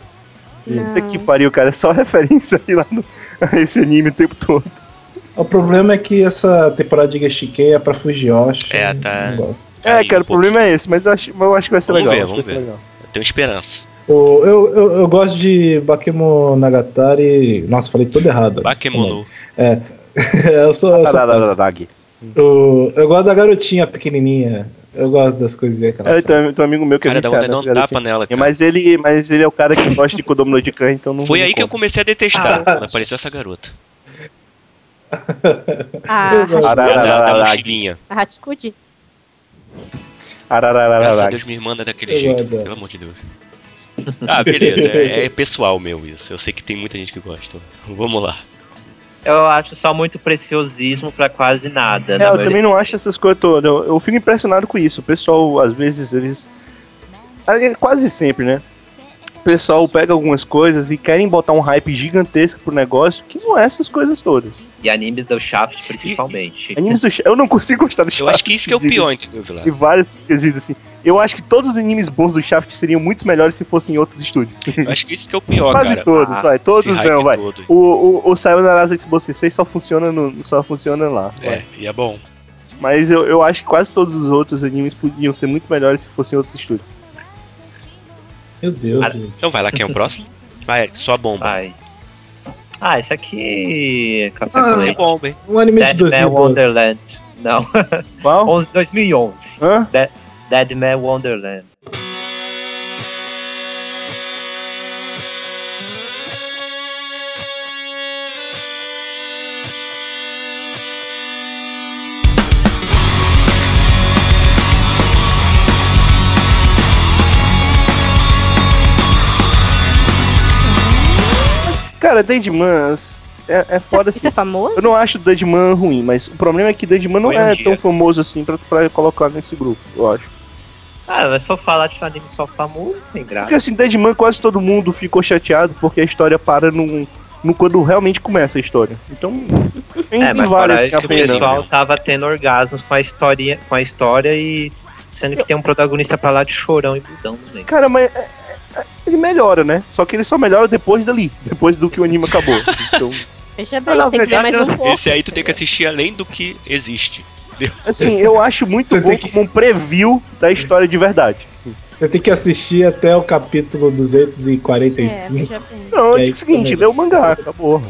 E: Puta que pariu, cara. É só referência aí lá no, a esse anime o tempo todo.
G: O problema é que essa temporada de Gashikei é pra Fujiyoshi.
D: É, tá.
E: É, cara, o problema é esse, mas eu acho, eu acho que vai ser
D: Vamos
E: legal.
D: ver,
E: acho
D: vamos
E: que vai ser
D: ver.
E: legal.
D: Eu tenho esperança.
G: O- eu, eu, eu gosto de Bakemo Nagatari. Nossa, falei tudo errado.
D: Bakemono.
G: É. eu sou. Eu, sou
E: Araragi.
G: o, eu gosto da garotinha pequenininha. Eu gosto das coisinhas. que ela
E: É, então, tem um amigo meu que
D: Cara,
E: é
D: dá
E: viciado
D: vontade de dar um
E: nessa garotinha.
D: tapa nela, cara.
E: Mas ele, mas ele é o cara que gosta de Kodomo no Jikan, então não
D: Foi
E: não
D: aí que eu
E: conta.
D: comecei a detestar, quando apareceu essa garota.
H: Ah,
D: Ela da- da
E: Arararararag.
D: mochilinha.
H: A Hatsukuji.
D: Graças a
E: Arararararag.
D: Deus, minha irmã não é daquele
E: Eu
D: jeito,
E: adoro.
D: pelo amor de Deus. Ah, beleza, é, é pessoal meu isso. Eu sei que tem muita gente que gosta. Vamos lá.
J: Eu acho só muito preciosismo pra quase nada.
E: É,
J: na
E: eu
J: maioria.
E: também não acho essas coisas todas. Eu, eu fico impressionado com isso. O pessoal, às vezes, eles. ali- Quase sempre, né? O pessoal pega algumas coisas e querem botar um hype gigantesco pro negócio, que não é essas coisas todas.
J: E animes do Shaft, principalmente.
E: Animes do Sha- Eu não consigo gostar do Shaft.
D: acho que isso que é o
E: de-
D: pior, entendeu, Vilar?
E: de vários quesitos, assim. Eu acho que todos os animes bons do Shaft seriam muito melhores se fossem em outros estúdios.
D: Eu acho que isso que é o pior,
E: Quase
D: cara.
E: todos,
D: Ah,
E: vai. Todos
D: esse
E: não,
D: hype
E: vai.
D: todo.
E: O, o, o Sayonara X-Vocês só funciona no, só funciona lá.
D: É,
E: vai.
D: e é bom.
E: Mas eu, eu acho que quase todos os outros animes podiam ser muito melhores se fossem outros estúdios.
G: Meu Deus.
D: Ah, então vai lá, quem é o próximo? Vai, Eric, sua bomba.
E: Ah,
J: Vai. Ah, esse aqui. Café
G: Ah,
J: com leite.
G: é bomba, hein? Um anime de
J: Dead
E: é
J: Man
G: 2012.
J: Wonderland. Não.
E: Qual?
J: 2011.
E: Hã?
J: Dead, Dead Man Wonderland.
E: Cara, Deadman é, é foda assim.
H: Isso é famoso?
E: Eu não acho o Deadman ruim, mas o problema é que Deadman não
J: Foi um
E: é
J: dia.
E: tão famoso assim pra, pra colocar nesse grupo, eu acho.
J: Ah, mas se eu falar de um anime só famoso, tem graça.
E: Porque assim, Deadman quase todo mundo ficou chateado porque a história para num, no quando realmente começa a história. Então, nem
J: É, mas
E: vale
J: fora
E: assim
J: isso,
E: a
J: o
E: pena.
J: pessoal tava tendo orgasmos com a história, com a história e sendo que tem um protagonista pra lá de chorão e budão também.
E: Cara, mas é, é, ele melhora, né? Só que ele só melhora depois dali, depois do que o anime acabou. Então,
H: Veja
E: Ah,
H: bem,
E: na
H: você tem que ver
E: é verdade,
H: mais um pouco.
D: Esse aí tu tem que assistir além do que existe.
E: Assim, eu acho muito
G: Você
E: bom
G: tem que-
E: como um preview da história de verdade.
G: Você tem que assistir até o capítulo 245.
E: Não,
G: E
E: é
G: aí
E: o seguinte,
G: também.
E: lê o mangá, acabou.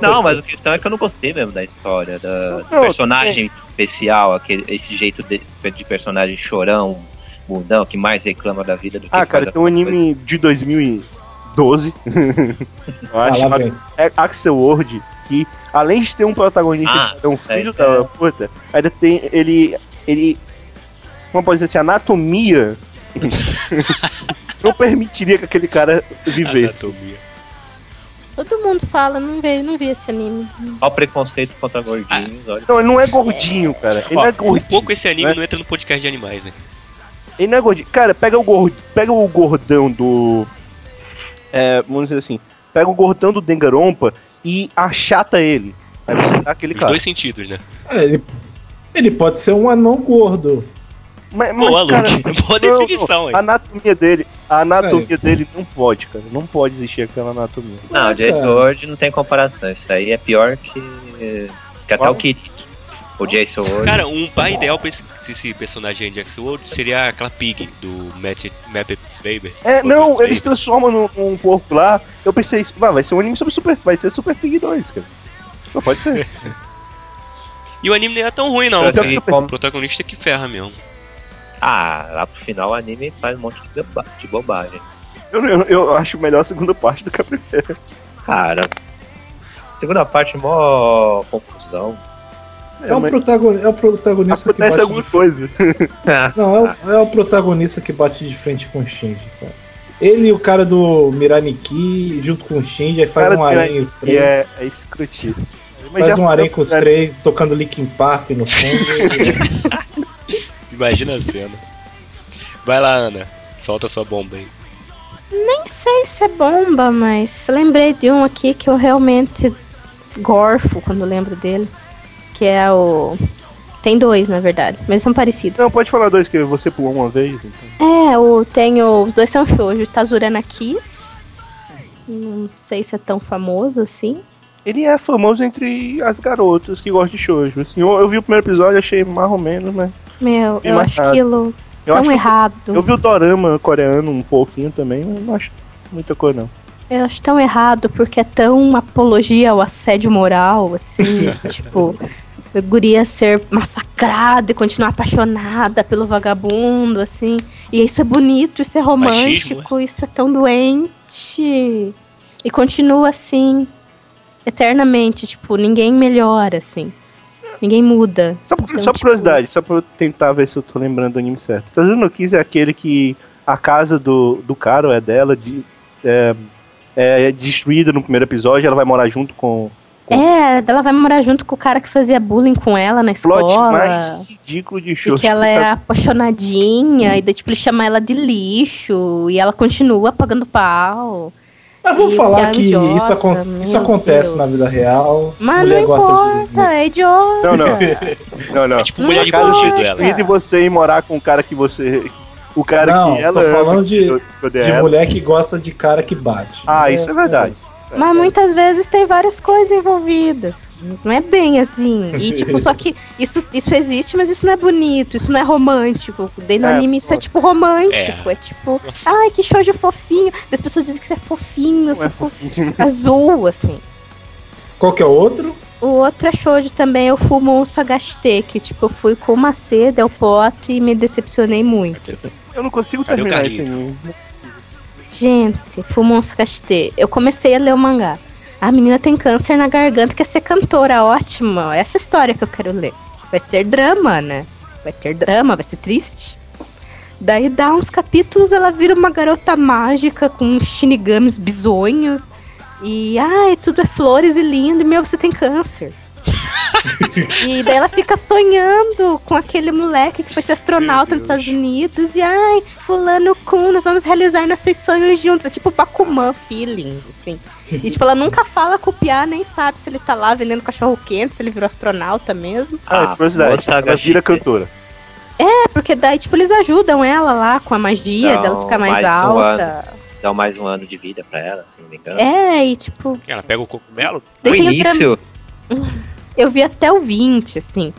J: Não, mas a questão é que eu não gostei mesmo da história, da, do
E: Não,
J: personagem especial, aquele, esse jeito de, de personagem chorão, bundão, que mais reclama da vida do que
E: Ah, cara,
J: faz
E: tem um anime de 2012, eu acho,
G: Ah, lá vem.
E: é Axel World, que além de ter um protagonista
J: Ah,
E: que é um filho
J: é,
E: da puta, ainda tem ele. ele. Como pode dizer assim, a anatomia não permitiria que aquele cara vivesse.
H: Todo mundo fala, não vejo, não vi esse anime.
J: Olha o preconceito contra gordinhos, olha.
E: Não, ele não é gordinho, cara. Ele
D: Ó,
E: não é
D: por
E: gordinho.
D: pouco esse anime
E: né?
D: não entra no podcast de animais, né?
E: Ele não é gordinho. Cara, pega o, gord... pega o gordão do. É, vamos dizer assim. Pega o gordão do Dengarompa e achata ele. Aí você dá aquele
D: Nos
E: cara.
D: dois sentidos, né?
G: É, ele, ele pode ser um anão gordo.
E: Mas,
D: Boa, Luke.
E: tipo,
D: Boa
E: não,
D: definição,
E: não.
D: hein?
E: A anatomia dele. A anatomia
G: É.
E: dele não pode, cara. Não pode existir aquela anatomia.
J: Não, Jay
G: cara.
J: Sword não tem comparação. Isso aí é pior que, que até
E: Qual?
J: o Kit. O Jay Sword.
D: Cara, um pai ideal pra esse, esse personagem de X-World seria aquela Pig do Matt Mappet Baby.
E: É, não, eles transformam num, num porco lá. Eu pensei, "Ah, vai ser um anime sobre Super. Vai ser Super Pig 2, cara. Não pode ser.
D: E o anime nem é tão ruim, não.
J: Eu
D: cara.
J: tenho que-
D: O protagonista que ferra mesmo.
J: Ah, lá pro final o anime faz um monte de, boba- de bobagem.
E: Eu, eu, eu acho melhor a segunda parte do que a primeira.
J: Cara, segunda parte é mó confusão.
G: É, o
E: mas
G: protagoni- é o protagonista que
E: acontece
G: bate
E: alguma
G: de...
E: coisa.
G: Não, é o, é o protagonista que bate de frente com o Shinji, cara. Ele e o cara do Miraniki, junto com o Shinji, aí faz
E: Cara,
G: um
E: tem-
G: harém os
E: E
G: três.
E: é, é escrotismo. Mas
G: faz
E: já-
G: um harém com os três, tocando Linkin Park no fundo.
D: Imagina a cena. Vai lá, Ana. Solta sua bomba aí.
H: Nem sei se é bomba, mas lembrei de um aqui que eu realmente gorfo quando lembro dele. Que é o. Tem dois, na verdade, mas são parecidos.
E: Não, pode falar dois que você pulou uma vez. Então.
H: É, o, tem o- os dois são shoujo, Tazurana Kiss. Não sei se é tão famoso assim.
E: Ele é famoso entre as garotas que gostam de shoujo. Assim, eu, eu vi o primeiro episódio, achei mais ou menos, né?
H: Meu,
E: Bem
H: eu acho
E: marcado.
H: aquilo
E: Eu
H: tão
E: acho-
H: errado.
E: Eu vi o dorama coreano um pouquinho também, mas não acho muita coisa não.
H: Eu acho tão errado porque é tão uma apologia ao assédio moral, assim, tipo, a guria ser massacrada e continuar apaixonada pelo vagabundo, assim. E isso é bonito, isso é romântico,
E: né?
H: isso é tão doente. E continua assim, eternamente, tipo, ninguém melhora, assim. Ninguém muda.
E: Só por,
H: Então,
E: só por
H: tipo-
E: curiosidade, só pra eu tentar ver se eu tô lembrando do anime certo. Tazuru Kiss é aquele que a casa do, do cara ou é dela de, é, é destruída no primeiro episódio, ela vai morar junto com um
H: É, ela vai morar junto com o cara que fazia bullying com ela na
E: o
H: escola.
E: plot mais ridículo de
H: E
E: show.
H: que ela é era apaixonadinha, e daí, tipo, ele chama ela de lixo, e ela continua pagando pau.
G: Mas vamos
H: E
G: falar
H: cara
G: que
H: idiota,
G: isso, acon-
H: meu
G: isso acontece
H: Deus.
G: na vida real.
H: Mas
G: Mulher
H: não
G: gosta
H: importa,
E: né?
H: é idiota.
E: Não, não. Não, não.
D: É tipo
H: Não
D: mulher de
E: a casa ser
D: bandido, ela.
E: destruída e você ir morar com o cara que você. O cara
G: Não,
E: que ela é
G: tô
E: ama,
G: falando de-
E: que odeia
G: de
E: ela.
G: mulher que gosta de cara que bate.
E: Ah, isso é verdade.
H: Mas muitas vezes tem várias coisas envolvidas. Não é bem assim. E, tipo, só que isso, isso existe, mas isso não é bonito, isso não é romântico. Daí no
E: É,
H: anime isso é,
E: pô.
H: tipo, romântico. É, tipo, ai, que shoujo fofinho. Daí As pessoas dizem que isso é fofinho,
E: Não é
H: fofo-
E: fofinho.
H: azul, assim.
G: Qual que é o outro?
H: O outro é shoujo também, eu fumo um sagastê, que tipo, eu fui com uma seda, o pote e me decepcionei muito.
E: Eu não consigo
D: Cadê o
E: terminar esse
D: carrinho?
E: anime.
H: Gente, fumo um sagastê. Eu comecei a ler o mangá. A menina tem câncer na garganta, quer ser cantora, ótima. Essa é a história que eu quero ler. Vai ser drama, né? Vai ter drama, vai ser triste. Daí dá uns capítulos, ela vira uma garota mágica com shinigamis bizonhos. E, ai, tudo é flores e lindo, e, meu, você tem câncer. e daí ela fica sonhando com aquele moleque que foi ser astronauta nos Estados Unidos. E, ai, fulano Kun, nós vamos realizar nossos sonhos juntos. É tipo Bakuman feelings, assim. E, tipo, ela nunca fala copiar, nem sabe se ele tá lá vendendo cachorro quente, se ele virou astronauta mesmo.
E: Ah, curiosidade.
J: moça,
E: Ela vira cantora.
H: É, porque daí, tipo, eles ajudam ela lá com a magia
J: Dá
H: dela
J: um-
H: ficar mais,
J: mais um
H: alta.
J: Dá mais um ano de vida pra ela, se não me engano.
H: É, e tipo,
D: Ela pega o
G: É
D: cogumelo?
H: daí
J: No
H: tem o drama.
J: início,
H: Eu vi até o 20, assim.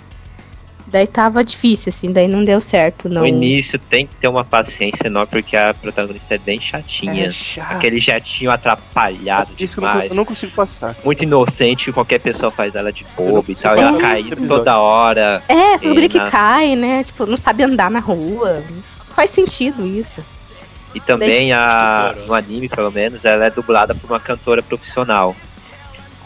H: Daí tava difícil, assim, daí não deu certo, não.
J: No início tem que ter uma paciência enorme, porque a protagonista é bem chatinha.
E: É chata.
J: Aquele jetinho atrapalhado
E: Isso eu não,
J: demais.
E: eu não consigo passar.
J: Muito inocente, qualquer pessoa faz ela de bobo e tal. E
E: consigo
J: ela
E: passar
J: cai
E: muito episódio.
J: toda hora.
H: É, essas
J: E
H: gurias que
J: na-
H: caem, né? Tipo, não sabe andar na rua. Não faz sentido isso.
J: É, E também
H: Desde-
J: a, no anime, pelo menos, ela é dublada por uma cantora profissional.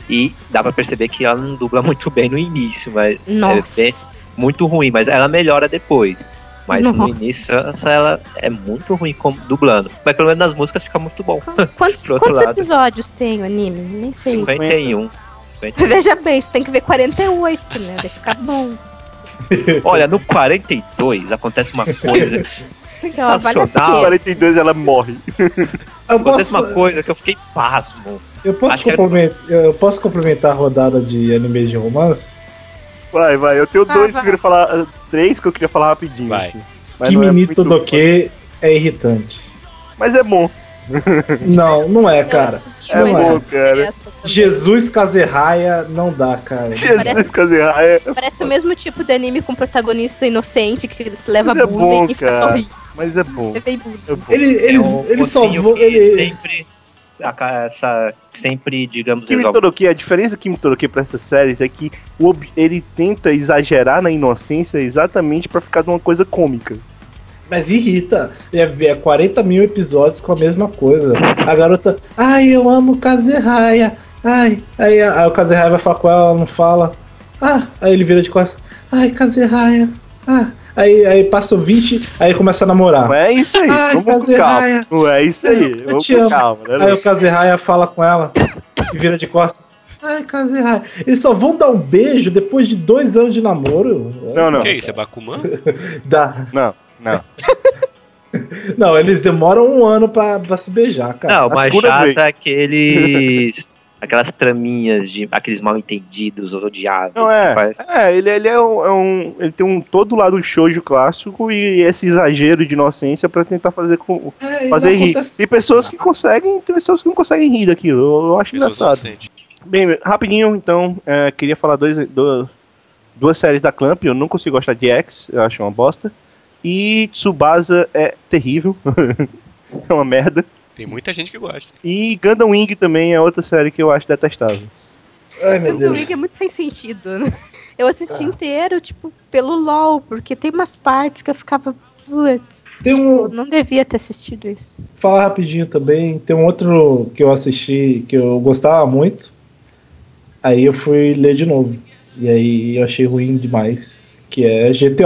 J: E dá pra perceber que ela não dubla muito bem no início, mas
H: Nossa.
J: é bem- muito ruim, mas ela melhora depois. Mas no
H: Nossa.
J: início essa- ela é muito ruim como dublando. Mas pelo menos nas músicas fica muito bom.
H: Quantos,
J: Pro outro
H: quantos
J: lado.
H: episódios tem o anime? Nem sei.
J: 51.
H: Veja bem, você tem que ver 48, né? Vai ficar bom.
J: Olha, no 42 acontece uma coisa.
H: Então, vale a
D: Ah.
J: Sensacional.
H: pena.
E: 42 ela morre.
J: acontece
G: posso-
J: uma coisa que eu fiquei pasmo.
G: Eu posso,
J: Acho que é-
G: complementar, eu posso complementar a rodada de anime de romance?
E: Vai, vai. Eu tenho
G: Ah,
E: dois
G: vai.
E: que eu queria falar. ah, Três que eu queria falar rapidinho. assim. Mas não é
G: Kiminito
E: muito-
G: do que é irritante.
E: Mas é bom.
G: Não, não é, cara.
E: É
G: não
E: bom, cara.
G: Jesus Kazerraia não dá, cara.
E: Jesus ah, Kazerraia.
H: Parece o mesmo tipo de anime com protagonista inocente que se leva
E: Mas é
H: bullying
E: bom,
H: e fica
E: cara.
H: sorrindo.
E: Mas é bom.
H: Levei bullying.
G: Ele,
E: É
J: É
G: eles,
E: um
G: eles só vão. Ele...
J: um Sempre, aca- essa, sempre digamos,
E: Kimi
J: resolve-
E: Toroki, a diferença do Kimi Toroki pra essas séries é que o ob- ele tenta exagerar na inocência exatamente pra ficar de uma coisa cômica.
G: Mas irrita. É, é 40 mil episódios com a mesma coisa. A garota. Ai, eu amo Kazerraia. Ai, aí, a- aí o Kazerraia vai falar com ela, ela não fala. Ah, aí ele vira de costas. Ai, Kazerraia. Ah, aí, aí passa o 20, aí começa a namorar.
E: Não é isso aí. Vamos
G: Ai,
E: com calma.
G: Kazerraia.
E: Não é isso aí.
G: Eu
E: Vamos
G: te
E: com
G: amo.
E: calma. né,
G: Aí
E: Lu?
G: o Kazerraia fala com ela e vira de costas. Ai, Kazerraia. Eles só vão dar um beijo depois de dois anos de namoro.
E: Não, não.
D: Que isso, é Bakuman?
G: Dá.
E: Não, não.
G: Não, eles demoram um ano pra, pra se beijar, cara.
J: Não, mas chata é aqueles. aquelas traminhas de. aqueles mal entendidos, odiados.
E: Não
J: que
E: é.
J: faz-
E: É, ele, ele é, um, é um- Ele tem um todo lado shoujo clássico e esse exagero de inocência pra tentar fazer com.
G: É, e
E: fazer
G: não
E: rir.
G: acontece-
E: Tem pessoas que conseguem, tem pessoas que não conseguem rir daquilo. Eu, eu acho engraçado. Bem, rapidinho, então, é, queria falar dois, do- duas séries da Clamp. Eu não consigo gostar de X, eu acho uma bosta. E Tsubasa é terrível. é uma merda.
D: Tem muita gente que gosta.
E: E Gundam Wing também é outra série que eu acho detestável.
G: Ai, meu
H: Gundam Wing é muito sem sentido, né? Eu
E: Tá.
H: assisti inteiro, tipo, pelo LOL, porque tem umas partes que eu ficava. Putz,
G: Tem um-
H: tipo, não devia ter assistido isso.
G: Falar rapidinho também. Tem um outro que eu assisti que eu gostava muito. Aí eu fui ler de novo. E aí eu achei ruim demais. Que é GTO.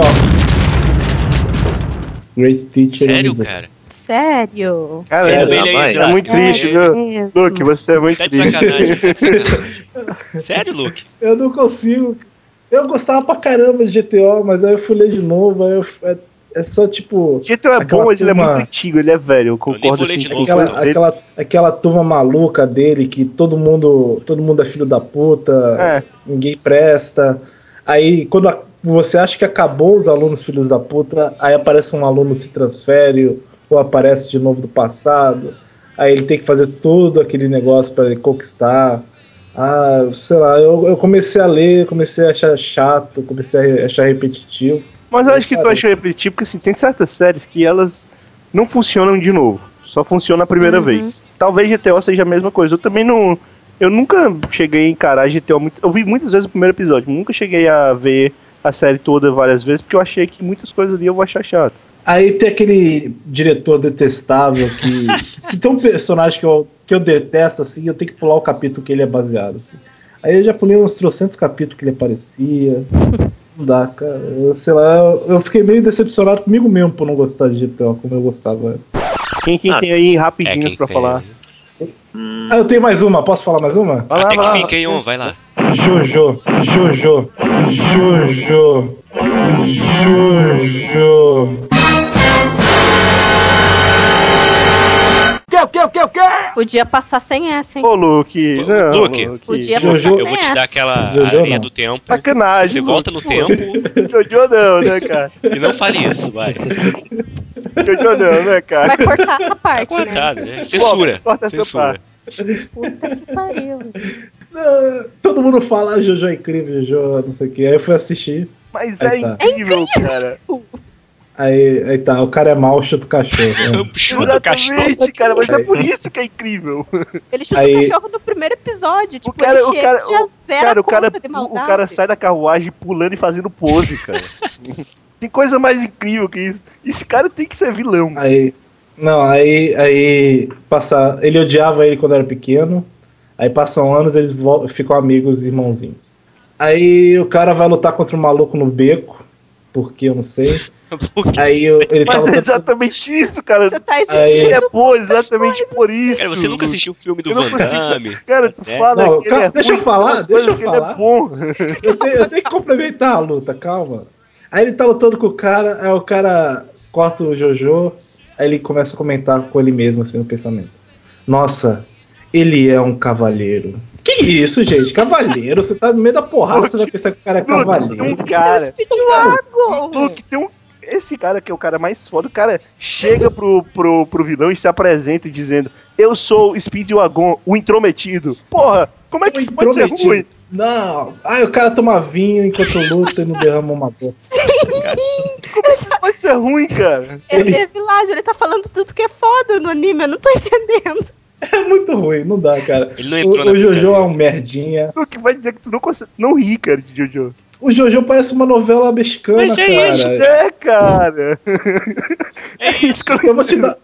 G: Great Teacher
D: Sério,
G: Onizuka.
D: cara?
H: Sério?
E: Cara, é,
D: ele aí,
E: é
D: Graça.
E: muito triste,
D: Sério
E: viu?
H: mesmo.
E: Luke, você é muito
D: Tá de
E: triste.
D: sacanagem. Sério, Luke?
G: Eu não consigo. Eu gostava pra caramba de GTO, mas aí eu fui ler de novo. Aí eu, é, é só tipo.
E: GTO é
G: Aquela
E: bom, mas ele é
G: turma-
E: muito antigo, ele é velho, eu concordo
D: ler
E: assim.
D: de
E: com
D: novo,
E: todos
G: Aquela,
E: eles.
G: aquela, aquela turma maluca dele que todo mundo, todo mundo é filho da puta,
E: É,
G: ninguém presta. Aí quando a- você acha que acabou os alunos filhos da puta, aí aparece um aluno se transfere ou aparece de novo do passado. Aí ele tem que fazer todo aquele negócio pra ele conquistar. Ah, sei lá, eu, eu comecei a ler, comecei a achar chato, comecei a achar repetitivo.
E: Mas eu acho que tu achou repetitivo, porque assim, tem certas séries que elas não funcionam de novo. Só funciona a
D: Uhum.
E: primeira vez. Talvez GTO seja a mesma coisa. Eu também não. Eu nunca cheguei a encarar GTO muito. Eu vi muitas vezes o primeiro episódio. Nunca cheguei a ver a série toda várias vezes, porque eu achei que muitas coisas ali eu vou achar chato.
G: Aí tem aquele diretor detestável que, que se tem um personagem que eu, que eu detesto, assim, eu tenho que pular o capítulo que ele é baseado, assim. Aí eu já pulei uns trocentos capítulos que ele aparecia. Não dá, cara. Eu, sei lá, eu, eu fiquei meio decepcionado comigo mesmo por não gostar de GTO como eu gostava antes.
E: Quem, quem
G: Ah,
E: tem aí
D: É
E: rapidinhas pra falar?
J: Hum,
G: Ah, eu tenho mais uma. Posso falar mais uma?
E: Vai lá,
D: Até que
E: vai lá.
D: fiquei on, vai lá.
G: Jojo, Jojo, Jojo, Jojo.
H: Que, que, que, que? Podia passar sem essa, hein?
E: Ô, Luke. Não,
D: Luke,
H: Podia
D: Jojo,
H: passar
D: eu vou
H: sem
D: te
H: essa.
D: dar aquela
E: Jojo,
D: areia
E: não.
D: do tempo.
E: Sacanagem.
D: Você volta no tempo
E: Jojo não, né, cara?
D: e não fale isso, vai.
H: Tá
E: Jojo não, né,
H: Você
E: cara?
H: vai cortar essa parte, né?
D: Coitado, né? Censura.
E: Pô, corta essa
D: Censura.
H: Puta que pariu.
G: Ah, Todo mundo fala, ah, Jojo é incrível, Jojo, não sei o que. Aí eu fui assistir.
E: Mas
G: Aí
E: é
G: tá.
E: incrível, cara.
G: Aí, aí tá, o cara é mau, chuta o cachorro. né?
E: Exatamente, cara, mas é por
G: Aí-
E: isso que é incrível.
I: Ele chuta
G: Aí-
I: o cachorro no primeiro episódio. Tipo,
E: O cara,
I: ele
E: o cara,
I: chega, já
E: o,
I: zera a
E: cara, o cara,
H: é
I: conta de
E: o
I: maldade.
E: cara sai da carruagem pulando e fazendo pose, cara. tem coisa mais incrível que isso. Esse cara tem que ser vilão.
G: Aí, não, aí, aí passa, ele odiava ele quando era pequeno. Aí passam anos, eles vol- ficam amigos, irmãozinhos. Aí o cara vai lutar contra um maluco no beco, porque eu não sei. aí o- ele tá
E: Mas é
G: lutando-
E: exatamente isso, cara.
I: tá
G: exigindo
E: é bom exatamente por isso.
D: Cara, você nunca assistiu o filme do
E: Eu não
D: Van
E: consigo.
D: Damme?
E: Cara, tu
D: É.
E: fala
G: Não,
E: que
G: calma,
E: ele é
G: deixa eu
E: ruim,
G: falar,
E: as
G: deixa
E: coisas
G: eu
E: que ele é
G: falar.
E: bom.
G: eu, tenho, eu tenho que complementar a luta, calma. Aí ele tá lutando com o cara, aí o cara corta o Jojo, aí ele começa a comentar com ele mesmo, assim, no pensamento. Nossa, ele é um cavaleiro. Que isso, gente? Cavaleiro? Você tá no meio da porrada, você vai pensar que o cara é
E: Um
G: cavaleiro.
E: cara. é
I: Speedwagon!
E: Luke, tem um. Esse cara que é o cara mais foda, o cara chega pro, pro, pro vilão e se apresenta dizendo: Eu sou Speedwagon, o intrometido. Porra, como é que isso pode ser
G: Intrometido.
E: ruim?
G: Não, aí o cara toma vinho enquanto luta e não derrama uma gota.
E: Como é que isso pode ser ruim, cara?
I: Ele é vilagem, ele tá falando tudo que é foda no anime, eu não tô entendendo.
G: É muito ruim, não dá, cara.
D: Ele não entrou
G: O,
D: na
G: o Jojo
D: brincadeira.
G: é um merdinha.
E: Luke, vai dizer que tu não consegue. Não ri, cara, de Jojo.
G: O Jojo parece uma novela mexicana,
D: Mas é
G: cara.
E: Mas é, cara.
D: É isso.
E: que eu-
G: Eu vou te dar,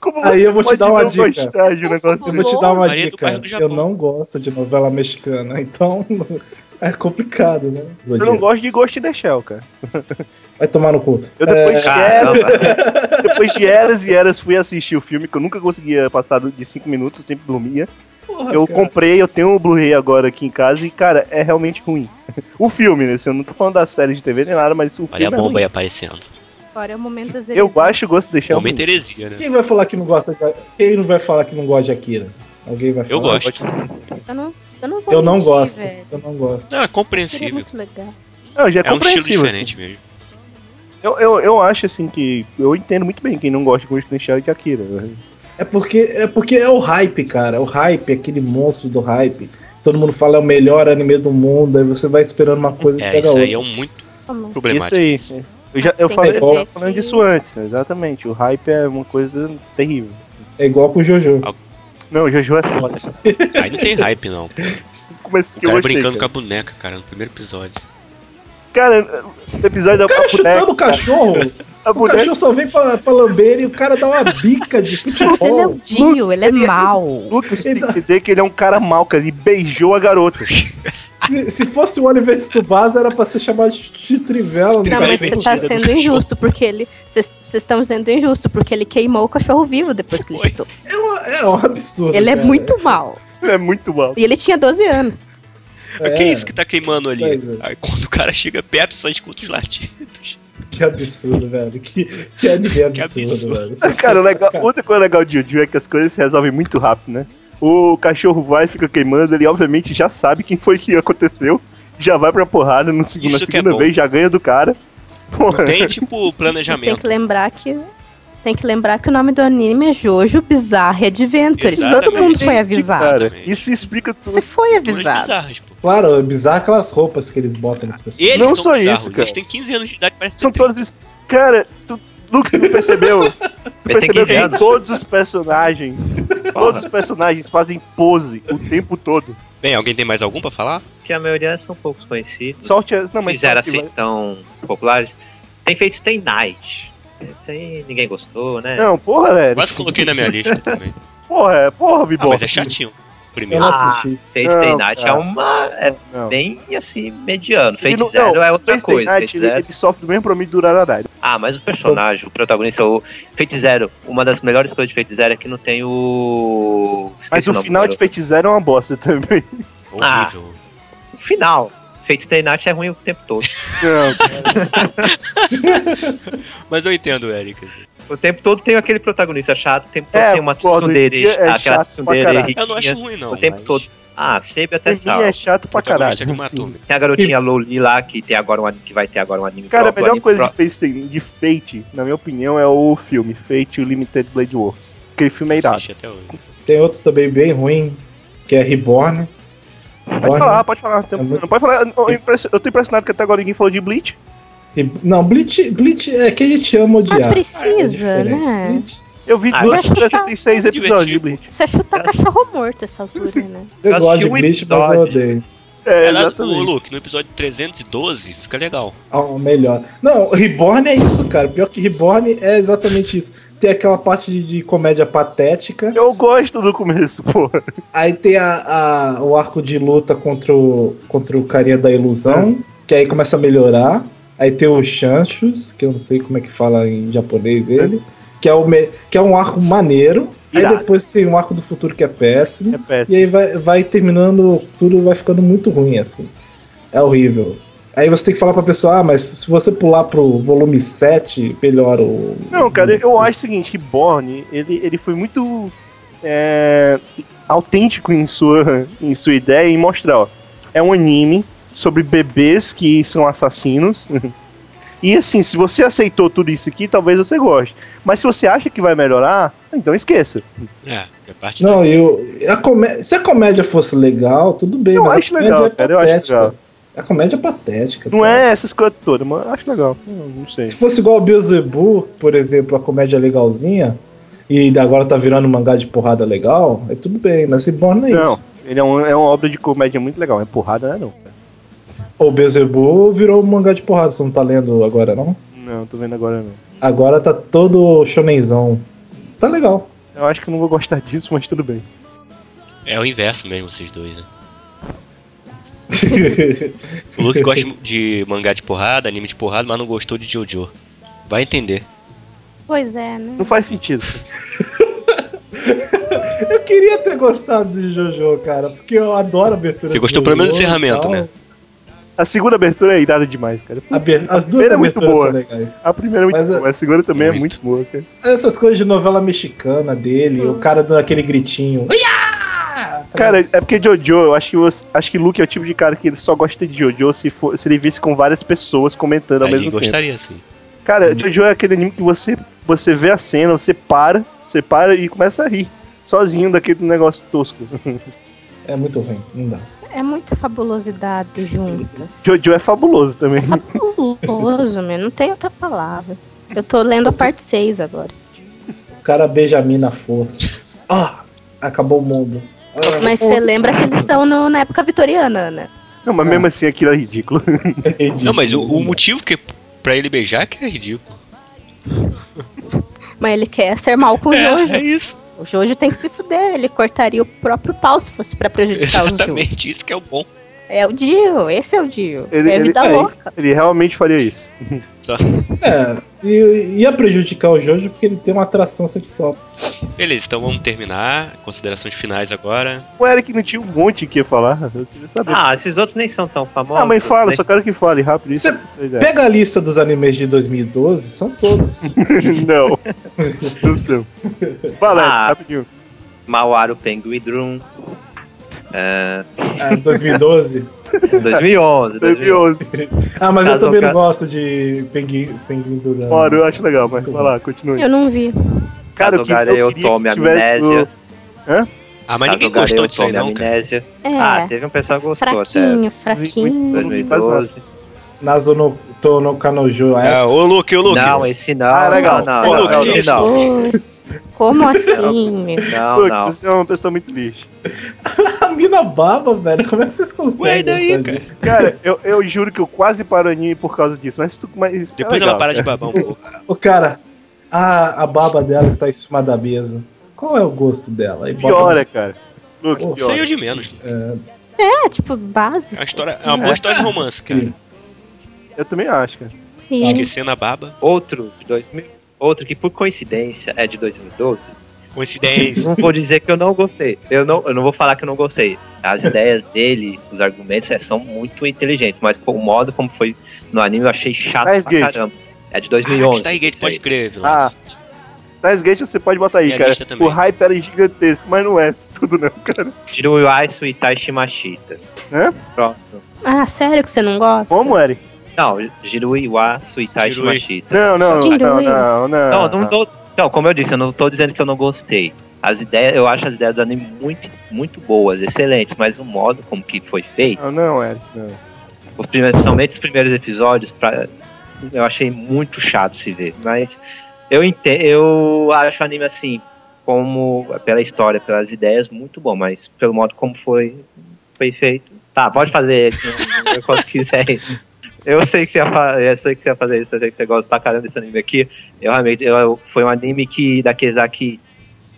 E: Como
G: Aí eu vou te
E: pode
G: dar uma
E: não
G: dica.
E: gostar de um negócio
G: Eu vou te dar uma
D: Maria do
G: dica.
D: bairro do Japão.
G: Eu não gosto de novela mexicana, então é complicado, né?
E: Eu
G: Zodíaco?
E: não gosto de Ghost in the Shell, cara.
G: Vai tomar no cu.
E: Eu depois de
J: Caramba.
E: eras, depois de eras e eras fui assistir o filme que eu nunca conseguia passar de 5 minutos, sempre dormia.
G: Porra,
E: eu
G: cara.
E: comprei, eu tenho o Blu-ray agora aqui em casa e, cara, é realmente ruim. O filme, né? assim, Eu não tô falando da série de TV nem nada, mas o
D: Olha a
E: filme é
D: bomba
E: ruim.
D: aí aparecendo.
I: Agora é o momento das
E: Eu
I: heresias.
E: acho o gosto de deixar
D: Momento heresia, né?
G: Quem vai falar que não gosta de... Quem não vai falar que não gosta de Akira? Alguém vai falar?
D: Eu gosto.
I: Eu não, eu não vou
G: Eu não
I: mentir,
G: gosto.
I: velho.
G: Eu não gosto.
D: Não, é
I: Seria
D: compreensível.
I: muito legal.
E: Não, já é,
D: É um estilo
E: compreensível. assim.
D: diferente mesmo.
E: Eu, eu, eu acho, assim, que... Eu entendo muito bem quem não gosta de Ghost in the Shell e de Akira. né?
G: É porque, é porque é o hype, cara. O hype, aquele monstro do hype. Todo mundo fala é o melhor anime do mundo, aí você vai esperando uma coisa e
D: É,
G: pega
D: isso aí
G: outra.
D: é um muito
I: Vamos.
E: Isso
D: problemático.
E: aí. Eu já eu
I: Tem
E: falei,
G: que
E: eu tava
I: ver
E: falando
I: que-
E: disso antes, exatamente. O hype é uma coisa terrível.
D: um-
G: É igual com o Jojo.
E: Não, o Jojo é foda.
D: Aí não tem hype, não. O
E: Começo que eu
D: cara é
E: gostei,
D: brincando
E: cara.
D: com a boneca, cara, no primeiro episódio.
E: Cara, o episódio
G: O
E: da
G: cara é
E: a boneca,
G: chutando o cachorro.
E: a
G: O
E: boneca,
G: cachorro só vem pra, pra lamber e o cara dá uma bica de
I: Mas ele é
G: futebol.
I: um Dio, ele é mau.
E: Lucas tem que entender que ele é um cara mau, cara. Ele beijou a garota.
G: Se, se fosse o Oliver Tsubasa, era pra ser chamado de Trivela.
I: Não,
G: cara?
I: mas você tá sendo injusto, porque ele. Vocês estão sendo injusto, porque ele queimou o cachorro vivo depois que ele chutou.
G: É um, é um absurdo.
I: Ele é
G: cara.
I: muito mal.
E: Ele é muito mau.
I: E ele tinha 12 anos.
D: Mas que é isso que tá queimando ali?
G: Pois
D: Aí quando o cara chega perto, só escuta os latidos.
G: Que absurdo, velho. Que, que anime absurdo,
D: absurdo.
G: velho.
E: Cara, o legal, outra coisa legal de Jojo é que as coisas se resolvem muito rápido, né? O cachorro vai, fica queimando, ele obviamente já sabe quem foi que aconteceu. Já vai pra porrada no, seg- na
D: Isso que é
E: segunda
D: bom.
E: vez, já ganha do cara. Porra,
D: Tem tipo
I: Mas tem
D: planejamento.
I: que lembrar que. Tem que lembrar que o nome do anime é Jojo Bizarre Adventures. Todo
D: Exatamente.
I: mundo foi avisado.
E: cara, isso explica
I: Você
E: tudo.
I: foi
D: Culturas
I: avisado.
D: bizarras, pô.
G: Claro, é bizarro aquelas roupas que eles botam nas pessoas.
D: Eles
E: Não
D: são
E: só
D: bizarros,
E: isso, cara.
D: Eles têm 15 anos de idade, parece que
E: São
D: tem
E: todos. Cara, tu, Luke, tu percebeu? Tu
J: Ele tem
E: percebeu
J: que
E: que
J: ver.
E: todos os personagens, todos os personagens fazem pose o tempo todo.
D: trinta. Bem, alguém tem mais algum pra falar?
J: Que a maioria são poucos conhecidos.
E: Solte as. é, Não, mas
J: fizeram
E: solte
J: assim tão populares. Tem feito Stay Night. Esse aí ninguém gostou, né?
E: Não, porra, velho. tipo,
D: Quase coloquei na minha lista também.
E: Porra, é- porra,
D: Ah,
E: Bibó.
D: mas é chatinho.
G: Eu
D: Primeiro.
G: não
J: Ah,
G: assisti.
J: Fez
E: Não,
J: Stay Night é
E: cara.
J: uma. É
E: Não.
J: bem assim, mediano.
E: Ele
J: Fez
E: não-
J: Zero
E: não,
J: é outra
E: Face the
J: coisa.
E: Night,
J: Fate
E: ele,
J: Zero-
E: ele sofre do mesmo problema do Urarará.
J: Ah, mas o personagem, o protagonista, o Fate Zero, uma das melhores coisas de Fate Zero é que não tem o.
E: Mas
J: Esqueci
E: o
J: nome
E: final
J: do-
E: de Fate Zero é uma bosta também.
J: Ah.
D: Horrível.
J: O final. Fate Stay Night é ruim o tempo todo.
E: Não,
D: Mas eu entendo, Eric.
J: O tempo todo tem aquele protagonista chato, o tempo todo
E: É,
J: tem uma
E: concordo,
J: tsundere,
E: é chato pra
J: aquela tsundere
E: caralho.
J: riquinha,
D: Eu não acho ruim, não.
J: o tempo
D: mas
J: todo. Ah, Sebe até
E: pra mim
J: salva.
E: é chato pra
D: protagonista
E: caralho.
D: que matou, né?
J: Tem a garotinha Loli lá, que, tem agora um, anime- que vai ter agora um anime
E: Cara, a
J: próprio,
E: melhor
J: anime
E: coisa de
J: próprio.
E: Fate, de Fate, na minha opinião, é o filme Fate Limited Blade Works. Aquele filme é irado.
D: Assisti até hoje.
G: Tem outro também bem ruim, que é Reborn.
E: Pode falar, pode falar. Tem- um Não pode falar. Eu, impress- eu tô impressionado que até agora ninguém falou de Bleach.
G: Não, Bleach, Bleach é que a gente ama odiar. É diferente.
H: né?
E: Eu vi
H: Ah,
E: duas
H: eu acho que tá-
E: 306 episódios de Bleach.
H: Isso é chutar cachorro morto essa altura, né?
G: Eu gosto de
E: um
G: Bleach, mas eu odeio.
E: É,
D: Ela, o
G: exatamente.
D: Luke, no episódio 312, fica legal.
G: Ó, melhor. Não, Reborn é isso, cara. Pior que Reborn é exatamente isso. Tem aquela parte de, de comédia patética.
E: Eu gosto do começo, porra.
G: Aí tem a, a- o arco de luta contra o, contra o carinha da ilusão, que aí começa a melhorar. Aí tem o Shanshus, que eu não sei como é que fala em japonês ele, que é, o me- que é um arco maneiro. Aí
E: Irado.
G: depois tem um arco do futuro que é péssimo.
E: É péssimo.
G: E aí vai, vai terminando, tudo vai ficando muito ruim, assim. É horrível. Aí você tem que falar pra pessoa, ah, mas se você pular pro volume 7, melhora o.
E: Não, cara, eu acho o seguinte, que Borne, ele, ele foi muito é, autêntico em sua, em sua ideia em mostrar, ó. É um anime sobre bebês que são assassinos. E assim, se você aceitou tudo isso aqui, talvez você goste. Mas se você acha que vai melhorar, então esqueça.
D: É, é parte
G: Não, eu. A comé... Se a comédia fosse legal, tudo bem,
E: Eu
G: mas a
E: acho
G: comédia
E: legal,
G: é
E: cara, eu acho
G: patética.
E: legal.
G: A comédia é patética.
E: Não é essas coisas todas, mas eu acho legal. Eu Não sei.
G: Se fosse igual o Beelzebub, por exemplo, a comédia legalzinha, e agora tá virando um mangá de porrada legal, é tudo bem, mas Reborn não é
E: Não,
G: isso.
E: ele é, um- é uma obra de comédia muito legal. É porrada, né? Não,
G: O Beelzebub virou um mangá de porrada, você não tá lendo agora, não?
E: não tô vendo agora não.
G: Agora tá todo shonenzão. Tá legal.
E: Eu acho que eu não vou gostar disso, mas tudo bem.
D: É o inverso mesmo, vocês dois, né? O Luke gosta de mangá de porrada, anime de porrada, mas não gostou de Jojo. Vai entender.
H: Pois é, né?
E: Não faz sentido.
G: eu queria ter gostado de Jojo, cara, porque eu adoro a abertura
D: Você
G: de
D: gostou pelo menos do
G: Jojo e
D: encerramento,
G: tal.
D: né?
E: A segunda abertura é irada demais, cara.
G: Aber- As duas
E: primeira é muito
G: aberturas
E: boa.
G: são legais.
E: A primeira é muito boa, a segunda também é muito boa, cara.
G: Essas coisas de novela mexicana dele, o cara dando aquele gritinho.
E: Cara, é porque Jojo, eu acho que você, acho que Luke é o tipo de cara que ele só gosta de Jojo se, for, se ele visse com várias pessoas comentando ao
D: Aí
E: mesmo
D: ele gostaria,
E: tempo.
D: sim.
E: Cara,
J: Uhum.
E: Jojo é aquele anime que você, você vê a cena, você para, você para e começa a rir. Sozinho daquele negócio tosco.
G: É muito ruim, não dá.
H: É muita fabulosidade juntas.
E: Jojo é fabuloso também.
H: Fabuloso, meu. Não tem outra palavra. Eu tô lendo a parte 6 agora.
G: O cara beija a mina à força. Ah, acabou o mundo. Ah,
H: Mas você lembra que eles estão no- na época vitoriana, né?
E: Não, mas mesmo assim aquilo é ridículo.
D: Não, mas o,
E: Uhum.
D: o motivo que pra ele beijar é que é ridículo.
H: Mas ele quer ser mal com o
D: É,
H: Jojo.
D: é isso.
H: O Jojo tem que se fuder. Ele cortaria o próprio pau se fosse pra prejudicar
J: um
H: o Jojo.
D: Exatamente, isso que é o bom.
H: É o Dio. Esse é o Dio. é a vida
E: ele- tá
H: louca.
E: ele realmente faria isso.
D: Só-
G: É, e ia prejudicar o Jojo porque ele tem uma atração sexual.
D: Beleza, então vamos terminar. Considerações finais agora.
E: O Eric não tinha um monte que ia falar. Eu queria saber.
J: Ah, esses outros nem são tão famosos.
E: Ah, mas fala,
J: né?
E: só quero que fale rápido. Isso. é-
G: Pega a lista dos animes de 2012, são todos.
E: não. Não são. Fala,
J: Ah.
E: rapidinho.
J: Mawaru Penguin Drum. É,
G: Ah, 2012.
J: 2011.
E: 2011.
G: Ah, mas eu
J: Caso
G: também
J: ao
G: não
J: caso.
G: gosto de Penguin, Penguin
D: É.
G: Duran.
E: Mauro, eu acho legal, mas vai lá, continue.
H: Eu não vi.
E: Cara, eu queria, eu queria que tivesse...
J: é Amnésia.
E: Hã?
D: Ah,
J: Mas ninguém gostou disso aí, não, amnésia.
H: É.
J: Ah, teve um
D: tá
J: pessoal que gostou
D: é.
H: Fraquinho,
J: até.
H: fraquinho.
J: 2012.
G: Nazo no, tô no Kanojo é. X.
J: Ah,
D: ô, Luke, ô, Luke.
J: Não, esse não.
E: Ah, legal.
J: Não,
E: Ô,
J: não,
E: Luke,
J: não,
E: que
J: esse não.
H: Putz, como assim, meu?
J: Não,
E: Luke,
J: não.
E: você é uma pessoa muito lixo.
G: A mina baba, velho. Como é que vocês conseguem? fazer?
E: Cara, eu, eu juro que eu quase paro anime por causa disso, mas, tu, mas é
D: Depois
E: legal,
D: ela para de
E: cara.
D: babar um pouco.
G: O cara, a, a baba dela está em cima da mesa. Qual é o gosto dela? Aí bota-
E: Piora, né, cara. Luke,
D: Isso aí é
E: piora.
D: o de menos.
G: É,
H: É, tipo, base.
D: É uma, história, é uma boa história de romance, cara.
E: Eu também acho, cara.
H: Sim.
D: Esquecendo a baba.
J: Outro, de 2000, outro que por coincidência é de 2012.
D: Coincidência.
J: Não vou dizer que eu não gostei. Eu não, eu não vou falar que eu não gostei. As ideias dele, os argumentos é, são muito inteligentes, mas o modo como foi no anime eu achei chato
E: Steins
J: pra
E: Gate.
J: caramba. É de
D: Ah,
J: 2011.
D: Stargate, pode crer, vilão.
E: Ah, Steins Gate você pode botar aí,
D: Tem a
E: cara.
D: lista também.
E: O hype era gigantesco, mas não é isso tudo não, cara.
J: Tiro Aisu e Taishi Mashita.
E: Hã?
J: Pronto.
H: Ah, sério que você não gosta?
E: Como, Eric?
J: Não, Jirui Iwasu e Taishi
D: Jirui.
J: Mashita.
E: Não, não, não,
H: Jirui.
E: não, não,
J: Não,
E: não.
J: não tô. Não, como eu disse, eu não tô dizendo que eu não gostei. As ideias, eu acho as ideias do anime muito, muito boas, excelentes, mas o modo como que foi feito.
E: Não, Ah, não, Eric, não.
J: Os primeiros, somente os primeiros episódios, pra, eu achei muito chato se ver. Mas eu entendo, eu acho o anime assim, como pela história, pelas ideias, muito bom, mas pelo modo como foi, foi feito. Tá, pode fazer eu- eu- quando quiser isso. Eu sei que você ia fa- eu sei que você ia fazer isso, eu sei que você gosta pra caramba desse anime aqui. Eu realmente, eu, foi um anime que daqueles aqui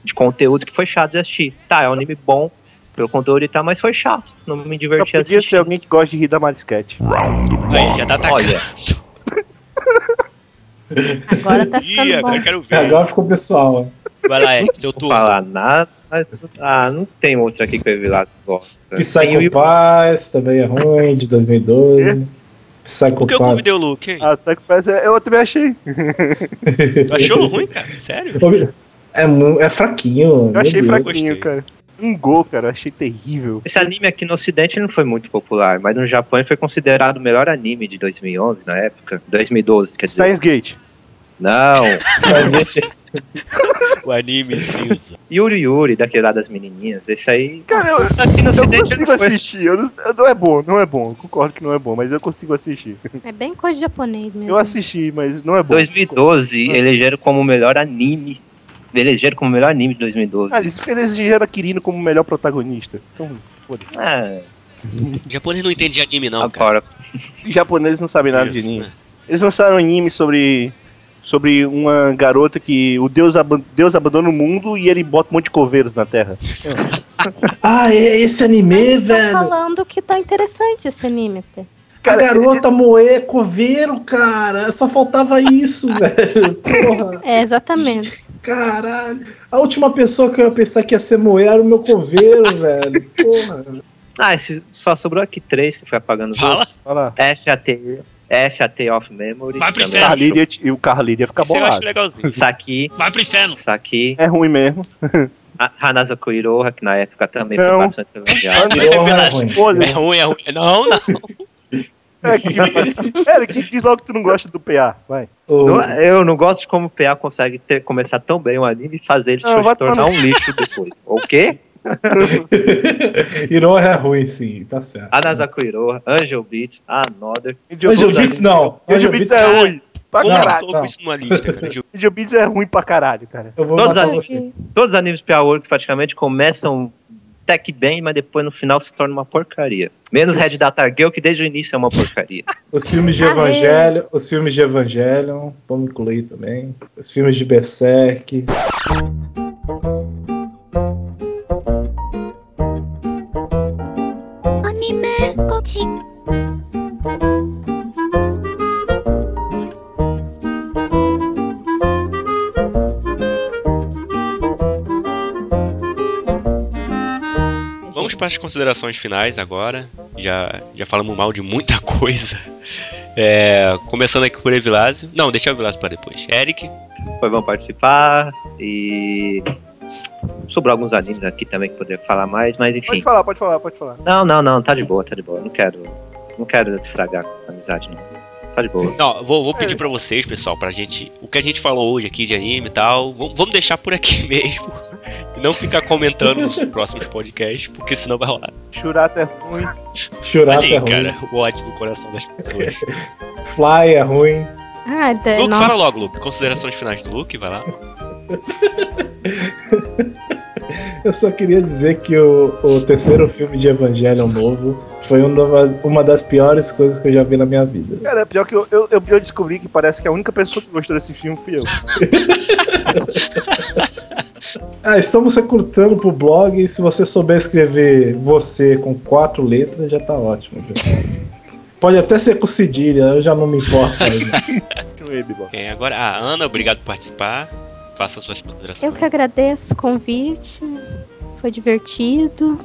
J: de conteúdo que foi chato de assistir. Tá, é um anime bom pelo conteúdo e tal, mas foi chato. Não me
E: Só
J: diverti
E: podia ser alguém que gosta de rir da Marisquete.
D: Aí, já tá atacando.
E: assim?
H: Agora tá
D: ficando Ih, agora eu quero ver.
G: Agora ficou pessoal. ó.
D: Vai lá, Ed, seu
J: turno. falar nada. mas- Ah, não tem outra aqui que eu vi lá que gosta. É, Tem
G: Psycho
J: o-
G: Pass também é ruim, de 2012. Psycho
D: Por que eu
G: Pass.
D: convidei o Luke, hein?
E: Ah, sabe que parece. Eu também achei.
D: Achou ruim, cara? Sério?
G: É, mu- é fraquinho.
E: Eu achei
G: meu Deus.
E: fraquinho, cara. Um gol, cara, eu achei terrível.
J: Esse anime aqui no Ocidente não foi muito popular, mas no Japão ele foi considerado o melhor anime de 2011, na época. 2012, quer dizer.
E: Science Gate.
J: Não.
D: O anime cinza.
J: Yuri Yuri, daquele lá das menininhas. Esse aí.
E: Cara, eu, eu
J: Ocidente
E: consigo
J: não foi.
E: assistir. Eu não, eu- não é bom, não é bom. Eu concordo que não é bom, mas eu consigo assistir.
H: É bem coisa de japonês mesmo.
E: Eu assisti, mas não é bom.
J: 2012, elegeram como o melhor anime. Elegeram como o melhor anime de 2012.
E: Ah, eles eles elegeram a Kirino como o melhor protagonista. Então, foda-se.
J: É,
D: O japonês não entende de anime, não, cara.
J: agora.
E: Os japoneses não sabem nada de
D: Isso, é.
E: anime. Eles lançaram um anime sobre sobre uma garota que o Deus, aban- Deus abandona o mundo e ele bota um monte de coveiros na Terra.
G: Ah, é esse anime,
H: Tá
G: velho.
H: falando que tá interessante esse anime. até.
E: Cara,
G: a garota moe coveiro, cara. Só faltava isso, velho. Porra,
H: É, exatamente.
G: caralho. A última pessoa que eu ia pensar que ia ser moe era o meu coveiro, velho. Porra.
J: Ah, esse, só sobrou aqui três que foi apagando os
D: Fala.
J: outros.
E: Olha lá.
J: FAT, FAT of Memory.
D: Vai pro
J: também.
E: O Carl Lee ia- e o Carly ia ficar
D: Esse eu acho
E: bolado.
D: legalzinho.
J: Saki,
M: Vai pro inferno.
J: Saki.
E: É ruim mesmo.
J: A- Hanazako Iroha, que na época também
E: Não.
J: foi bastante elogiado.
G: Não, é ruim.
D: É
E: Foda-se.
D: ruim, é ruim. Não, não.
E: É, que- Eric, diz logo que tu não gosta do PA. Vai.
G: Ô,
J: Não, é? eu não gosto de como o PA consegue ter- começar tão bem um anime e fazer ele
E: Não,
J: se
E: vai
J: tornar
E: tomar
J: um lixo depois. O quê?
G: Iroha é ruim, sim. Tá certo.
J: Hanazako Iroha, Angel Beats, Another.
G: Angel Beats não.
E: Angel Beats é
D: cara.
E: ruim. Pra
D: Como
E: caralho.
D: eu
G: Não,
D: tô
G: não.
D: com isso numa lista, cara? Ju-
E: Angel Beats é ruim pra caralho, cara.
G: Eu vou
J: Todos
G: matar
J: os-
G: você.
J: Todos os animes PA Works praticamente começam até que bem, mas depois no final se torna uma porcaria. Menos Red Data Girl, que desde o início é uma porcaria.
G: Os filmes de
H: Aê.
G: Evangelho, os filmes de Evangelho, vamos incluir também. Os filmes de Berserk.
C: Anime Coach.
D: Vamos para as considerações finais agora. Já, já falamos mal de muita coisa. É, começando aqui por Evilásio. Não, deixa o Evilásio para depois. Eric,
J: Foi bom participar e. Sobrou alguns animes aqui também que poderia falar mais, mas enfim.
E: Pode falar, pode falar, pode falar.
J: Não, não, não, tá de boa, tá de boa. Não quero. Não quero estragar a amizade, não. Tá de boa.
D: Não, vou, vou pedir pra vocês, pessoal, pra gente. O que a gente falou hoje aqui de anime e tal, vamos, vamos deixar por aqui mesmo. E não ficar comentando nos próximos podcasts, porque senão vai rolar.
E: Churata é ruim.
G: Churato
D: Olha
G: é
D: aí,
G: ruim.
D: cara, o ódio no coração das pessoas.
G: Fly é ruim.
H: Ah, de...
D: Luke,
H: nossa.
D: fala logo, Luke. Considerações finais do Luke, vai lá.
G: Eu só queria dizer que o, o terceiro filme de Evangelho novo foi uma, uma das piores coisas que eu já vi na minha vida.
E: Cara, pior que eu, eu, eu, eu descobri que parece que a única pessoa que gostou desse filme fui eu.
G: Ah, estamos recrutando pro blog e se você souber escrever você com quatro letras, já tá ótimo. já. Pode até ser com cedilha, eu já não me importo. mais.
E: Continue, Bigode.
D: É, agora, a Ana, obrigado por participar. Faça suas
H: Eu
D: considerações.
H: que agradeço o convite. Foi divertido.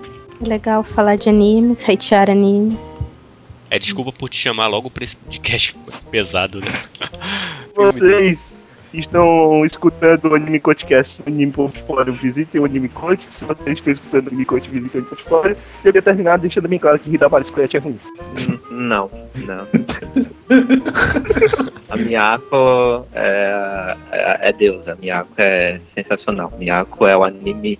H: É legal falar de animes, hatear animes.
D: É desculpa por te chamar logo pra esse podcast pesado, né?
E: Vocês que estão escutando o Anime Podcast no Anime Portfólio, visitem o Anime Coach. Se você estiver escutando o Anime Coach, visitem o Anime Portfólio. E eu queria terminar deixando bem claro que Rida Vale Squat é ruim.
J: Não, não. A Miyako é, é, é Deus, a Miyako é sensacional. Miyako é o anime.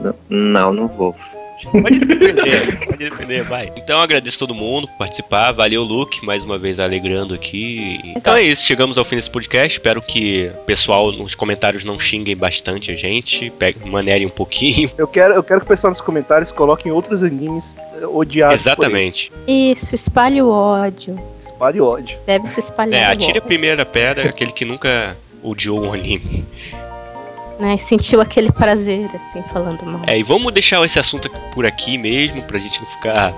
J: N- Não, não vou.
D: Pode defender, pode defender, vai. Então eu agradeço todo mundo por participar. Valeu, Luke, mais uma vez alegrando aqui. Então é isso, chegamos ao fim desse podcast. Espero que o pessoal nos comentários não xinguem bastante a gente, pegue, manerem um pouquinho.
E: Eu quero, eu quero que o pessoal nos comentários coloquem outros animes eh, odiados.
D: Exatamente.
H: Isso, espalhe o ódio.
E: Espalhe ódio.
H: Deve se espalhar.
D: É,
H: o
D: atira a
H: ódio.
D: primeira pedra, aquele que nunca odiou um anime.
H: Né, e sentiu aquele prazer, assim, falando mal.
D: É, e vamos deixar esse assunto por aqui mesmo, pra gente não ficar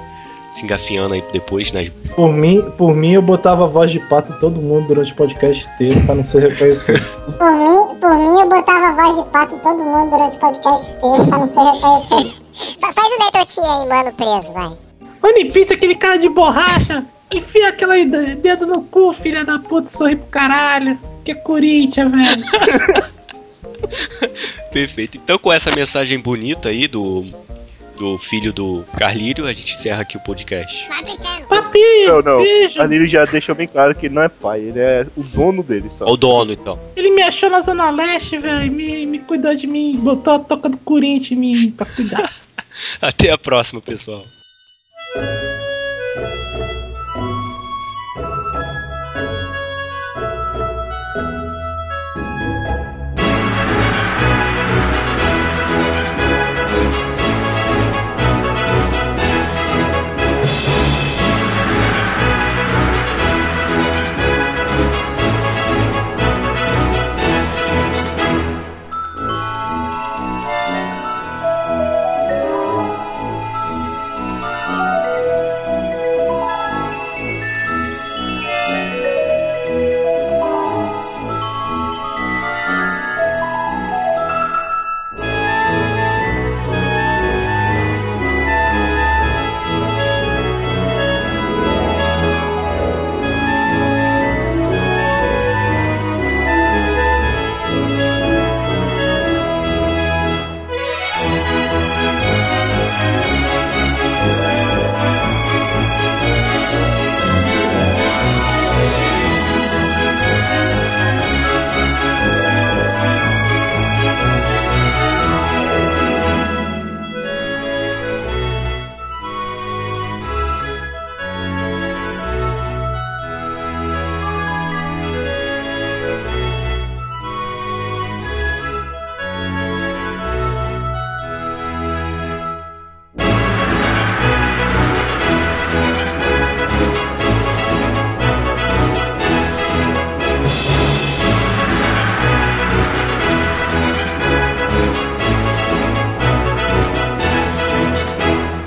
D: se engafiando aí depois nas.
G: Por mim, por mim, eu botava a voz de pato em todo mundo durante o podcast inteiro pra não ser reconhecido.
N: Por mim, por mim, eu botava a voz de pato em todo mundo durante o podcast inteiro pra não ser reconhecido.
O: Fa- Faz o Leitotinha aí, mano, preso, vai.
B: Onipício, aquele cara de borracha. Enfia aquele de- dedo no cu, filha da puta, sorri pro caralho. Que é Corinthians, velho.
D: Perfeito. Então, com essa mensagem bonita aí do, do filho do Carlírio, a gente encerra aqui o podcast.
B: Papi!
E: Não, não.
B: Beijo.
E: Anilio já deixou bem claro que ele não é pai, ele é o dono dele só.
D: O dono, então.
B: Ele me achou na Zona Leste, velho. Me, me cuidou de mim. Botou a toca do Corinthians em mim pra cuidar.
D: Até a próxima, pessoal.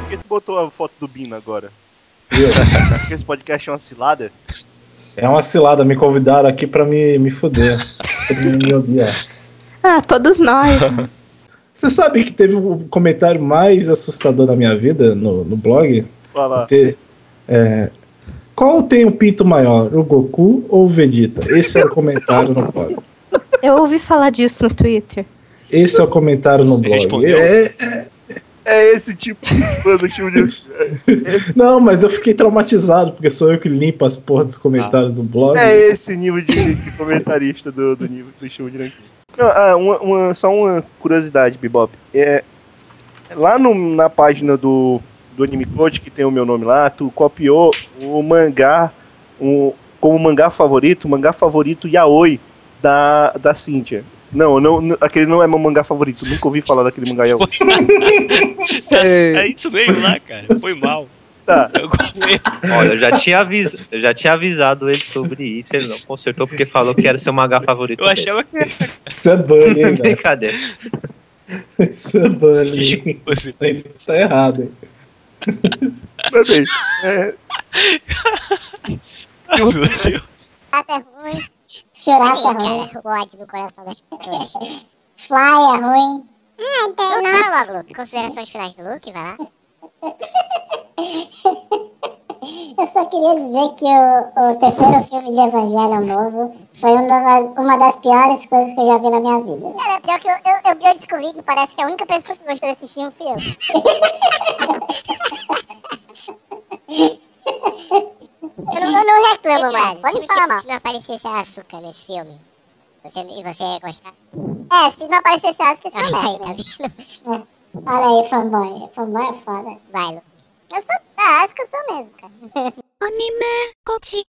E: Por que tu botou a foto do Bino agora? Porque esse podcast é uma cilada?
G: É uma cilada, me convidaram aqui pra me, me foder. Pra me, me odiar.
H: Ah, todos nós.
G: Você sabe que teve o comentário mais assustador da minha vida no, no blog?
E: Fala.
G: Te- é, qual tem o pinto maior, o Goku ou o Vegeta? Esse é o comentário no blog.
H: Eu ouvi falar disso no Twitter.
G: Esse é o comentário no blog.
H: respondeu?
G: É-
E: É esse tipo de fã do time de...
G: não, mas eu fiquei traumatizado, porque sou eu que limpo as porras dos comentários do blog.
E: É esse nível de, de comentarista do, do nível do show de ranking. Não, ah, uma, uma- só uma curiosidade, Bebop. É, lá no- na página do, do Anime Code, que tem o meu nome lá, tu copiou o mangá o- como mangá favorito, o mangá favorito Yaoi da, da Cynthia. Não, não, não, aquele não é meu mangá favorito. Nunca ouvi falar daquele mangá Yaoi.
D: É isso mesmo lá, cara. Foi mal.
E: Tá.
D: Eu gostei.
J: Olha, eu já tinha, avis... eu já tinha avisado ele sobre isso, ele não consertou porque falou que era o seu mangá favorito.
D: Eu achava que era.
G: Isso é bullying, hein, cara?
J: Brincadeira.
G: Isso é bullying. Tá errado, hein?
E: Mas bem, é, se você-
N: Pato é ruim. Churato é ruim.
O: cara, o ódio no coração das pessoas.
N: Fly é ruim.
O: Luke, fala logo, Luke. Considerações finais do Luke, vai lá.
N: Eu só
C: só queria dizer que o, o terceiro filme de Evangelho é um Novo foi uma, uma das piores coisas que eu já vi na minha vida.
A: Cara, pior que eu, eu, eu, eu descobri que parece que é a única pessoa que gostou desse filme fui eu. eu, não, eu não reclamo mais, pode
P: se, não,
A: falar mal.
P: ti- se não aparecesse açúcar nesse filme, você, e você ia gostar?
A: É, se não aparecesse asca, você
P: Olha aí,
A: não
P: tá vendo?
C: Olha aí, fanboy. Fanboy é foda.
P: Vai, Lu.
A: ah, Eu sou da asca, eu sou mesmo, cara.
Q: アニメ告知